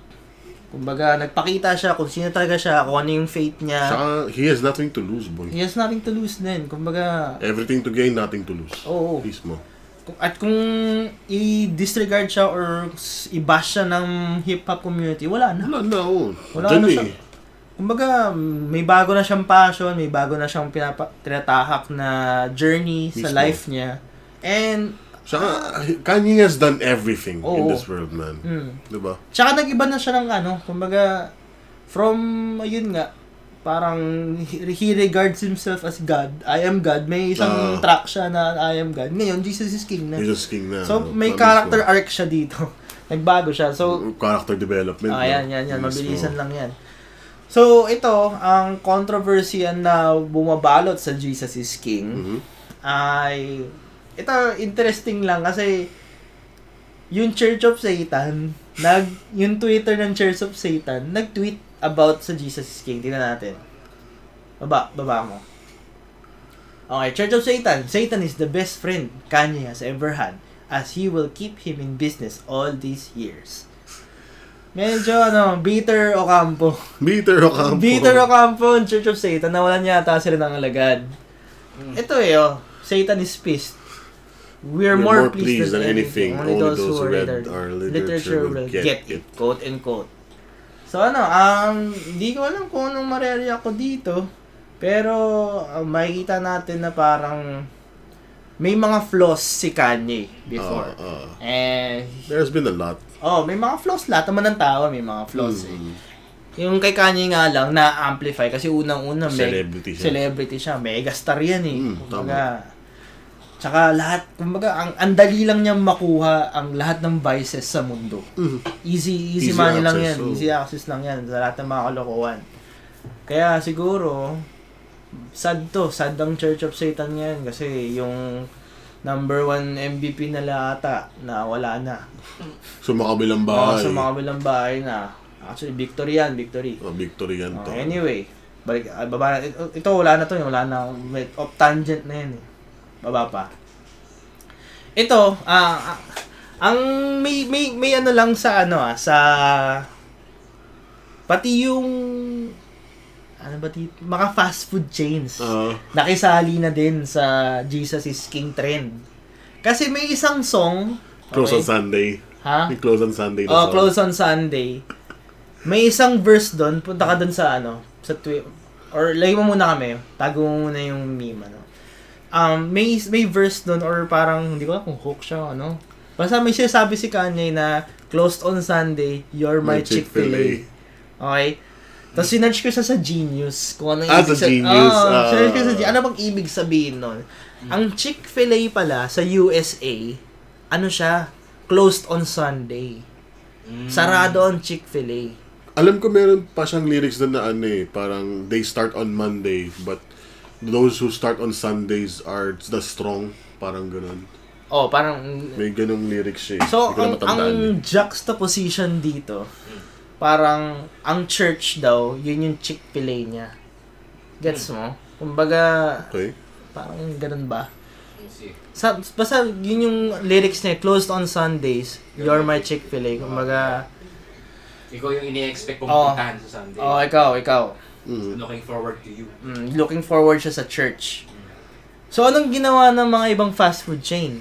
[SPEAKER 1] Kumbaga nagpakita siya kung sino talaga siya, kung ano yung faith niya.
[SPEAKER 2] Saka, he has nothing to lose, boy.
[SPEAKER 1] He has nothing to lose din. Kumbaga Oh.
[SPEAKER 2] Everything to gain, nothing to lose.
[SPEAKER 1] Oo.
[SPEAKER 2] Mismo.
[SPEAKER 1] Kung- At kung i-disregard siya or s- i-bash siya ng hip-hop community, wala na.
[SPEAKER 2] Wala na, oo.
[SPEAKER 1] Wala
[SPEAKER 2] Diyan
[SPEAKER 1] na
[SPEAKER 2] eh.
[SPEAKER 1] siya. Kumbaga, may bago na siyang passion, may bago na siyang pinapa- tinatahak na journey sa
[SPEAKER 2] Mismo.
[SPEAKER 1] life niya. And,
[SPEAKER 2] Saka, Kanye has done everything in
[SPEAKER 1] Oo.
[SPEAKER 2] this world, man.
[SPEAKER 1] mm,
[SPEAKER 2] Diba?
[SPEAKER 1] tsaka nag-iba na siya ng ano, kumbaga, from, ayun nga, parang he he regards himself as God. I am God. May isang
[SPEAKER 2] Ah.
[SPEAKER 1] track siya na I am God. Ngayon, Jesus is King na.
[SPEAKER 2] Jesus King na.
[SPEAKER 1] So,
[SPEAKER 2] no?
[SPEAKER 1] may
[SPEAKER 2] Mismo.
[SPEAKER 1] character arc siya dito. Nagbago siya. So,
[SPEAKER 2] character development.
[SPEAKER 1] Ah,
[SPEAKER 2] no?
[SPEAKER 1] yan, yan, yan.
[SPEAKER 2] Mismo.
[SPEAKER 1] Mabilisan lang yan. So, ito, ang controversy yan na bumabalot sa Jesus is King
[SPEAKER 2] Mhm.
[SPEAKER 1] ay... Ito, interesting lang kasi yung Church of Satan, nag, yung Twitter ng Church of Satan, nag-tweet about sa Jesus is King. Tingnan natin. Baba, baba mo. Okay, Church of Satan. Satan is the best friend Kanye has ever had as he will keep him in business all these years. Medyo ano, bitter Ocampo.
[SPEAKER 2] Bitter Ocampo.
[SPEAKER 1] Bitter Ocampo ang Church of Satan. Nawalan yata sila ng alagad. Ito eh, oh. Satan is pissed. We're, more,
[SPEAKER 2] We're
[SPEAKER 1] pleased, than anything. Only those who
[SPEAKER 2] who
[SPEAKER 1] read
[SPEAKER 2] read our literature will get it.
[SPEAKER 1] Quote and quote. So ano, um, di ko alam kung anong marereact ko dito. Pero uh, makikita natin na parang may mga flaws si Kanye before.
[SPEAKER 2] Ah, ah.
[SPEAKER 1] Eh,
[SPEAKER 2] There's been a lot.
[SPEAKER 1] oh, may mga flaws. Lahat naman ng tao may mga flaws eh.
[SPEAKER 2] Mm.
[SPEAKER 1] Yung kay Kanye nga lang, na-amplify kasi unang-una meg-
[SPEAKER 2] Celebrity siya.
[SPEAKER 1] Celebrity siya. Megastar yan eh.
[SPEAKER 2] Mm,
[SPEAKER 1] kumbaga, tsaka lahat, kumbaga, ang, ang dali lang niyang makuha ang lahat ng vices sa mundo.
[SPEAKER 2] Mhm.
[SPEAKER 1] Easy, easy,
[SPEAKER 2] Easy
[SPEAKER 1] money lang yan.
[SPEAKER 2] access, oh.
[SPEAKER 1] Easy access lang yan sa lahat ng mga kalokohan. Kaya siguro, sad to. Sad ang Church of Satan yan kasi yung number one MVP nila ata ah, na wala na.
[SPEAKER 2] So, makabilang
[SPEAKER 1] Oh,
[SPEAKER 2] bahay.
[SPEAKER 1] sa mga bilang bahay na. Actually, victory yan, victory.
[SPEAKER 2] Oh, victory yan
[SPEAKER 1] Oh,
[SPEAKER 2] to.
[SPEAKER 1] anyway, balik, ah, baba na. Ito, ito, wala na to. eh, Wala na. May off tangent na yan eh. Baba pa. Ito, ah, ah, ang may, may, may ano lang sa ano ah, sa pati yung ano ba dito? Mga fast food chains.
[SPEAKER 2] Ah,
[SPEAKER 1] nakisali na din sa Jesus is King trend. Kasi may isang song
[SPEAKER 2] close on
[SPEAKER 1] okay,
[SPEAKER 2] Sunday.
[SPEAKER 1] Ha?
[SPEAKER 2] May close on Sunday. na
[SPEAKER 1] Oh,
[SPEAKER 2] song.
[SPEAKER 1] close on Sunday. May isang verse doon, punta ka doon sa ano, sa twi- or lay mo muna kami, tago mo muna yung meme ano. Um, may may verse doon or parang hindi ko alam kung hook siya o ano. Basta may sinasabi si Kanye na closed on Sunday, you're my,
[SPEAKER 2] May
[SPEAKER 1] Chick-fil-A. Okay? Tapos sinerch ko siya sa Genius. Kung ano yung
[SPEAKER 2] Ah,
[SPEAKER 1] ibig
[SPEAKER 2] sa
[SPEAKER 1] sa-
[SPEAKER 2] Genius,
[SPEAKER 1] Oo,
[SPEAKER 2] ah.
[SPEAKER 1] sinerch ko sa Genius. Ano bang ibig sabihin nun? Ang Chick-fil-A pala sa USA, ano siya? Closed on Sunday. Sarado on Chick-fil-A.
[SPEAKER 2] Alam ko meron pa siyang lyrics doon na ano eh, parang they start on Monday, but those who start on Sundays are the strong. Parang ganun.
[SPEAKER 1] Oh, parang...
[SPEAKER 2] May ganung lyrics siya eh.
[SPEAKER 1] So, ang,
[SPEAKER 2] Hindi ko na
[SPEAKER 1] ang
[SPEAKER 2] matandaan eh.
[SPEAKER 1] juxtaposition dito, parang ang church daw, yun yung Chick-fil-A niya. Gets mo? Kumbaga,
[SPEAKER 2] Okay.
[SPEAKER 1] parang ganun ba?
[SPEAKER 3] Easy.
[SPEAKER 1] Sa, basta yun yung lyrics niya, closed on Sundays, you're my Chick-fil-A. Kumbaga,
[SPEAKER 3] Ikaw yung ini-expect kong
[SPEAKER 1] Oo.
[SPEAKER 3] puntahan sa Sunday.
[SPEAKER 1] oh, ikaw, ikaw.
[SPEAKER 2] Mhm.
[SPEAKER 3] Looking forward to you.
[SPEAKER 1] Mm, looking forward siya sa church. So, anong ginawa ng mga ibang fast food chain?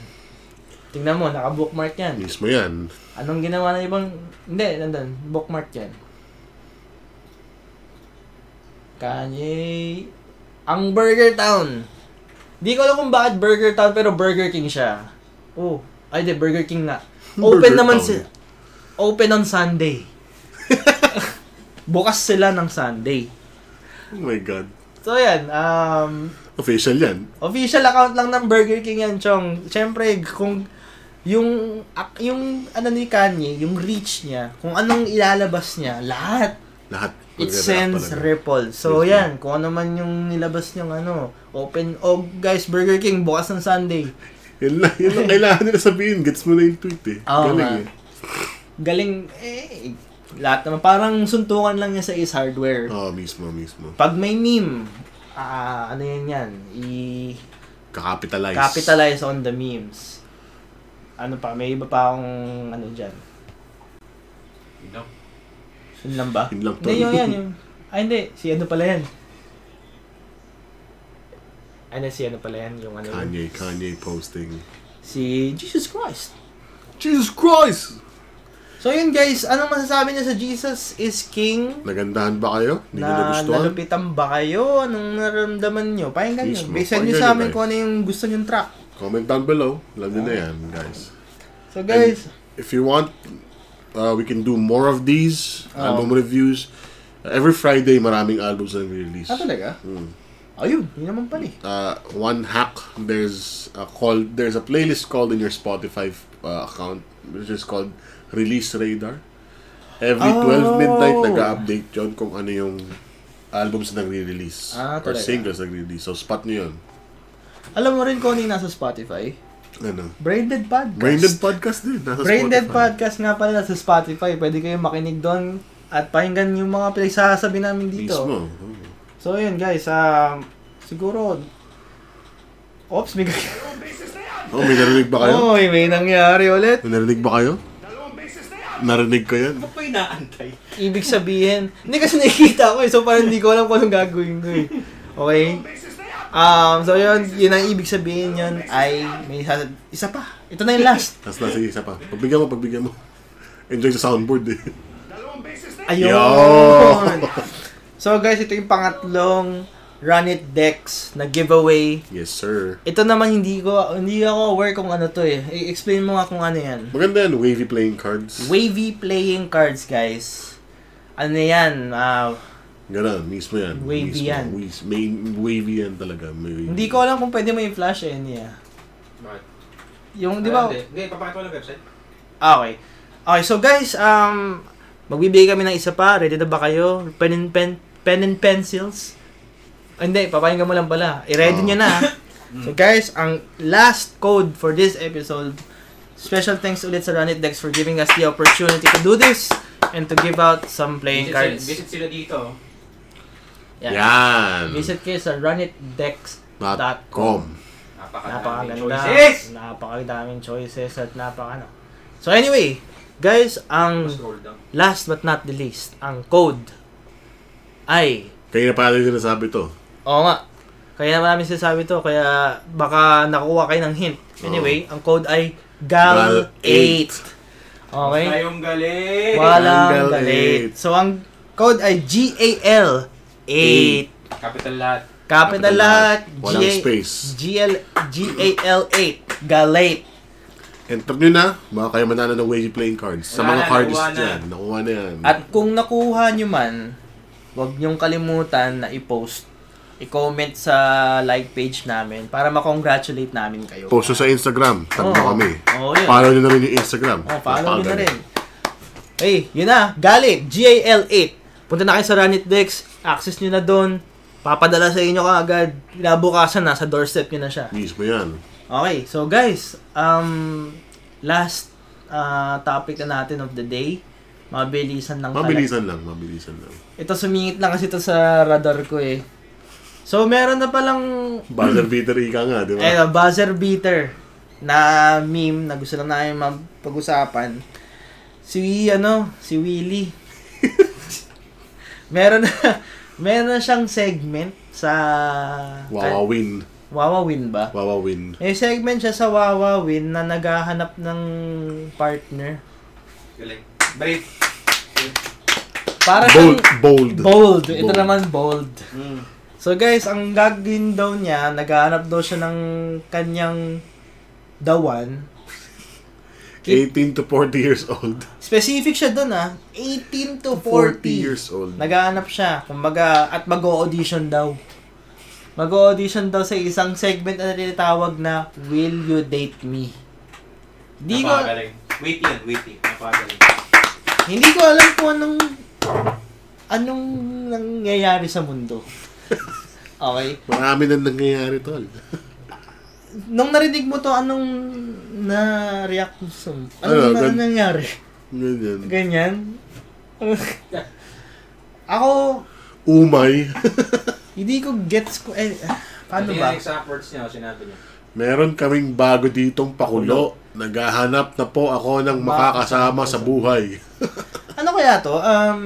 [SPEAKER 1] Tingnan mo, naka-bookmark yan.
[SPEAKER 2] Mismo yan.
[SPEAKER 1] Anong ginawa ng ibang... Hindi, nandun. Bookmark yan. Kanye... Ang Burger Town. Di ko alam kung bakit Burger Town, pero Burger King siya. Oh, ay di, Burger King nga. Open
[SPEAKER 2] Burger
[SPEAKER 1] naman
[SPEAKER 2] Town.
[SPEAKER 1] si... Open on Sunday. Bukas sila ng Sunday.
[SPEAKER 2] Oh my God.
[SPEAKER 1] So yan, um,
[SPEAKER 2] Official yan.
[SPEAKER 1] Official account lang ng Burger King yan, Chong. Siyempre, kung yung ak- yung ano ni Kanye, yung reach niya, kung anong ilalabas niya, lahat
[SPEAKER 2] Lahat.
[SPEAKER 1] it
[SPEAKER 2] Magre-react
[SPEAKER 1] sends
[SPEAKER 2] talaga.
[SPEAKER 1] ripple. So
[SPEAKER 2] Yes,
[SPEAKER 1] yan, kung ano man yung nilabas niyang ano, open oh guys, Burger King bukas ng Sunday.
[SPEAKER 2] Yun lang, yun lang kailangan nila sabihin. Gets mo na yung tweet eh.
[SPEAKER 1] Oo nga.
[SPEAKER 2] Galing eh.
[SPEAKER 1] Galing eh lahat naman parang suntukan lang niya sa Ace Hardware.
[SPEAKER 2] Oo, mismo, mismo.
[SPEAKER 1] Pag may meme, ah ano yan yan, i
[SPEAKER 2] Kakapitalize.
[SPEAKER 1] capitalize on the memes. Ano pa, may iba pa akong ano dyan.
[SPEAKER 3] You know? Ano
[SPEAKER 1] Yun lang ba?
[SPEAKER 2] Yun lang to.
[SPEAKER 1] Hindi, yung yan. Yung... Ay, hindi. Si ano pala yan? Ay, hindi. Si ano pala yan? Yung ano.
[SPEAKER 2] Kanye, Kanye posting.
[SPEAKER 1] si Jesus Christ.
[SPEAKER 2] Jesus Christ!
[SPEAKER 1] So yun guys, anong masasabi niya sa Jesus is King?
[SPEAKER 2] Nagandahan ba kayo? Hindi nyo
[SPEAKER 1] Na
[SPEAKER 2] nagustuhan?
[SPEAKER 1] nalupitan ba kayo? Anong naramdaman nyo? Pakinggan nyo.
[SPEAKER 2] Please,
[SPEAKER 1] Bisan nyo
[SPEAKER 2] mapakinggan
[SPEAKER 1] sa
[SPEAKER 2] nyo,
[SPEAKER 1] amin
[SPEAKER 2] guys.
[SPEAKER 1] kung ano yung gusto nyong track.
[SPEAKER 2] Comment down below. Alam nyo
[SPEAKER 1] Ah.
[SPEAKER 2] na yan, guys.
[SPEAKER 1] So guys,
[SPEAKER 2] If you want, uh, we can do more of these
[SPEAKER 1] Oo.
[SPEAKER 2] album reviews. Every Friday, maraming albums na release.
[SPEAKER 1] ah talaga? Ayun, yun naman pala eh.
[SPEAKER 2] uh, one hack there's a call there's a playlist called in your Spotify uh, account which is called Release Radar. Every
[SPEAKER 1] Oh.
[SPEAKER 2] 12 midnight nag-update yun kung ano yung albums na nagre-release
[SPEAKER 1] Ah,
[SPEAKER 2] or
[SPEAKER 1] talaga.
[SPEAKER 2] singles na nagre-release. So spot nyo yun.
[SPEAKER 1] Alam mo rin kung ano yung nasa Spotify?
[SPEAKER 2] Ano?
[SPEAKER 1] Braindead Podcast.
[SPEAKER 2] Braindead podcast din. Nasa
[SPEAKER 1] Braindead
[SPEAKER 2] Spotify.
[SPEAKER 1] Podcast nga pala sa Spotify. Pwede kayo makinig doon at pakinggan yung mga pinagsasabi namin dito.
[SPEAKER 2] Mismo.
[SPEAKER 1] So, yun guys. Um, siguro... Ops, may...
[SPEAKER 2] Oh, may narinig ba kayo?
[SPEAKER 1] Oy, may nangyari ulit.
[SPEAKER 2] May narinig ba kayo? Narinig ko yan.
[SPEAKER 3] Ano pa inaantay?
[SPEAKER 1] Ibig sabihin... Hindi kasi nakikita ko eh. So, parang hindi ko alam kung anong gagawin ko eh. Okay? Um, so, yun. Yun ang ibig sabihin yun ay may isa, isa pa. Ito na yung last.
[SPEAKER 2] Tapos nasa isa pa. Pagbigyan mo, pagbigyan mo. Enjoy sa soundboard eh.
[SPEAKER 1] Ayun.
[SPEAKER 2] Yun.
[SPEAKER 1] So guys, ito yung pangatlong Run It Dex na giveaway.
[SPEAKER 2] Yes, sir.
[SPEAKER 1] Ito naman hindi ko hindi ako aware kung ano to eh. I-explain mo nga kung ano yan.
[SPEAKER 2] Maganda yan, wavy playing cards.
[SPEAKER 1] Wavy playing cards, guys. Ano yan? ah,
[SPEAKER 2] Ganun, mismo yan.
[SPEAKER 1] Wavy
[SPEAKER 2] mismo,
[SPEAKER 1] yan.
[SPEAKER 2] Wis, may wavy yan talaga. May wavy.
[SPEAKER 1] hindi ko alam kung pwede mo i-flash eh, niya.
[SPEAKER 3] Bakit?
[SPEAKER 1] Yung, di ba?
[SPEAKER 3] Ano, Hindi, hindi papakita ko lang website.
[SPEAKER 1] Ah, Okay. Okay, so guys, um, magbibigay kami ng isa pa. Ready na ba kayo? Pen and, pen, pen and pencils? Ah, Hindi, papakinggan mo lang pala. I-ready
[SPEAKER 2] Oo.
[SPEAKER 1] nyo na. ah. so guys, ang last code for this episode, special thanks ulit sa Runit Dex for giving us the opportunity to do this and to give out some playing
[SPEAKER 3] Visit
[SPEAKER 1] cards.
[SPEAKER 3] Sila, visit sila dito.
[SPEAKER 1] Yeah.
[SPEAKER 2] Yan.
[SPEAKER 1] Visit kayo sa runitdex.com.
[SPEAKER 2] Dot com.
[SPEAKER 3] Napakadaming
[SPEAKER 1] Napakaganda.
[SPEAKER 3] choices!
[SPEAKER 1] Napakadaming choices at napakano. So anyway, guys, ang
[SPEAKER 3] Scroll down.
[SPEAKER 1] Last but not the least, ang code ay...
[SPEAKER 2] Kaya na pala yung sinasabi to.
[SPEAKER 1] Oo nga. Kaya naman namin sinasabi to, kaya baka nakuha kayo ng hint. Anyway, ang code ay GAL8. Okay?
[SPEAKER 3] Tayong galing!
[SPEAKER 1] Walang
[SPEAKER 2] Walang
[SPEAKER 1] galit.
[SPEAKER 2] galit.
[SPEAKER 1] So, ang code ay GAL8.
[SPEAKER 3] Capital lahat.
[SPEAKER 1] Capital lahat.
[SPEAKER 2] Walang
[SPEAKER 1] GA
[SPEAKER 2] space.
[SPEAKER 1] GL, GAL8. GAL8.
[SPEAKER 2] Enter nyo na. Baka kayo manalo ng wavy playing cards. Sa mga
[SPEAKER 3] Wala na,
[SPEAKER 2] cards
[SPEAKER 3] nakuha na.
[SPEAKER 2] dyan. Nakuha na yan.
[SPEAKER 1] At kung nakuha nyo man, huwag nyong kalimutan na i-post, i-comment sa like page namin para makongratulate namin kayo.
[SPEAKER 2] Post nyo sa Instagram. Tag
[SPEAKER 1] Oo.
[SPEAKER 2] kami.
[SPEAKER 1] Oo, yun.
[SPEAKER 2] Follow nyo na rin yung Instagram.
[SPEAKER 1] Oh, follow nyo na
[SPEAKER 2] Napakaganda.
[SPEAKER 1] rin. Hey, yun na, galit, GAL8. Punta na kayo sa Runit Dex, access nyo na doon, papadala sa inyo kaagad, nabukasan na, sa doorstep nyo na siya.
[SPEAKER 2] Mismo yan.
[SPEAKER 1] Okay, so guys, um, last uh, topic na natin of the day, mabilisan lang talaga.
[SPEAKER 2] Mabilisan lang. Mabilisan lang.
[SPEAKER 1] Ito sumingit lang kasi ito sa radar ko eh. So meron na palang
[SPEAKER 2] Buzzer beater ika nga, di ba?
[SPEAKER 1] eh, no, buzzer beater na meme na gusto lang namin mapag-usapan. Si ano, si Willie. meron na meron na siyang segment sa
[SPEAKER 2] Wawawin.
[SPEAKER 1] Wawawin ba?
[SPEAKER 2] Wawawin.
[SPEAKER 1] May segment siya sa Wawawin na naghahanap ng partner.
[SPEAKER 3] Galing. Brave.
[SPEAKER 1] Para
[SPEAKER 2] Bold.
[SPEAKER 1] siyang-
[SPEAKER 2] Bold.
[SPEAKER 1] bold. Ito
[SPEAKER 2] Bold.
[SPEAKER 1] naman bold.
[SPEAKER 3] Mm.
[SPEAKER 1] So guys, ang gagawin daw niya, naghahanap daw siya ng kanyang dawan.
[SPEAKER 2] 18 to 40 years old.
[SPEAKER 1] Specific siya doon ah, 18 to 40.
[SPEAKER 2] 40 years old.
[SPEAKER 1] Naghahanap siya, kumbaga, at mag-audition daw. Mag-audition daw sa isang segment na tinatawag na Will You Date Me? Hindi ko,
[SPEAKER 3] Napakagaling. Wait yan, wait yan. Napakagaling.
[SPEAKER 1] hindi ko alam kung anong anong nangyayari sa mundo. Okay.
[SPEAKER 2] Marami na nangyayari, tol.
[SPEAKER 1] Nung narinig mo to, anong na-react mo sa
[SPEAKER 2] Ano,
[SPEAKER 1] Anong, anong
[SPEAKER 2] gan-
[SPEAKER 1] nangyari?
[SPEAKER 2] Ganyan.
[SPEAKER 1] Ganyan? Ako,
[SPEAKER 2] Umay.
[SPEAKER 1] hindi ko gets ko, eh, ah, paano
[SPEAKER 3] Ano
[SPEAKER 1] ba?
[SPEAKER 3] ba? Exact words niya, sinabi niya.
[SPEAKER 2] Meron kaming bago ditong pakulo. Naghahanap na po ako ng makakasama sa buhay.
[SPEAKER 1] Ano kaya to? Um,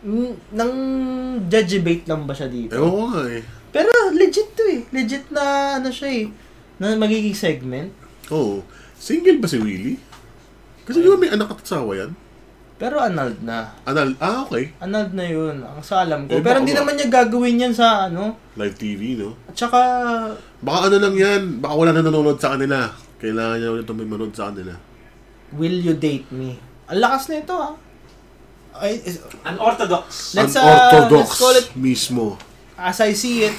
[SPEAKER 1] n- nang judgebait lang ba siya
[SPEAKER 2] Eh,
[SPEAKER 1] dito?
[SPEAKER 2] oo nga eh.
[SPEAKER 1] Pero legit to eh. Legit na ano siya eh. Na magiging segment.
[SPEAKER 2] Oo. Single ba si Willie? Kasi di ba may anak at asawa yan?
[SPEAKER 1] Pero annulled na.
[SPEAKER 2] Anal, ah, okay.
[SPEAKER 1] Annulled na yun. Ang sa alam ko.
[SPEAKER 2] Eh,
[SPEAKER 1] Pero
[SPEAKER 2] baka
[SPEAKER 1] hindi
[SPEAKER 2] ba-
[SPEAKER 1] naman niya gagawin yan sa ano.
[SPEAKER 2] Live TV, no?
[SPEAKER 1] At saka,
[SPEAKER 2] Baka ano lang yan, baka wala na nanonood sa kanila. Kailangan niya ulit may manood sa kanila.
[SPEAKER 1] will you date me? Ang lakas nito ah. Ay, is-
[SPEAKER 3] Unorthodox.
[SPEAKER 1] Let's, uh, let's
[SPEAKER 2] Unorthodox
[SPEAKER 1] call it-
[SPEAKER 2] mismo.
[SPEAKER 1] as I see it,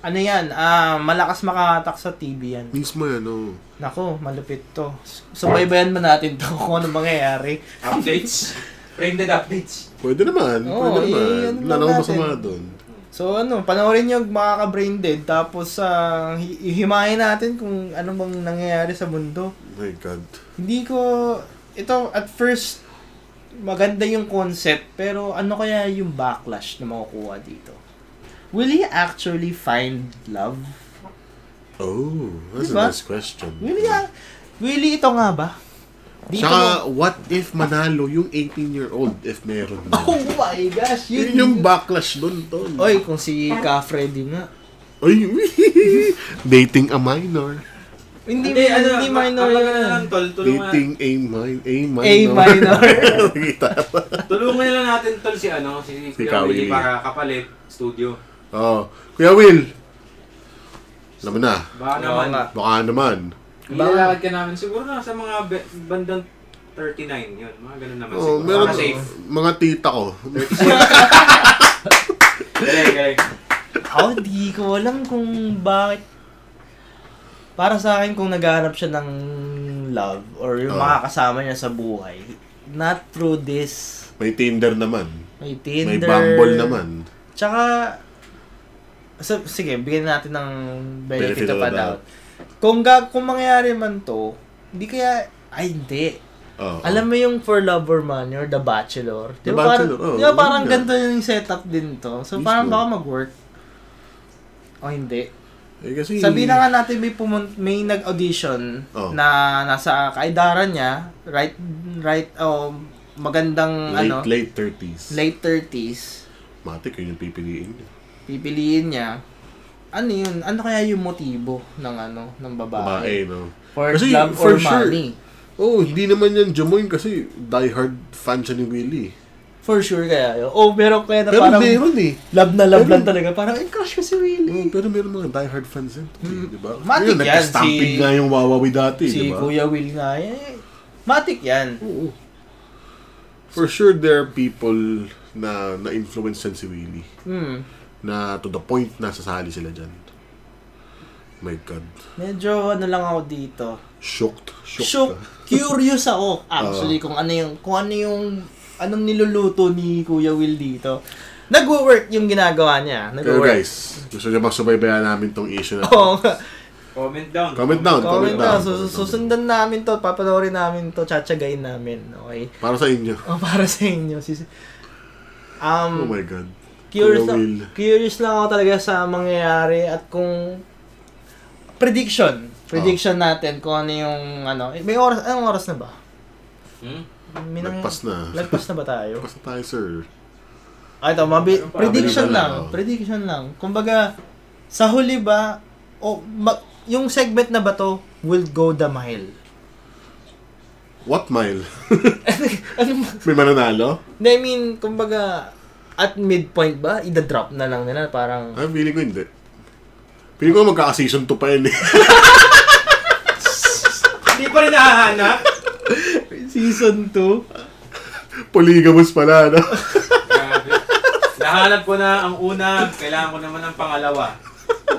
[SPEAKER 1] ano yan, ah, malakas makatak sa TV yan.
[SPEAKER 2] Mismo yan, no?
[SPEAKER 1] Nako, malupit to. Subaybayan ba natin to kung ano mangyayari?
[SPEAKER 3] Updates. Branded updates.
[SPEAKER 2] Pwede naman,
[SPEAKER 1] Oo, eh,
[SPEAKER 2] pwede naman.
[SPEAKER 1] ano
[SPEAKER 2] Wala
[SPEAKER 1] lang
[SPEAKER 2] namang
[SPEAKER 1] natin.
[SPEAKER 2] masama doon.
[SPEAKER 1] So ano, panoorin nyo makaka-brain dead tapos ah, hi- himayin natin kung ano bang nangyayari sa mundo.
[SPEAKER 2] My God.
[SPEAKER 1] Hindi ko, ito at first, maganda yung concept pero ano kaya yung backlash na makukuha dito? Will he actually find love?
[SPEAKER 2] Oh, that's
[SPEAKER 1] Diba?
[SPEAKER 2] a nice question.
[SPEAKER 1] Will he, a- will he ah. ito nga ba?
[SPEAKER 2] Saka, what if manalo yung 18-year-old if meron na?
[SPEAKER 1] Oh my gosh!
[SPEAKER 2] Yun yung backlash doon, tol.
[SPEAKER 1] Oy, kung si Ka Freddy nga.
[SPEAKER 2] Oy, dating a minor.
[SPEAKER 1] Hindi, hindi,
[SPEAKER 3] ano,
[SPEAKER 1] hindi
[SPEAKER 3] ma-
[SPEAKER 1] minor
[SPEAKER 3] ang
[SPEAKER 1] yun.
[SPEAKER 3] maganda lang, tol, tulungan,
[SPEAKER 2] Dating a, min- a minor.
[SPEAKER 1] A minor.
[SPEAKER 2] Nakita.
[SPEAKER 3] tulungan na lang natin tol si ano, si,
[SPEAKER 2] Si
[SPEAKER 3] Kuya
[SPEAKER 2] Kawili.
[SPEAKER 3] Willie para kapalit studio.
[SPEAKER 2] oh, Kuya Will. Alam mo na.
[SPEAKER 3] Baka
[SPEAKER 1] Oo
[SPEAKER 3] naman.
[SPEAKER 1] nga.
[SPEAKER 2] Baka naman.
[SPEAKER 1] Baka-
[SPEAKER 3] Ilalakad ka namin siguro na sa mga be- bandang 39 yun. Mga ganun naman
[SPEAKER 2] Oh,
[SPEAKER 3] siguro.
[SPEAKER 2] meron
[SPEAKER 3] Para safe.
[SPEAKER 2] mga tita ko.
[SPEAKER 3] Galing, galing.
[SPEAKER 1] Ako, Oh, di ko alam kung bakit. Para sa akin, kung naghahanap siya ng love or yung
[SPEAKER 2] Oo.
[SPEAKER 1] makakasama niya sa buhay, not through this.
[SPEAKER 2] May Tinder naman.
[SPEAKER 1] May Tinder.
[SPEAKER 2] May Bumble naman.
[SPEAKER 1] Tsaka, so, sige, bigyan natin ng benefit,
[SPEAKER 2] Benefit
[SPEAKER 1] of
[SPEAKER 2] of
[SPEAKER 1] a
[SPEAKER 2] the
[SPEAKER 1] doubt. Kung, ga, kung mangyayari man to, hindi kaya, ay hindi.
[SPEAKER 2] Oh,
[SPEAKER 1] Alam mo yung For Love or Money or The Bachelor? Di
[SPEAKER 2] The
[SPEAKER 1] ba parang,
[SPEAKER 2] Bachelor, oo,
[SPEAKER 1] di ba parang
[SPEAKER 2] yun nga.
[SPEAKER 1] ganito yung setup din to? So
[SPEAKER 2] Mismo.
[SPEAKER 1] parang baka mag-work. O hindi.
[SPEAKER 2] Eh, kasi,
[SPEAKER 1] Sabi na nga natin may, pumun- may nag-audition
[SPEAKER 2] Oo.
[SPEAKER 1] na nasa kaidaran niya, right, right, oh, magandang
[SPEAKER 2] late,
[SPEAKER 1] ano,
[SPEAKER 2] late 30s.
[SPEAKER 1] late 30s,
[SPEAKER 2] Matik, yun yung pipiliin. niya.
[SPEAKER 1] pipiliin niya. Ano yun? Ano kaya yung motibo ng ano, ng
[SPEAKER 2] Babae,
[SPEAKER 1] babae?
[SPEAKER 2] no?
[SPEAKER 1] For
[SPEAKER 2] Kasi,
[SPEAKER 1] love
[SPEAKER 2] for
[SPEAKER 1] or
[SPEAKER 2] sure.
[SPEAKER 1] money?
[SPEAKER 2] Oh, hindi naman yan jumoin kasi diehard fan siya ni Willie.
[SPEAKER 1] For sure kaya yun. Oh, meron kaya na
[SPEAKER 2] Pero
[SPEAKER 1] parang
[SPEAKER 2] meron eh.
[SPEAKER 1] love na love
[SPEAKER 2] Pero-
[SPEAKER 1] lang talaga. Parang, eh, crush ko si Willie.
[SPEAKER 2] Oh, pero meron mga diehard fans yan. Mm. Diba?
[SPEAKER 1] Matik Hmm. yan,
[SPEAKER 2] Nagka-stampede
[SPEAKER 1] si-
[SPEAKER 2] nga yung Wawawi dati,
[SPEAKER 1] Si
[SPEAKER 2] diba?
[SPEAKER 1] Kuya Will nga eh. Matik yan.
[SPEAKER 2] Oo. For sure, there are people na na-influence yan si Willie.
[SPEAKER 1] Hmm.
[SPEAKER 2] Na to the point na sasali sila dyan. My God.
[SPEAKER 1] Medyo ano lang ako dito.
[SPEAKER 2] Shocked. Shocked.
[SPEAKER 1] So,
[SPEAKER 2] ka.
[SPEAKER 1] curious ako actually kung ano yung kung ano yung anong niluluto ni Kuya Will dito. Nagwo-work yung ginagawa niya.
[SPEAKER 2] Pero
[SPEAKER 1] Nagwo-work.
[SPEAKER 2] guys, gusto nyo bang subaybayan namin tong issue na to?
[SPEAKER 1] Oo.
[SPEAKER 3] Comment down.
[SPEAKER 2] Comment down.
[SPEAKER 1] Comment
[SPEAKER 2] down.
[SPEAKER 1] na. Sus- Susundan namin to. Papanoorin namin to. Tsatsagayin namin. Okay?
[SPEAKER 2] Para sa inyo.
[SPEAKER 1] O, para sa inyo. Sis-
[SPEAKER 2] Oh
[SPEAKER 1] Um,
[SPEAKER 2] my God.
[SPEAKER 1] curious,
[SPEAKER 2] Kuya
[SPEAKER 1] na-
[SPEAKER 2] Will.
[SPEAKER 1] curious lang ako talaga sa mangyayari at kung prediction.
[SPEAKER 2] Oh.
[SPEAKER 1] Prediction natin kung ano yung ano. May oras, anong oras na ba?
[SPEAKER 3] Hmm?
[SPEAKER 1] May nang-
[SPEAKER 2] Nagpas na.
[SPEAKER 1] Lagpas na ba tayo?
[SPEAKER 2] Nagpas na tayo, sir.
[SPEAKER 1] Ah, ito, mabi-
[SPEAKER 3] Meron pa.
[SPEAKER 1] prediction
[SPEAKER 2] Meron pa
[SPEAKER 1] lang.
[SPEAKER 2] lang, oh.
[SPEAKER 1] Prediction lang. Kumbaga, sa huli ba, o ma- yung segment na ba to will go the mile?
[SPEAKER 2] What mile?
[SPEAKER 1] Ano ba-
[SPEAKER 2] May mananalo?
[SPEAKER 1] Hindi, I mean, kumbaga, at midpoint ba, idadrop na lang nila, parang...
[SPEAKER 2] Ah, feeling ko hindi. Feeling ko magkaka-season 2 pa yun eh.
[SPEAKER 3] Hindi pa rin nahahanap.
[SPEAKER 1] Season 2?
[SPEAKER 2] Polygamous pala, ano? no?
[SPEAKER 3] Grabe. Nahanap ko na ang una, kailangan ko naman ng pangalawa.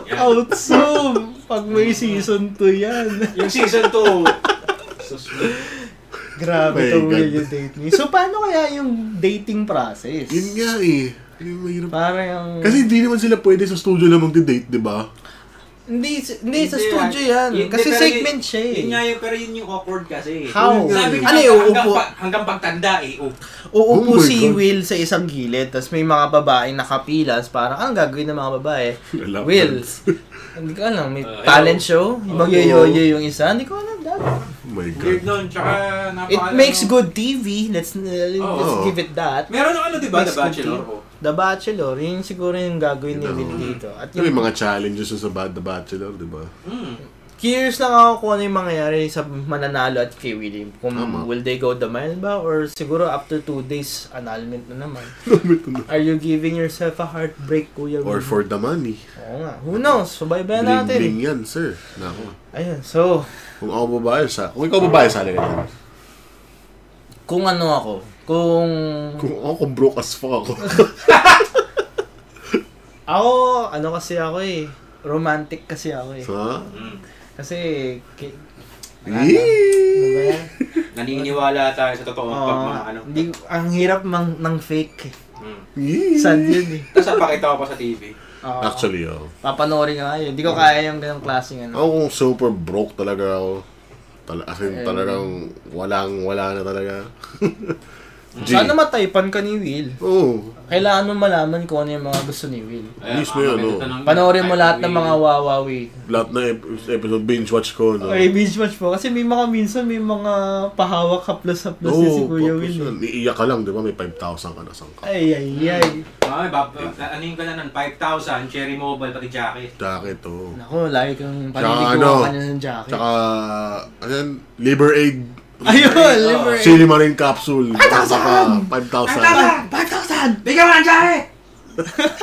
[SPEAKER 3] Yan.
[SPEAKER 1] Outzoom! Pag may
[SPEAKER 3] Mm.
[SPEAKER 1] season 2 yan.
[SPEAKER 3] Yung season 2. Susunod.
[SPEAKER 1] Grabe
[SPEAKER 2] Oh My
[SPEAKER 1] to,
[SPEAKER 2] God.
[SPEAKER 1] will you date me? So, paano kaya yung dating process?
[SPEAKER 2] Yun nga eh. Yun yung mahirap.
[SPEAKER 1] Parang...
[SPEAKER 2] Kasi hindi naman sila pwede sa studio lang magde-date, di ba?
[SPEAKER 1] Hindi, hindi, sa studio yan.
[SPEAKER 3] Hindi,
[SPEAKER 1] Kasi
[SPEAKER 3] pero
[SPEAKER 1] segment
[SPEAKER 3] yun-
[SPEAKER 1] siya eh.
[SPEAKER 3] Yun nga yun, pero yun yung awkward kasi.
[SPEAKER 1] How?
[SPEAKER 3] Sabi ko,
[SPEAKER 1] Ano
[SPEAKER 3] hanggang,
[SPEAKER 1] yung
[SPEAKER 3] hanggang,
[SPEAKER 1] upo?
[SPEAKER 3] pa- hanggang pagtanda eh. Oh.
[SPEAKER 1] Uupo
[SPEAKER 2] Oh my
[SPEAKER 1] si
[SPEAKER 2] God.
[SPEAKER 1] Will sa isang gilid, tapos may mga babaeng nakapilas, parang anong gagawin ng mga babae?
[SPEAKER 2] Wala
[SPEAKER 1] Will,
[SPEAKER 2] plans.
[SPEAKER 1] hindi ko alam, may
[SPEAKER 3] Uh,
[SPEAKER 1] talent show,
[SPEAKER 3] hello.
[SPEAKER 1] magyoyoyo yung isa, hindi ko alam dati.
[SPEAKER 2] Oh my God.
[SPEAKER 3] Weird nun, tsaka
[SPEAKER 1] Ah. It
[SPEAKER 3] napaka-
[SPEAKER 1] makes
[SPEAKER 3] ano.
[SPEAKER 1] good TV, let's, uh, let's
[SPEAKER 2] Oh.
[SPEAKER 3] Oo.
[SPEAKER 1] give it that.
[SPEAKER 3] Meron ng ano, di ba,
[SPEAKER 1] Makes
[SPEAKER 3] The
[SPEAKER 1] good
[SPEAKER 3] Bachelor?
[SPEAKER 1] TV.
[SPEAKER 3] Oh.
[SPEAKER 1] The Bachelor, yun siguro yung gagawin ni Will dito. At
[SPEAKER 2] Yung
[SPEAKER 1] yung,
[SPEAKER 2] mga challenges na sa Bad The Bachelor, di ba?
[SPEAKER 3] Hmm.
[SPEAKER 1] Curious lang ako kung ano yung mangyayari sa mananalo at kay William. Kung
[SPEAKER 2] Tama.
[SPEAKER 1] will they go the mile ba? Or siguro after two days, annulment na naman.
[SPEAKER 2] Ito na.
[SPEAKER 1] Are you giving yourself a heartbreak, Kuya
[SPEAKER 2] Or
[SPEAKER 1] William?
[SPEAKER 2] for the money.
[SPEAKER 1] Oo nga. Who knows? Subaybayan
[SPEAKER 2] Bling
[SPEAKER 1] natin.
[SPEAKER 2] bling yan, sir. Nako.
[SPEAKER 1] Ayun, so,
[SPEAKER 2] Kung ako babae, sa... Kung ikaw babae, sali ka yan.
[SPEAKER 1] kung ano ako, kung...
[SPEAKER 2] Kung ako, kung broke as fuck ako.
[SPEAKER 1] Ako, ano kasi ako eh. Romantic kasi ako eh.
[SPEAKER 2] ha?
[SPEAKER 1] Kasi, ki- ano ba
[SPEAKER 2] Eee!
[SPEAKER 1] yan?
[SPEAKER 3] Naniniwala tayo sa totoong
[SPEAKER 1] Oo,
[SPEAKER 3] pag mga ano.
[SPEAKER 1] hindi, ang hirap mang, ng fake eh.
[SPEAKER 3] Mm.
[SPEAKER 2] Eee!
[SPEAKER 1] Sad yun eh.
[SPEAKER 3] Tapos napakita ko pa sa TV.
[SPEAKER 1] Oo.
[SPEAKER 2] Actually, oh.
[SPEAKER 1] Papanoorin nga yun. Hindi ko kaya yung ganong klaseng ano.
[SPEAKER 2] Ako kung super broke talaga ako. Tal as
[SPEAKER 1] Eh.
[SPEAKER 2] in, talagang walang wala na talaga. G.
[SPEAKER 1] Sana mataypan ka ni Will.
[SPEAKER 2] Oo.
[SPEAKER 1] Kailangan mo malaman kung ano yung mga gusto ni Will.
[SPEAKER 3] Ayan,
[SPEAKER 2] Mismo yun,
[SPEAKER 3] mga
[SPEAKER 2] oh.
[SPEAKER 3] tanong-
[SPEAKER 1] Panoorin mo
[SPEAKER 3] Ay,
[SPEAKER 1] lahat ng
[SPEAKER 3] Will.
[SPEAKER 1] mga wawawi.
[SPEAKER 2] Lahat na ep- episode binge watch ko. No?
[SPEAKER 1] Okay, binge watch po. Kasi may mga minsan may mga pahawak haplos-haplos din si Kuya
[SPEAKER 2] tapos
[SPEAKER 1] Will.
[SPEAKER 2] Oh, yun.
[SPEAKER 1] eh.
[SPEAKER 2] Iiyak ka lang, di ba? May 5,000 ka na sangka.
[SPEAKER 1] Ay, ay, ay.
[SPEAKER 3] Ay, bab, ano yung gananan? 5,000, Cherry Mobile, pati jacket.
[SPEAKER 2] Jacket, oo.
[SPEAKER 1] Naku, lagi kang
[SPEAKER 2] Tsaka
[SPEAKER 1] paninigawa
[SPEAKER 2] ano,
[SPEAKER 1] ka niya ng jacket.
[SPEAKER 2] Tsaka, ano yan? Labor Aid.
[SPEAKER 1] Ayun,
[SPEAKER 3] Oo.
[SPEAKER 1] liver.
[SPEAKER 2] Sili Marin Capsule.
[SPEAKER 1] 5,000!
[SPEAKER 2] 5,000!
[SPEAKER 1] 5,000!
[SPEAKER 3] Bigyan mo ng jacket!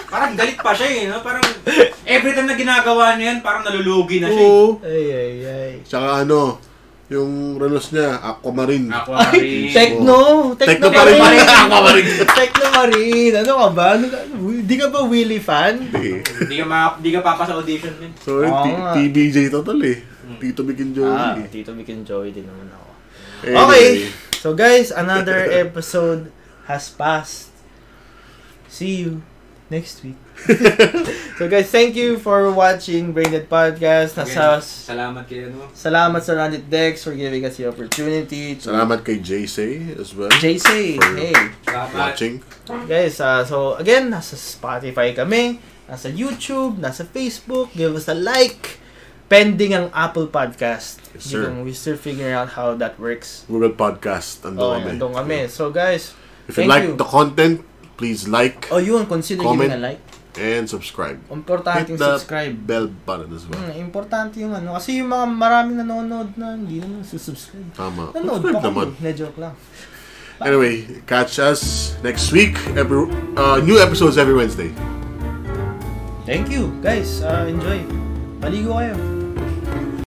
[SPEAKER 3] parang galit pa siya eh, no? Parang every time na ginagawa niya yan, parang nalulugi na siya. eh.
[SPEAKER 2] Oo.
[SPEAKER 1] Ay, ay, ay.
[SPEAKER 2] Tsaka ano, yung renos niya, Aquamarine.
[SPEAKER 3] Ako,
[SPEAKER 1] Ay, techno! Techno
[SPEAKER 2] Tekno
[SPEAKER 1] pa rin!
[SPEAKER 2] Aquamarine.
[SPEAKER 1] Techno pa rin! Ano ka ba? Ano ka- Di ka ba Willy fan?
[SPEAKER 3] Hindi ka, ma- di ka papa sa audition din.
[SPEAKER 2] So, yun,
[SPEAKER 1] Oo
[SPEAKER 2] eh. T-
[SPEAKER 1] nga. Hmm.
[SPEAKER 2] TBJ total eh. Tito Bikin
[SPEAKER 1] Ah,
[SPEAKER 2] Joey.
[SPEAKER 1] Tito Mick and Joey din naman ako.
[SPEAKER 2] Anyway,
[SPEAKER 1] Okay. So guys, another episode has passed. See you next week. so guys, thank you for watching Braindead Podcast. Nasa,
[SPEAKER 3] Salamat kay ano.
[SPEAKER 1] salamat sa Randy Dex for giving us the opportunity to
[SPEAKER 2] Salamat kay JC as well.
[SPEAKER 1] JC.
[SPEAKER 2] For-
[SPEAKER 1] Hey.
[SPEAKER 3] Salamat.
[SPEAKER 2] Watching.
[SPEAKER 1] Guys, ah, so again, nasa Spotify kami, nasa YouTube, nasa Facebook. Give us a like. Pending ang Apple Podcast. Hindi
[SPEAKER 2] Yes, sir.
[SPEAKER 1] ko- We're still figuring out how that works.
[SPEAKER 2] Google Podcast. Ando
[SPEAKER 1] Oh,
[SPEAKER 2] kami.
[SPEAKER 1] nandun kami. So guys,
[SPEAKER 2] If you
[SPEAKER 1] Thank
[SPEAKER 2] like
[SPEAKER 1] you.
[SPEAKER 2] the content, please like
[SPEAKER 1] oh yun, consider
[SPEAKER 2] Comment.
[SPEAKER 1] giving a like.
[SPEAKER 2] and subscribe.
[SPEAKER 1] Importante
[SPEAKER 2] Hit
[SPEAKER 1] yung
[SPEAKER 2] the
[SPEAKER 1] subscribe.
[SPEAKER 2] bell button as well.
[SPEAKER 1] Hmm, importante yung ano. Kasi yung mga maraming nanonood na hindi naman susubscribe.
[SPEAKER 2] Tama.
[SPEAKER 1] Nanonood
[SPEAKER 2] Subscribe
[SPEAKER 1] pa kami.
[SPEAKER 2] naman.
[SPEAKER 1] Na joke lang.
[SPEAKER 2] Anyway, catch us next week. Every, uh, new episodes every Wednesday.
[SPEAKER 1] Thank you, guys. Uh, enjoy. Paligo ah, kayo.